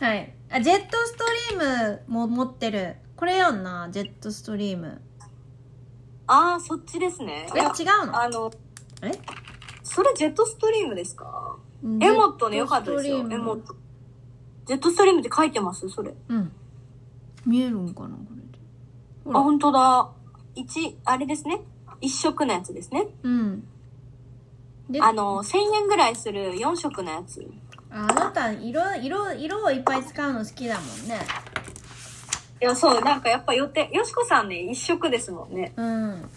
Speaker 1: はいあジェットストリームも持ってるこれやんなジェットストリーム
Speaker 2: ああ、そっちですね。
Speaker 1: え違うの
Speaker 2: あの、
Speaker 1: え
Speaker 2: それジェットストリームですか
Speaker 1: うん
Speaker 2: エモットね、よかったですよ。エ
Speaker 1: ジェットストリーム
Speaker 2: モット。ジェットストリームって書いてますそれ。
Speaker 1: うん見えるんかなこれでほ
Speaker 2: あ、
Speaker 1: ら
Speaker 2: 本当だ。一、あれですね。一色のやつですね。
Speaker 1: うんで
Speaker 2: あの、1000円ぐらいする4色のやつ。
Speaker 1: ああなた色色色をいっぱい使うの好きだもんね
Speaker 2: いや、そう、なんかやっぱ予定、よしこさんね、一色ですもんね。
Speaker 1: うん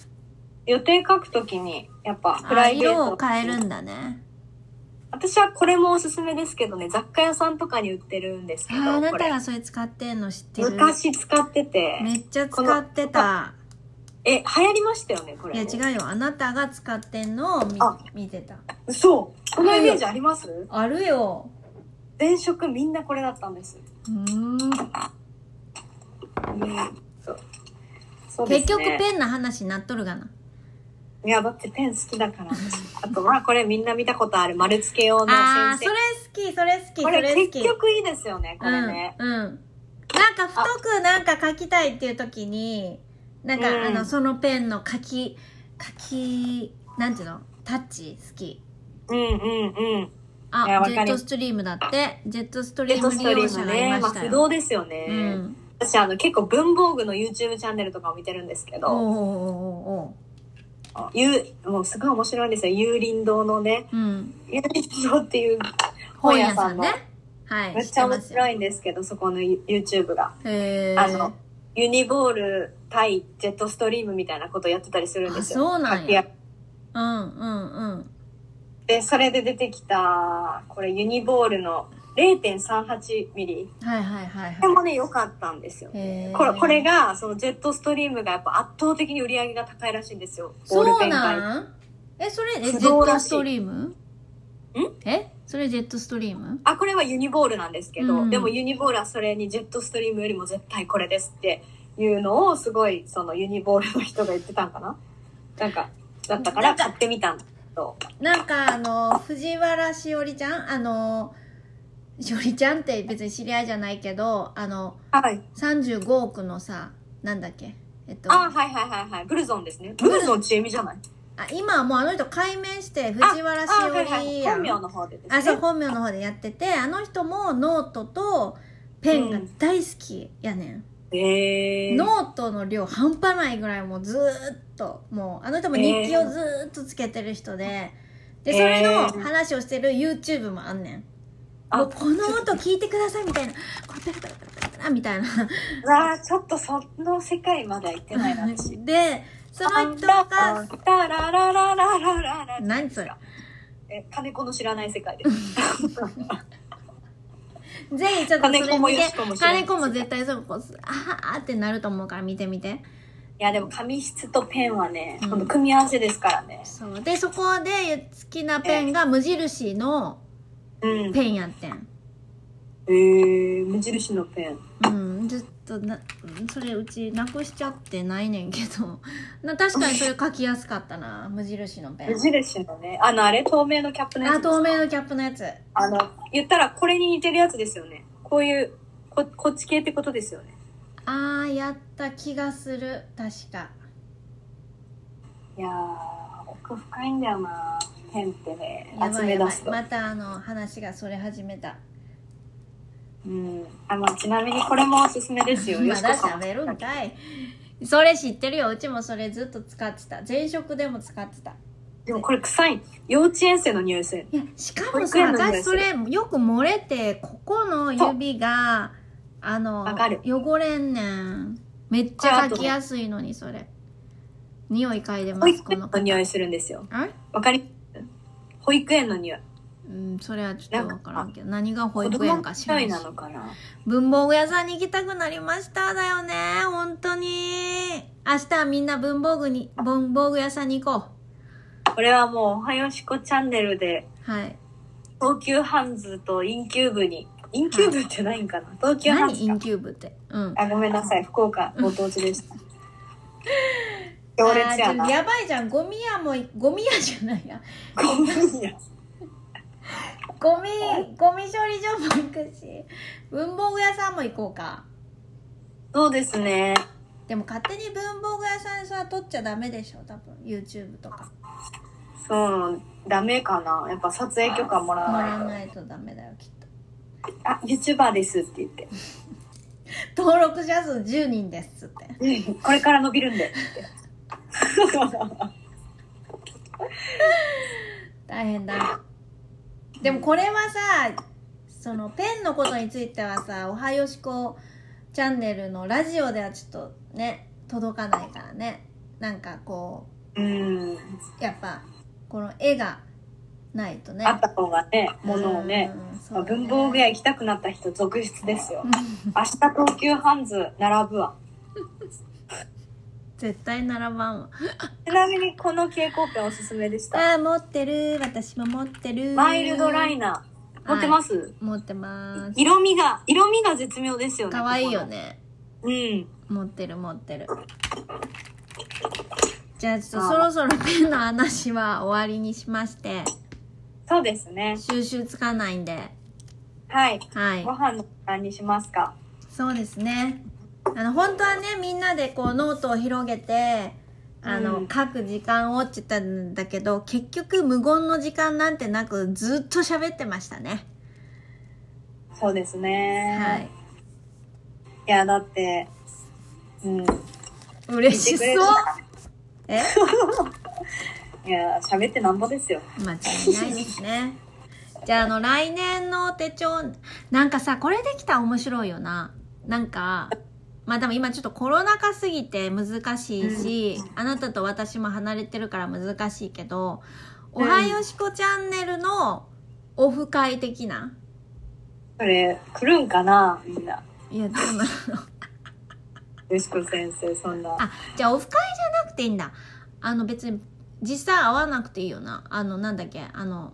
Speaker 2: 予定書くときに、やっぱ、プ
Speaker 1: あ
Speaker 2: ライベート。
Speaker 1: 色を変えるんだね
Speaker 2: 私はこれもおすすめですけどね、雑貨屋さんとかに売ってるんですけ
Speaker 1: あー
Speaker 2: ど、
Speaker 1: あな
Speaker 2: こ
Speaker 1: た
Speaker 2: れ
Speaker 1: がそれ使ってんの知ってる
Speaker 2: 昔使ってて、
Speaker 1: めっちゃ使ってた
Speaker 2: え、流行りましたよね、これ
Speaker 1: い
Speaker 2: ね。
Speaker 1: や違うよあなたが使ってんのを見
Speaker 2: あ
Speaker 1: 見てた
Speaker 2: そう。このイメージあります
Speaker 1: あるよ
Speaker 2: 前職みんなこれだったんです。
Speaker 1: うーん
Speaker 2: うんそうそうです
Speaker 1: 結
Speaker 2: ね
Speaker 1: 局ペンの話になっとるがない
Speaker 2: や、だってペン好きだから。 あと、まあこれみんな見たことある丸付け用の
Speaker 1: あーそ
Speaker 2: 先
Speaker 1: れ
Speaker 2: 生。
Speaker 1: 好きそれ好き
Speaker 2: こ
Speaker 1: そ
Speaker 2: れ
Speaker 1: れ好き
Speaker 2: 結局いいですよね、これね。
Speaker 1: うん、うん、なんか太くなんか書きたいっていう時になんか、
Speaker 2: うん
Speaker 1: あのそのペンの書き書きなんていうのタッチ好き
Speaker 2: うん、うん、うん。いや
Speaker 1: あ
Speaker 2: わ
Speaker 1: ジ
Speaker 2: か
Speaker 1: ェ
Speaker 2: る
Speaker 1: ットストリームだってジェットスト
Speaker 2: ジ
Speaker 1: リ
Speaker 2: ェッ
Speaker 1: ーム
Speaker 2: トス
Speaker 1: 利
Speaker 2: トリ
Speaker 1: 用
Speaker 2: ー
Speaker 1: 者
Speaker 2: ム
Speaker 1: がい
Speaker 2: ね。
Speaker 1: ま
Speaker 2: まあ
Speaker 1: した
Speaker 2: 不
Speaker 1: よ、
Speaker 2: 動ですよね。
Speaker 1: うん、
Speaker 2: 私、あの、結構文房具の YouTube チャンネルとかを見てるんですけ
Speaker 1: おう
Speaker 2: ど、
Speaker 1: おうおうおう
Speaker 2: ゆうもうすごい面白いんですよ。幽林堂のね、
Speaker 1: うん、
Speaker 2: 幽林堂っていう
Speaker 1: 本
Speaker 2: 本
Speaker 1: 屋
Speaker 2: 屋
Speaker 1: さ
Speaker 2: さ
Speaker 1: ん
Speaker 2: んの、
Speaker 1: ねはい
Speaker 2: めっちゃ面
Speaker 1: い
Speaker 2: 白いんですけど、そこの YouTube が。
Speaker 1: へー
Speaker 2: あのユニボール対ジェットストリームみたいなことやってたりするんですよ。
Speaker 1: あそうなんや
Speaker 2: 掛け合い
Speaker 1: うんうんうん
Speaker 2: で、それで出てきた、これユニボールの0.38ミリ。
Speaker 1: はいはいはい
Speaker 2: これ
Speaker 1: は
Speaker 2: もね、良かったんですよ。
Speaker 1: いへー
Speaker 2: これこれが、そのジェットストリームがやっぱ圧倒的に売り上げが高いらしいんですよ。ボール
Speaker 1: そう
Speaker 2: ペンが
Speaker 1: なんえそれえジェ
Speaker 2: 不
Speaker 1: ッ
Speaker 2: 動
Speaker 1: ト
Speaker 2: らしい
Speaker 1: ストリームえそれジェットストリーム
Speaker 2: あ、これはユニボールなんですけど、
Speaker 1: うん
Speaker 2: でもユニボールはそれにジェットストリームよりも絶対これですっていうのをすごいそのユニボールの人が言ってたんかななんか、だったか
Speaker 1: なん
Speaker 2: ら
Speaker 1: か
Speaker 2: 買ってみたんだけど。
Speaker 1: なんかあの藤原しおりちゃんあのしおりちゃんって別に知り合いじゃないけどあの
Speaker 2: はい。
Speaker 1: 35億のさなんだっけえっと
Speaker 2: あ、はいはいはいはい。ブルゾンですね。ブルゾンちえみじゃない
Speaker 1: あ今はもうあの人改名して藤原し
Speaker 2: あ
Speaker 1: お
Speaker 2: はいは
Speaker 1: り
Speaker 2: い。
Speaker 1: や
Speaker 2: 本
Speaker 1: ん
Speaker 2: 名の方でですね。
Speaker 1: あそう本名の方でやっててあの人もノートとペンが大好きやねん
Speaker 2: へー。
Speaker 1: ノートの量半端ないぐらいもうずーっともうあの人も日記をずーっとつけてる人で、でそれの話をしてる YouTube もあんねん、
Speaker 2: あ
Speaker 1: もうこの音聞いてくださいみたいなこれペラペラペラペラペラみたいな
Speaker 2: わあちょっとその世界まだ行ってないな、私。
Speaker 1: でその人が
Speaker 2: タラララララララ
Speaker 1: 何それ
Speaker 2: え、金子の知らない世界です。
Speaker 1: ぜひちょっとそれ見て
Speaker 2: 金子もよしこも知らない
Speaker 1: 金子も絶対そうこうあーあーってなると思うから見てみて
Speaker 2: いやでも紙質とペンはね、
Speaker 1: うん
Speaker 2: ほんと組み合わせですからね。
Speaker 1: そうでそこで好きなペンが無印の
Speaker 2: うん。
Speaker 1: ペンやってん
Speaker 2: えー、無印のペン。
Speaker 1: うん、ちょっとなうんそれうちなくしちゃってないねんけど な確かにそれ書きやすかったな無印のペン
Speaker 2: 無印のね、あのあれ透明のキャップのやつ
Speaker 1: あ
Speaker 2: ですか
Speaker 1: 透明のキャップのやつ
Speaker 2: あの、言ったらこれに似てるやつですよね。こういう、ここっち系ってことですよね。
Speaker 1: あーやった気がする確か
Speaker 2: いやー、奥深いんだよなペンってね、
Speaker 1: や
Speaker 2: 集
Speaker 1: ばい
Speaker 2: め
Speaker 1: やば
Speaker 2: 出
Speaker 1: い
Speaker 2: すと。
Speaker 1: またあの話がそれ始めた
Speaker 2: うん。あの、ちなみにこれもおすすめですよ。
Speaker 1: ま
Speaker 2: し
Speaker 1: だ
Speaker 2: こさん
Speaker 1: 喋るんかいそれ知ってるようちもそれずっと使ってた前職でも使ってた
Speaker 2: でもこれ臭い。幼稚園生の匂いする。
Speaker 1: いやしかも
Speaker 2: 保育
Speaker 1: さ
Speaker 2: 園の匂い
Speaker 1: 私それよく漏れてここの指があの
Speaker 2: わかる
Speaker 1: 汚れんねんめっちゃ書きやすいのにそれ匂い嗅いでま
Speaker 2: 保
Speaker 1: す
Speaker 2: 育
Speaker 1: こ
Speaker 2: 園
Speaker 1: の
Speaker 2: の匂いするんですよ。
Speaker 1: あ
Speaker 2: わかり保育園の匂い。
Speaker 1: うん、それはちょっとわからんけど、何が保
Speaker 2: 子
Speaker 1: 育
Speaker 2: 供
Speaker 1: 園
Speaker 2: み
Speaker 1: か知ら
Speaker 2: た
Speaker 1: ん
Speaker 2: い
Speaker 1: し
Speaker 2: なのかな
Speaker 1: 文房具屋さんに行きたくなりましただよね本当に明日はみんな文房具に文房具屋さんに行こ
Speaker 2: これはもう、おはよしこチャンネルで、
Speaker 1: うはい
Speaker 2: 東急ハンズとインキューブに、インキューブってないんかな東急ハン
Speaker 1: 何
Speaker 2: ズ
Speaker 1: イ
Speaker 2: か
Speaker 1: ン。キューブってうん
Speaker 2: あ、ごめん なさい。福岡、ご当地でした。行列や
Speaker 1: あー
Speaker 2: な
Speaker 1: でも。やばいじゃんゴミ屋もゴミ屋じゃないや
Speaker 2: ごめんや。
Speaker 1: ゴミゴミ処理場も行くし文房具屋さんも行こうか
Speaker 2: そうですね。
Speaker 1: でも勝手に文房具屋さんでそれは撮っちゃダメでしょ多分 YouTube とか
Speaker 2: そう、ダメかな。やっぱ撮影許可もら
Speaker 1: も
Speaker 2: わ
Speaker 1: らわ
Speaker 2: ない
Speaker 1: ないとダメだよきっ
Speaker 2: と。あ、YouTuber ですって言って。
Speaker 1: と登録者数10人ですって
Speaker 2: これから伸びるんでって。
Speaker 1: 大変だでもこれはさそのペンのことについてはさ「おはよしこチャンネル」のラジオではちょっとね届かないからねなんかこ
Speaker 2: うん。
Speaker 1: うやっぱこの絵がないとね
Speaker 2: あった方がね、ものをね。
Speaker 1: うんそう
Speaker 2: まあ
Speaker 1: だね
Speaker 2: 文房具屋行きたくなった人続出ですよ。明日東急ハンズ並ぶわ。
Speaker 1: 絶対並ばんわ
Speaker 2: ちなみにこの蛍光ペンおすすめでした。
Speaker 1: ああ持ってる私も持ってる
Speaker 2: マイルドライナー。持ってます、
Speaker 1: 持ってます
Speaker 2: 色味が、色味が絶妙ですよね。
Speaker 1: かわいいよね
Speaker 2: ここの。うん。
Speaker 1: 持ってる持ってるじゃあちょっとそろそろペンの話は終わりにしまして
Speaker 2: そうですね。
Speaker 1: 収集つかないんで
Speaker 2: はい。
Speaker 1: はい
Speaker 2: ご飯の時間にしますか。
Speaker 1: そうですねあの本当はねみんなでこうノートを広げてあの、
Speaker 2: うん
Speaker 1: 書く時間をって言ったんだけど結局無言の時間なんてなくずっと喋ってましたね
Speaker 2: そうですね。
Speaker 1: はい
Speaker 2: いや、だって、うん。い
Speaker 1: 嬉しそう
Speaker 2: 言
Speaker 1: え
Speaker 2: や、喋ってなんぼですよ。
Speaker 1: 間違いないです ねじゃああの来年の手帳なんかさこれできたら面白いよななんかまあでも今ちょっとコロナ禍すぎて難しいし、あなたと私も離れてるから難しいけど「お
Speaker 2: うん
Speaker 1: はよしこチャンネル」のオフ会的な
Speaker 2: これ、来るんかなみんな。
Speaker 1: いやどうなの
Speaker 2: よしこ先生、そんな。
Speaker 1: あ じゃあオフ会じゃなくていいんだあの別に実際会わなくていいよなあのなんだっけあの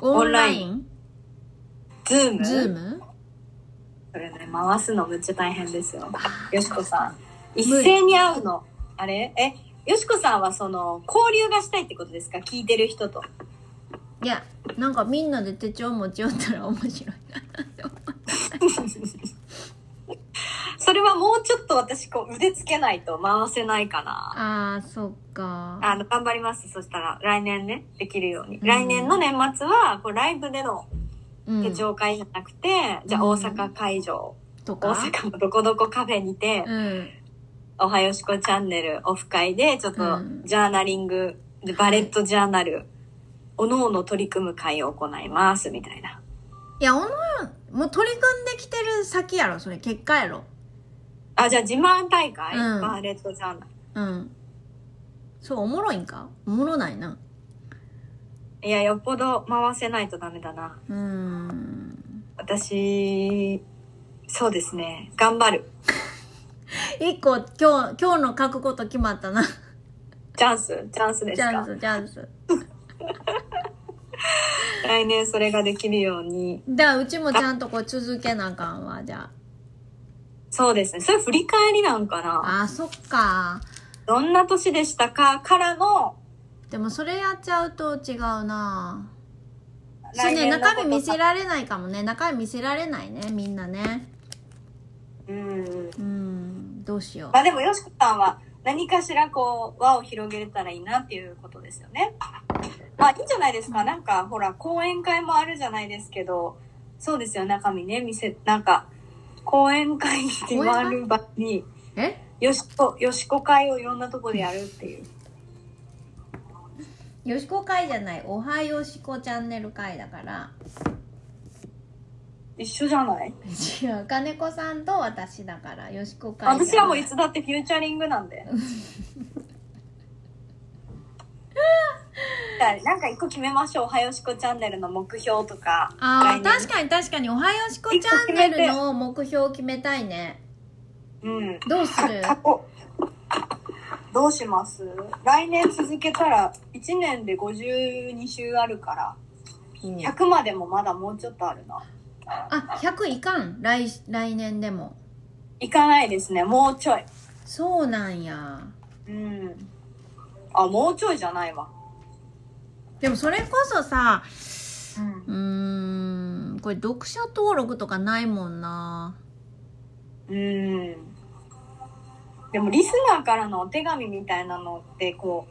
Speaker 1: オ
Speaker 2: オ
Speaker 1: ン
Speaker 2: ン
Speaker 1: ラ
Speaker 2: ラ
Speaker 1: イ
Speaker 2: イ
Speaker 1: ン
Speaker 2: ズーム
Speaker 1: ズーム
Speaker 2: それね、回すのめっちゃ大変ですよ。よしこさん。一
Speaker 1: 理
Speaker 2: 斉に会うの。あれえ、よしこさんはその、交流がしたいってことですか聞いてる人と。
Speaker 1: いやなんかみんなで手帳持ち寄ったら面白い
Speaker 2: それはもうちょっと私、こう、腕つけないと回せないかな。
Speaker 1: あーそっか
Speaker 2: あの、頑張ります。そしたら、来年ね、できるように。
Speaker 1: うん
Speaker 2: 来年の年末は、こう、ライブでの
Speaker 1: うん
Speaker 2: 手帳会じゃなくて、じゃあ、
Speaker 1: うん
Speaker 2: 大阪会場、
Speaker 1: と
Speaker 2: 大
Speaker 1: か
Speaker 2: 阪のどこどこカフェにて、
Speaker 1: うん
Speaker 2: おはよしこチャンネルオフ会で、ちょっと
Speaker 1: うん、
Speaker 2: ジャーナリング、でバレットジャーナル、おのおの取り組む会を行います、みたいな。
Speaker 1: いやおのもう取り組んできてる先やろそれ結果やろ
Speaker 2: あ、じゃあ、自慢大会、
Speaker 1: うん
Speaker 2: バレットジャーナル。
Speaker 1: うんそうおもろいんかおもろないない
Speaker 2: や、よっぽど回せないとダメだな。
Speaker 1: うーん
Speaker 2: 私、そうですね。頑張る。
Speaker 1: 一個今日今日の書くこと決まったな
Speaker 2: チャンスチャンスです
Speaker 1: チ
Speaker 2: か
Speaker 1: ャンスチャンス
Speaker 2: 来年それができるように。
Speaker 1: だからうちもちゃんとこう続けなあかんわじゃ
Speaker 2: そうですね。それ振り返りなんかな。
Speaker 1: ああーそっか
Speaker 2: どんな年でしたかからの、
Speaker 1: でもそれやっちゃうと違うなそう
Speaker 2: 来
Speaker 1: ね
Speaker 2: 年のこと
Speaker 1: 中身見せられないかもね中身見せられないねみんなね
Speaker 2: うん。
Speaker 1: うんどうしよ
Speaker 2: まあでも、よしこさんは何かしらこう、輪を広げれたらいいなっていうことですよね。まあいいんじゃないですか。なんか、ほら、講演会もあるじゃないですけど、そうですよ、中身ね、見せ、なんか、講演会に回る場に、
Speaker 1: うえ
Speaker 2: よしこ、よしこ会をいろんなとこでやるっていう。
Speaker 1: よしこ会じゃないおはよしこチャンネル会だから
Speaker 2: 一緒じゃない
Speaker 1: 違う金子さんと私だからよしこ会じゃない
Speaker 2: 私はもういつだってフ ューチャリングなんで。じゃか、なんか一個決めましょう。おはよしこチャンネルの目標とか。
Speaker 1: あ
Speaker 2: 来
Speaker 1: ー
Speaker 2: 年
Speaker 1: 確かに確かに「おはよしこチャンネル」の目標を決めたいね
Speaker 2: うん。
Speaker 1: どうする
Speaker 2: 過去。どうします来年続けたら、1年で52週あるから、100までもまだもうちょっとあるな。
Speaker 1: あ100いかん来来年でも
Speaker 2: いかないですね。もうちょい。
Speaker 1: そうなんや
Speaker 2: うん。あ、もうちょいじゃないわ。
Speaker 1: でもそれこそさ
Speaker 2: うん。
Speaker 1: うーんこれ読者登録とかないもんな
Speaker 2: うん。でもリスナーからのお手紙みたいなのって、こ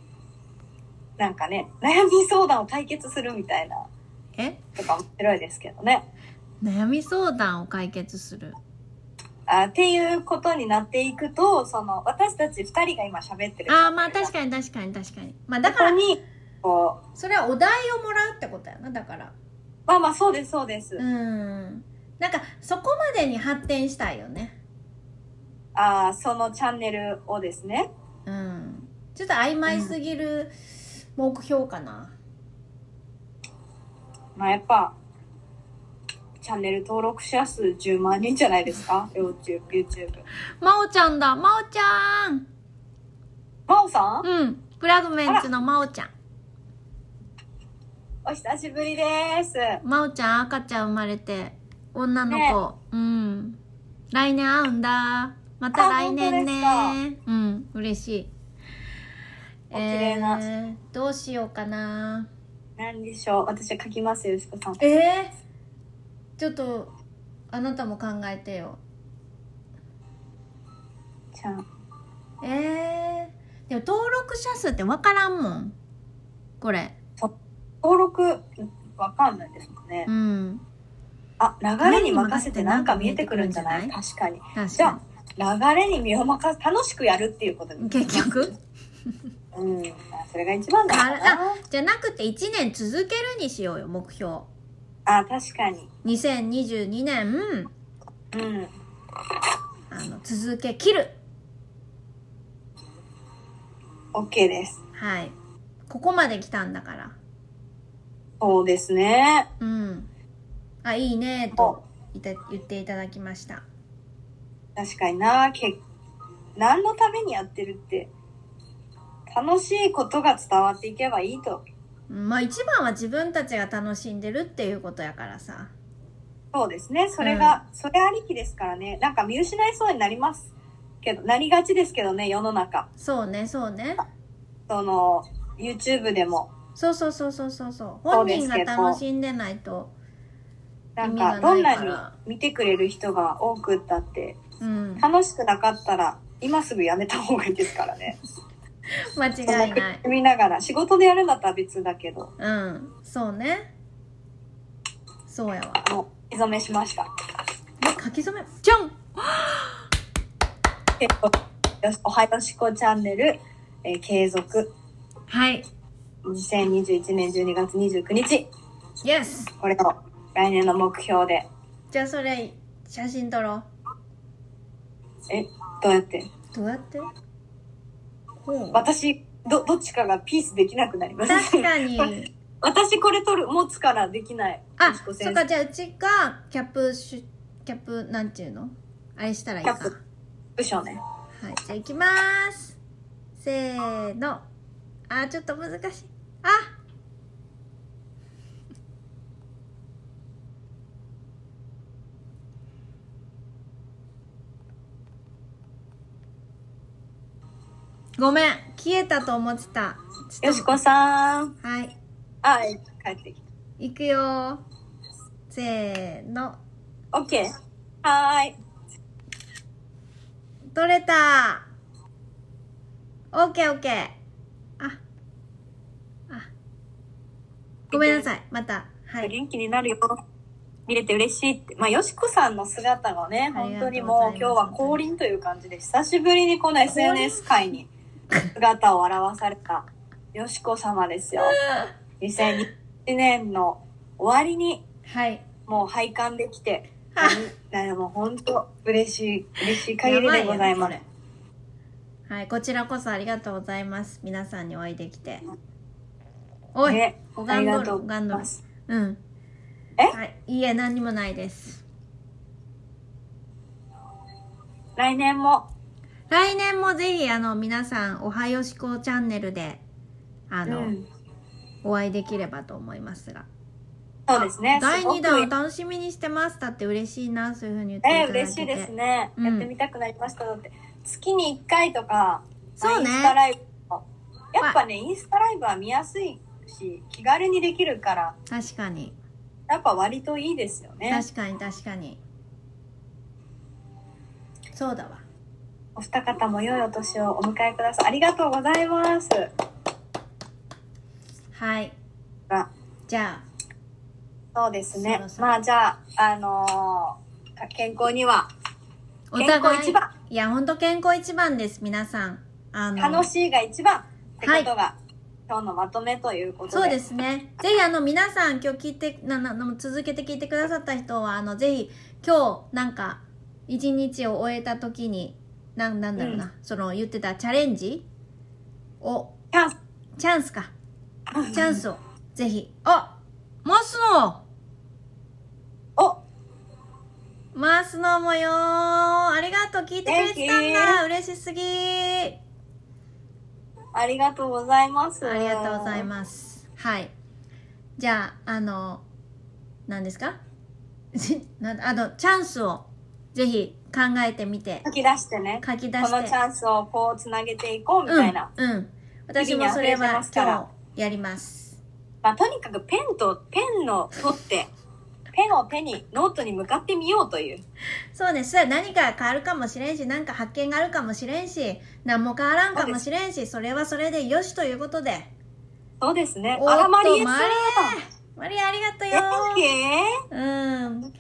Speaker 2: う、なんかね、悩み相談を解決するみたいな、
Speaker 1: え
Speaker 2: とか面白いですけどね。
Speaker 1: 悩み相談を解決する
Speaker 2: あっていうことになっていくと、その、私たち二人が今喋ってる。
Speaker 1: ああまあ確かに確かに確かにまあだ
Speaker 2: こ
Speaker 1: か
Speaker 2: こ
Speaker 1: ら
Speaker 2: に、こう、
Speaker 1: それはお題をもらうってことやなだから
Speaker 2: まあまあそうです、そうです。
Speaker 1: うんなんかそこまでに発展したいよね
Speaker 2: あーそのチャンネルをですね。
Speaker 1: うんちょっと曖昧すぎる目標かな、
Speaker 2: まあやっぱ、チャンネル登録者数10万人じゃないですか ?YouTube、YouTube。
Speaker 1: まおちゃんだまおちゃん
Speaker 2: 真央さん
Speaker 1: うんフラグメンツのまおちゃん
Speaker 2: お久しぶりです。
Speaker 1: まおちゃん赤ちゃん生まれて女の子、
Speaker 2: ね
Speaker 1: うん来年会うんだまた来年
Speaker 2: あ
Speaker 1: ねうん嬉しい
Speaker 2: お綺麗な
Speaker 1: えーどうしようかな
Speaker 2: 何でしょう私は書きますよ、よしこさん。
Speaker 1: ええちょっとあなたも考えてよ
Speaker 2: じゃあ、
Speaker 1: ええでも登録者数って分からんもんこれ
Speaker 2: 登録、わかんないですもんね
Speaker 1: う。ん
Speaker 2: あ、流れに任せてなんか見えてくるんじゃな
Speaker 1: 何
Speaker 2: い
Speaker 1: に
Speaker 2: 確かに。
Speaker 1: 確
Speaker 2: じ
Speaker 1: か
Speaker 2: ゃあ、流れに身を任せ、楽しくやるっていうこと
Speaker 1: に
Speaker 2: に。
Speaker 1: 結局
Speaker 2: うん。それが一番だからな。
Speaker 1: じゃなくて1年続けるにしようよ目標
Speaker 2: あ、確かに。
Speaker 1: 2022年
Speaker 2: うん。
Speaker 1: あの続けきる
Speaker 2: OK です。
Speaker 1: はいここまで来たんだから
Speaker 2: そうですね。
Speaker 1: うんあいいねといた言っていただきました
Speaker 2: 確かにな。け何のためにやってるって、楽しいことが伝わっていけばいいと。
Speaker 1: うんまあ一番は自分たちが楽しんでるっていうことやからさ
Speaker 2: そうですね。それが、それありきですからね。なんか見失いそうになりますけど、なりがちですけどね、世の中。
Speaker 1: そうねそうね
Speaker 2: その、YouTube でも、
Speaker 1: そうそうそうそうそうそう
Speaker 2: そ
Speaker 1: 本
Speaker 2: うで
Speaker 1: 人
Speaker 2: す
Speaker 1: が
Speaker 2: けど
Speaker 1: 楽しんでないと
Speaker 2: なん
Speaker 1: 意
Speaker 2: か、
Speaker 1: 味が
Speaker 2: どん
Speaker 1: ない
Speaker 2: な
Speaker 1: から
Speaker 2: に見てくれる人が多くったって、
Speaker 1: うん
Speaker 2: 楽しくなかったら、今すぐやめた方がいいですからね。
Speaker 1: 間 違いない
Speaker 2: 見ながら、仕事でやるんだったら別だけど、
Speaker 1: うんそうねそうやわ
Speaker 2: もう、目覚めしました。
Speaker 1: え書き初めじゃん
Speaker 2: えっとよしおはよしこチャンネル、えー継続、
Speaker 1: はい
Speaker 2: 2021年12月29日、
Speaker 1: イエス
Speaker 2: これを来年の目標で、
Speaker 1: じゃあそれ写真撮ろう
Speaker 2: え、どうやって
Speaker 1: どうやってこ
Speaker 2: 私どどっちかがピースできなくなります
Speaker 1: 確かに
Speaker 2: 私これ取る持つからできない
Speaker 1: あ
Speaker 2: よしこ
Speaker 1: そ
Speaker 2: 先生
Speaker 1: っかじゃあうちがキャップシュキャップなんていうのあれしたらいいか
Speaker 2: キャッ部署ね
Speaker 1: はいじゃあいきますせーのあちょっと難しいあごめん消えたと思ってたちょ
Speaker 2: よ
Speaker 1: っ
Speaker 2: し
Speaker 1: と
Speaker 2: こさん
Speaker 1: はい
Speaker 2: あ帰ってき
Speaker 1: いくよーせーの
Speaker 2: た OK はーい
Speaker 1: 取れたオッケーオッケーああごめんなさいまたはい
Speaker 2: 元気になるよ見れて嬉しいって、まあ、よしこさんの姿がね
Speaker 1: あり
Speaker 2: 本
Speaker 1: がとうございます
Speaker 2: 当にもう今日は降臨という感じで久しぶりにこの SNS 界に姿を現されたよしこ様ですよ2021年の終わりに
Speaker 1: はい
Speaker 2: もう拝観できて
Speaker 1: あ、
Speaker 2: なもう本当嬉しい嬉しい限りでございま
Speaker 1: や
Speaker 2: す
Speaker 1: ばよ。はいこちらこそありがとうございます皆さんにお会いできておい、
Speaker 2: ね
Speaker 1: お
Speaker 2: あ
Speaker 1: がん
Speaker 2: り
Speaker 1: ど
Speaker 2: が
Speaker 1: る
Speaker 2: とう
Speaker 1: お
Speaker 2: ご
Speaker 1: が
Speaker 2: ざい
Speaker 1: んどる
Speaker 2: ます。
Speaker 1: うん
Speaker 2: え
Speaker 1: はい、いいえ何にもないです
Speaker 2: 来年も、
Speaker 1: 来年もぜひあの皆さん「おはよしこチャンネルで」あ
Speaker 2: う
Speaker 1: の、
Speaker 2: ん、
Speaker 1: お会いできればと思いますが
Speaker 2: そうですね。
Speaker 1: 第2弾を
Speaker 2: すごく
Speaker 1: 楽しみにしてますだって嬉しいなそういうふうに言ってい
Speaker 2: えー
Speaker 1: ただい
Speaker 2: 嬉
Speaker 1: て、
Speaker 2: していですね、
Speaker 1: うん
Speaker 2: やってみたくなりました。だって、月に1回とか、
Speaker 1: そうね
Speaker 2: インスタライブもやっぱね、インスタライブは見やすいし、気軽にできるから、
Speaker 1: 確かに
Speaker 2: やっぱ割といいですよね。
Speaker 1: 確かに確かにそうだわ
Speaker 2: お二方も良いお年をお迎えください。ありがとうございます。
Speaker 1: はい
Speaker 2: あ
Speaker 1: じゃあ
Speaker 2: そうですね。
Speaker 1: そろそろ
Speaker 2: まあじゃあ、あのー健康には、
Speaker 1: お
Speaker 2: 健
Speaker 1: 互
Speaker 2: 康
Speaker 1: い
Speaker 2: 一番、
Speaker 1: いやほんと健康一番です皆さんあの
Speaker 2: 楽しいが一番ってことが、今日のまとめということで。
Speaker 1: そうですね。ぜひあの皆さん今日聞いてななな続けて聞いてくださった人はあのぜひ今日なんか一日を終えた時になんなんだろうな、その言ってたチャレンジを
Speaker 2: チャンス。
Speaker 1: チャンスかチャンスをぜひあマスノ
Speaker 2: お
Speaker 1: マスノもよーありがとう聞いてくれてたんだ嬉しすぎ
Speaker 2: ありがとうございます。
Speaker 1: ありがとうござい
Speaker 2: す。
Speaker 1: ます。はい。じゃあ、あの、何ですか なあの、チャンスをぜひ考えてみて、
Speaker 2: 書き出してね。
Speaker 1: 書き出
Speaker 2: こ
Speaker 1: し
Speaker 2: のチ
Speaker 1: て。
Speaker 2: ャンスをこうつなげていこうみたいな。
Speaker 1: うん。うん。私もそれ
Speaker 2: 日々に溢れて
Speaker 1: は
Speaker 2: ますから
Speaker 1: 今日やります。
Speaker 2: まあとにかくペンと、ペンの取って、 ペンを手にノートに向かってみようという。
Speaker 1: そうね。そしたら何か変わるかもしれんし、何か発見があるかもしれんし、何も変わらんかもしれんし、それはそれでよしということで。
Speaker 2: そうですね。
Speaker 1: おっと
Speaker 2: あら、マリエさん
Speaker 1: マ。マリアありがとうよ
Speaker 2: 元気
Speaker 1: うん。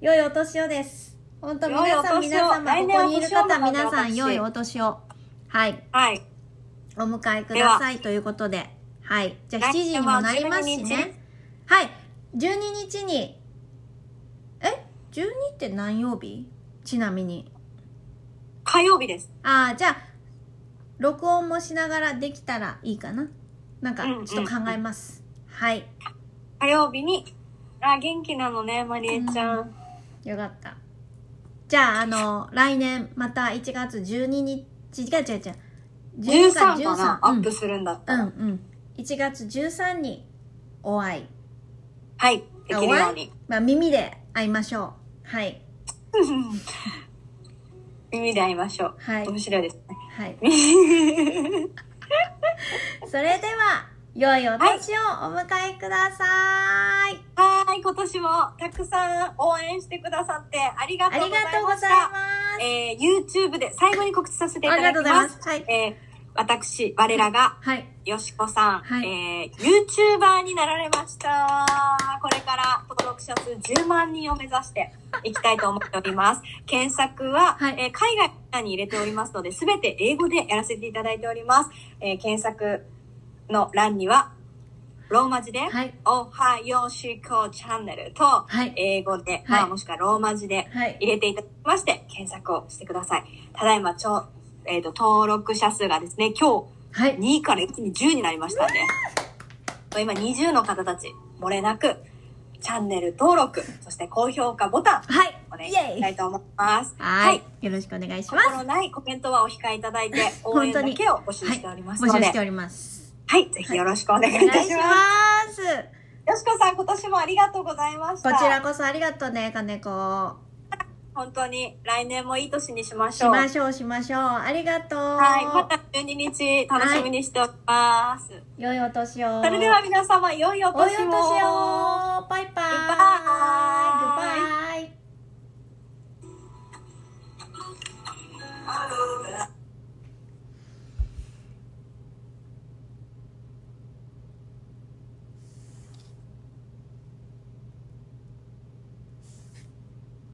Speaker 1: 良いお年をです。本当皆さん、
Speaker 2: 良いお年を
Speaker 1: 皆様、こ
Speaker 2: 来年
Speaker 1: こ
Speaker 2: お
Speaker 1: にいる
Speaker 2: 年をな
Speaker 1: 方、
Speaker 2: ので
Speaker 1: 皆さん、
Speaker 2: 私
Speaker 1: 良いお年を。はい。
Speaker 2: はい。
Speaker 1: お迎えくださいということで。はい。じゃあ、7
Speaker 2: 来
Speaker 1: 時に
Speaker 2: 年
Speaker 1: も
Speaker 2: は
Speaker 1: なりますし
Speaker 2: 12日
Speaker 1: ね。はい。12日に、え ?12 って何曜日ちなみに。
Speaker 2: 火曜日です。
Speaker 1: ああ、じゃあ、録音もしながらできたらいいかな。なんか
Speaker 2: うんう、ん
Speaker 1: ちょっと考えます。はい。
Speaker 2: 火曜日に。あ、元気なのね、マリエちゃん。
Speaker 1: うんよかった。じゃあ、あの、来年、また1月12日、違う違う違う。
Speaker 2: 13
Speaker 1: 13
Speaker 2: かな、
Speaker 1: 13
Speaker 2: アップするんだった
Speaker 1: うん、う
Speaker 2: ら。
Speaker 1: ん、うん。1月13にお会い。
Speaker 2: はい。できるよう
Speaker 1: お会い
Speaker 2: に。
Speaker 1: まあ、耳で会いましょう。はい。
Speaker 2: 耳で会いましょう。
Speaker 1: はい
Speaker 2: 面白いですね。
Speaker 1: はい。それでは、良いお年をお迎えください。
Speaker 2: はーい、今年もたくさん応援してくださってありがと
Speaker 1: あ
Speaker 2: うご
Speaker 1: り
Speaker 2: ざいま
Speaker 1: がとうござ
Speaker 2: し
Speaker 1: い
Speaker 2: た。
Speaker 1: ます。
Speaker 2: えー、YouTube で最後に告知させてい
Speaker 1: あ
Speaker 2: た
Speaker 1: りがとう
Speaker 2: だき
Speaker 1: ござい
Speaker 2: ま。
Speaker 1: ますす。はい。
Speaker 2: えー、私、我らが、
Speaker 1: はい。
Speaker 2: よしこさん、
Speaker 1: はい
Speaker 2: えー、YouTuber になられました。これから登録者数10万人を目指していきたいと思っており ます。検索は、
Speaker 1: はい
Speaker 2: えー海外に入れておりますので、すべて英語でやらせていただいております。えー、検索の欄には、ローマ字で、
Speaker 1: はい。
Speaker 2: おはよしこチャンネルと、
Speaker 1: はい。
Speaker 2: 英語で、ま
Speaker 1: は
Speaker 2: あ
Speaker 1: い
Speaker 2: もしくはローマ字で
Speaker 1: はい。
Speaker 2: 入れていただきまして、検索をしてください。ただいま、ちょ、えっ、と、登録者数がですね、今日、
Speaker 1: はい。
Speaker 2: 2から一気に10になりましたんで、今20の方たち、漏れなく、チャンネル登録、そして高評価ボタン、お
Speaker 1: はい。
Speaker 2: 願い
Speaker 1: イ
Speaker 2: し
Speaker 1: ェ
Speaker 2: た
Speaker 1: イ
Speaker 2: いと思います。
Speaker 1: はい。よろしくお願いします。
Speaker 2: 心ないコメントはお控えいただいて、応
Speaker 1: 本
Speaker 2: 援
Speaker 1: 当
Speaker 2: だ
Speaker 1: に
Speaker 2: けを募集しております
Speaker 1: 募
Speaker 2: ので、
Speaker 1: 集
Speaker 2: は
Speaker 1: し
Speaker 2: い
Speaker 1: て、おります。
Speaker 2: ぜひよろしくお願いい
Speaker 1: お
Speaker 2: た
Speaker 1: 願
Speaker 2: し
Speaker 1: い
Speaker 2: ます。
Speaker 1: します。
Speaker 2: よしこさん、今年もありがとうございました。
Speaker 1: こちらこそありがとうね、金子。
Speaker 2: 本当に来年もいい年にしまし
Speaker 1: し
Speaker 2: ょう。
Speaker 1: ましょう、しましょう。ありがとう。
Speaker 2: はい、また12日楽しみにしております。
Speaker 1: 良いお年を。
Speaker 2: それでは皆様、良いお
Speaker 1: お
Speaker 2: 年を。
Speaker 1: いお年を。バイバイ。
Speaker 2: グッバイ
Speaker 1: グッバイ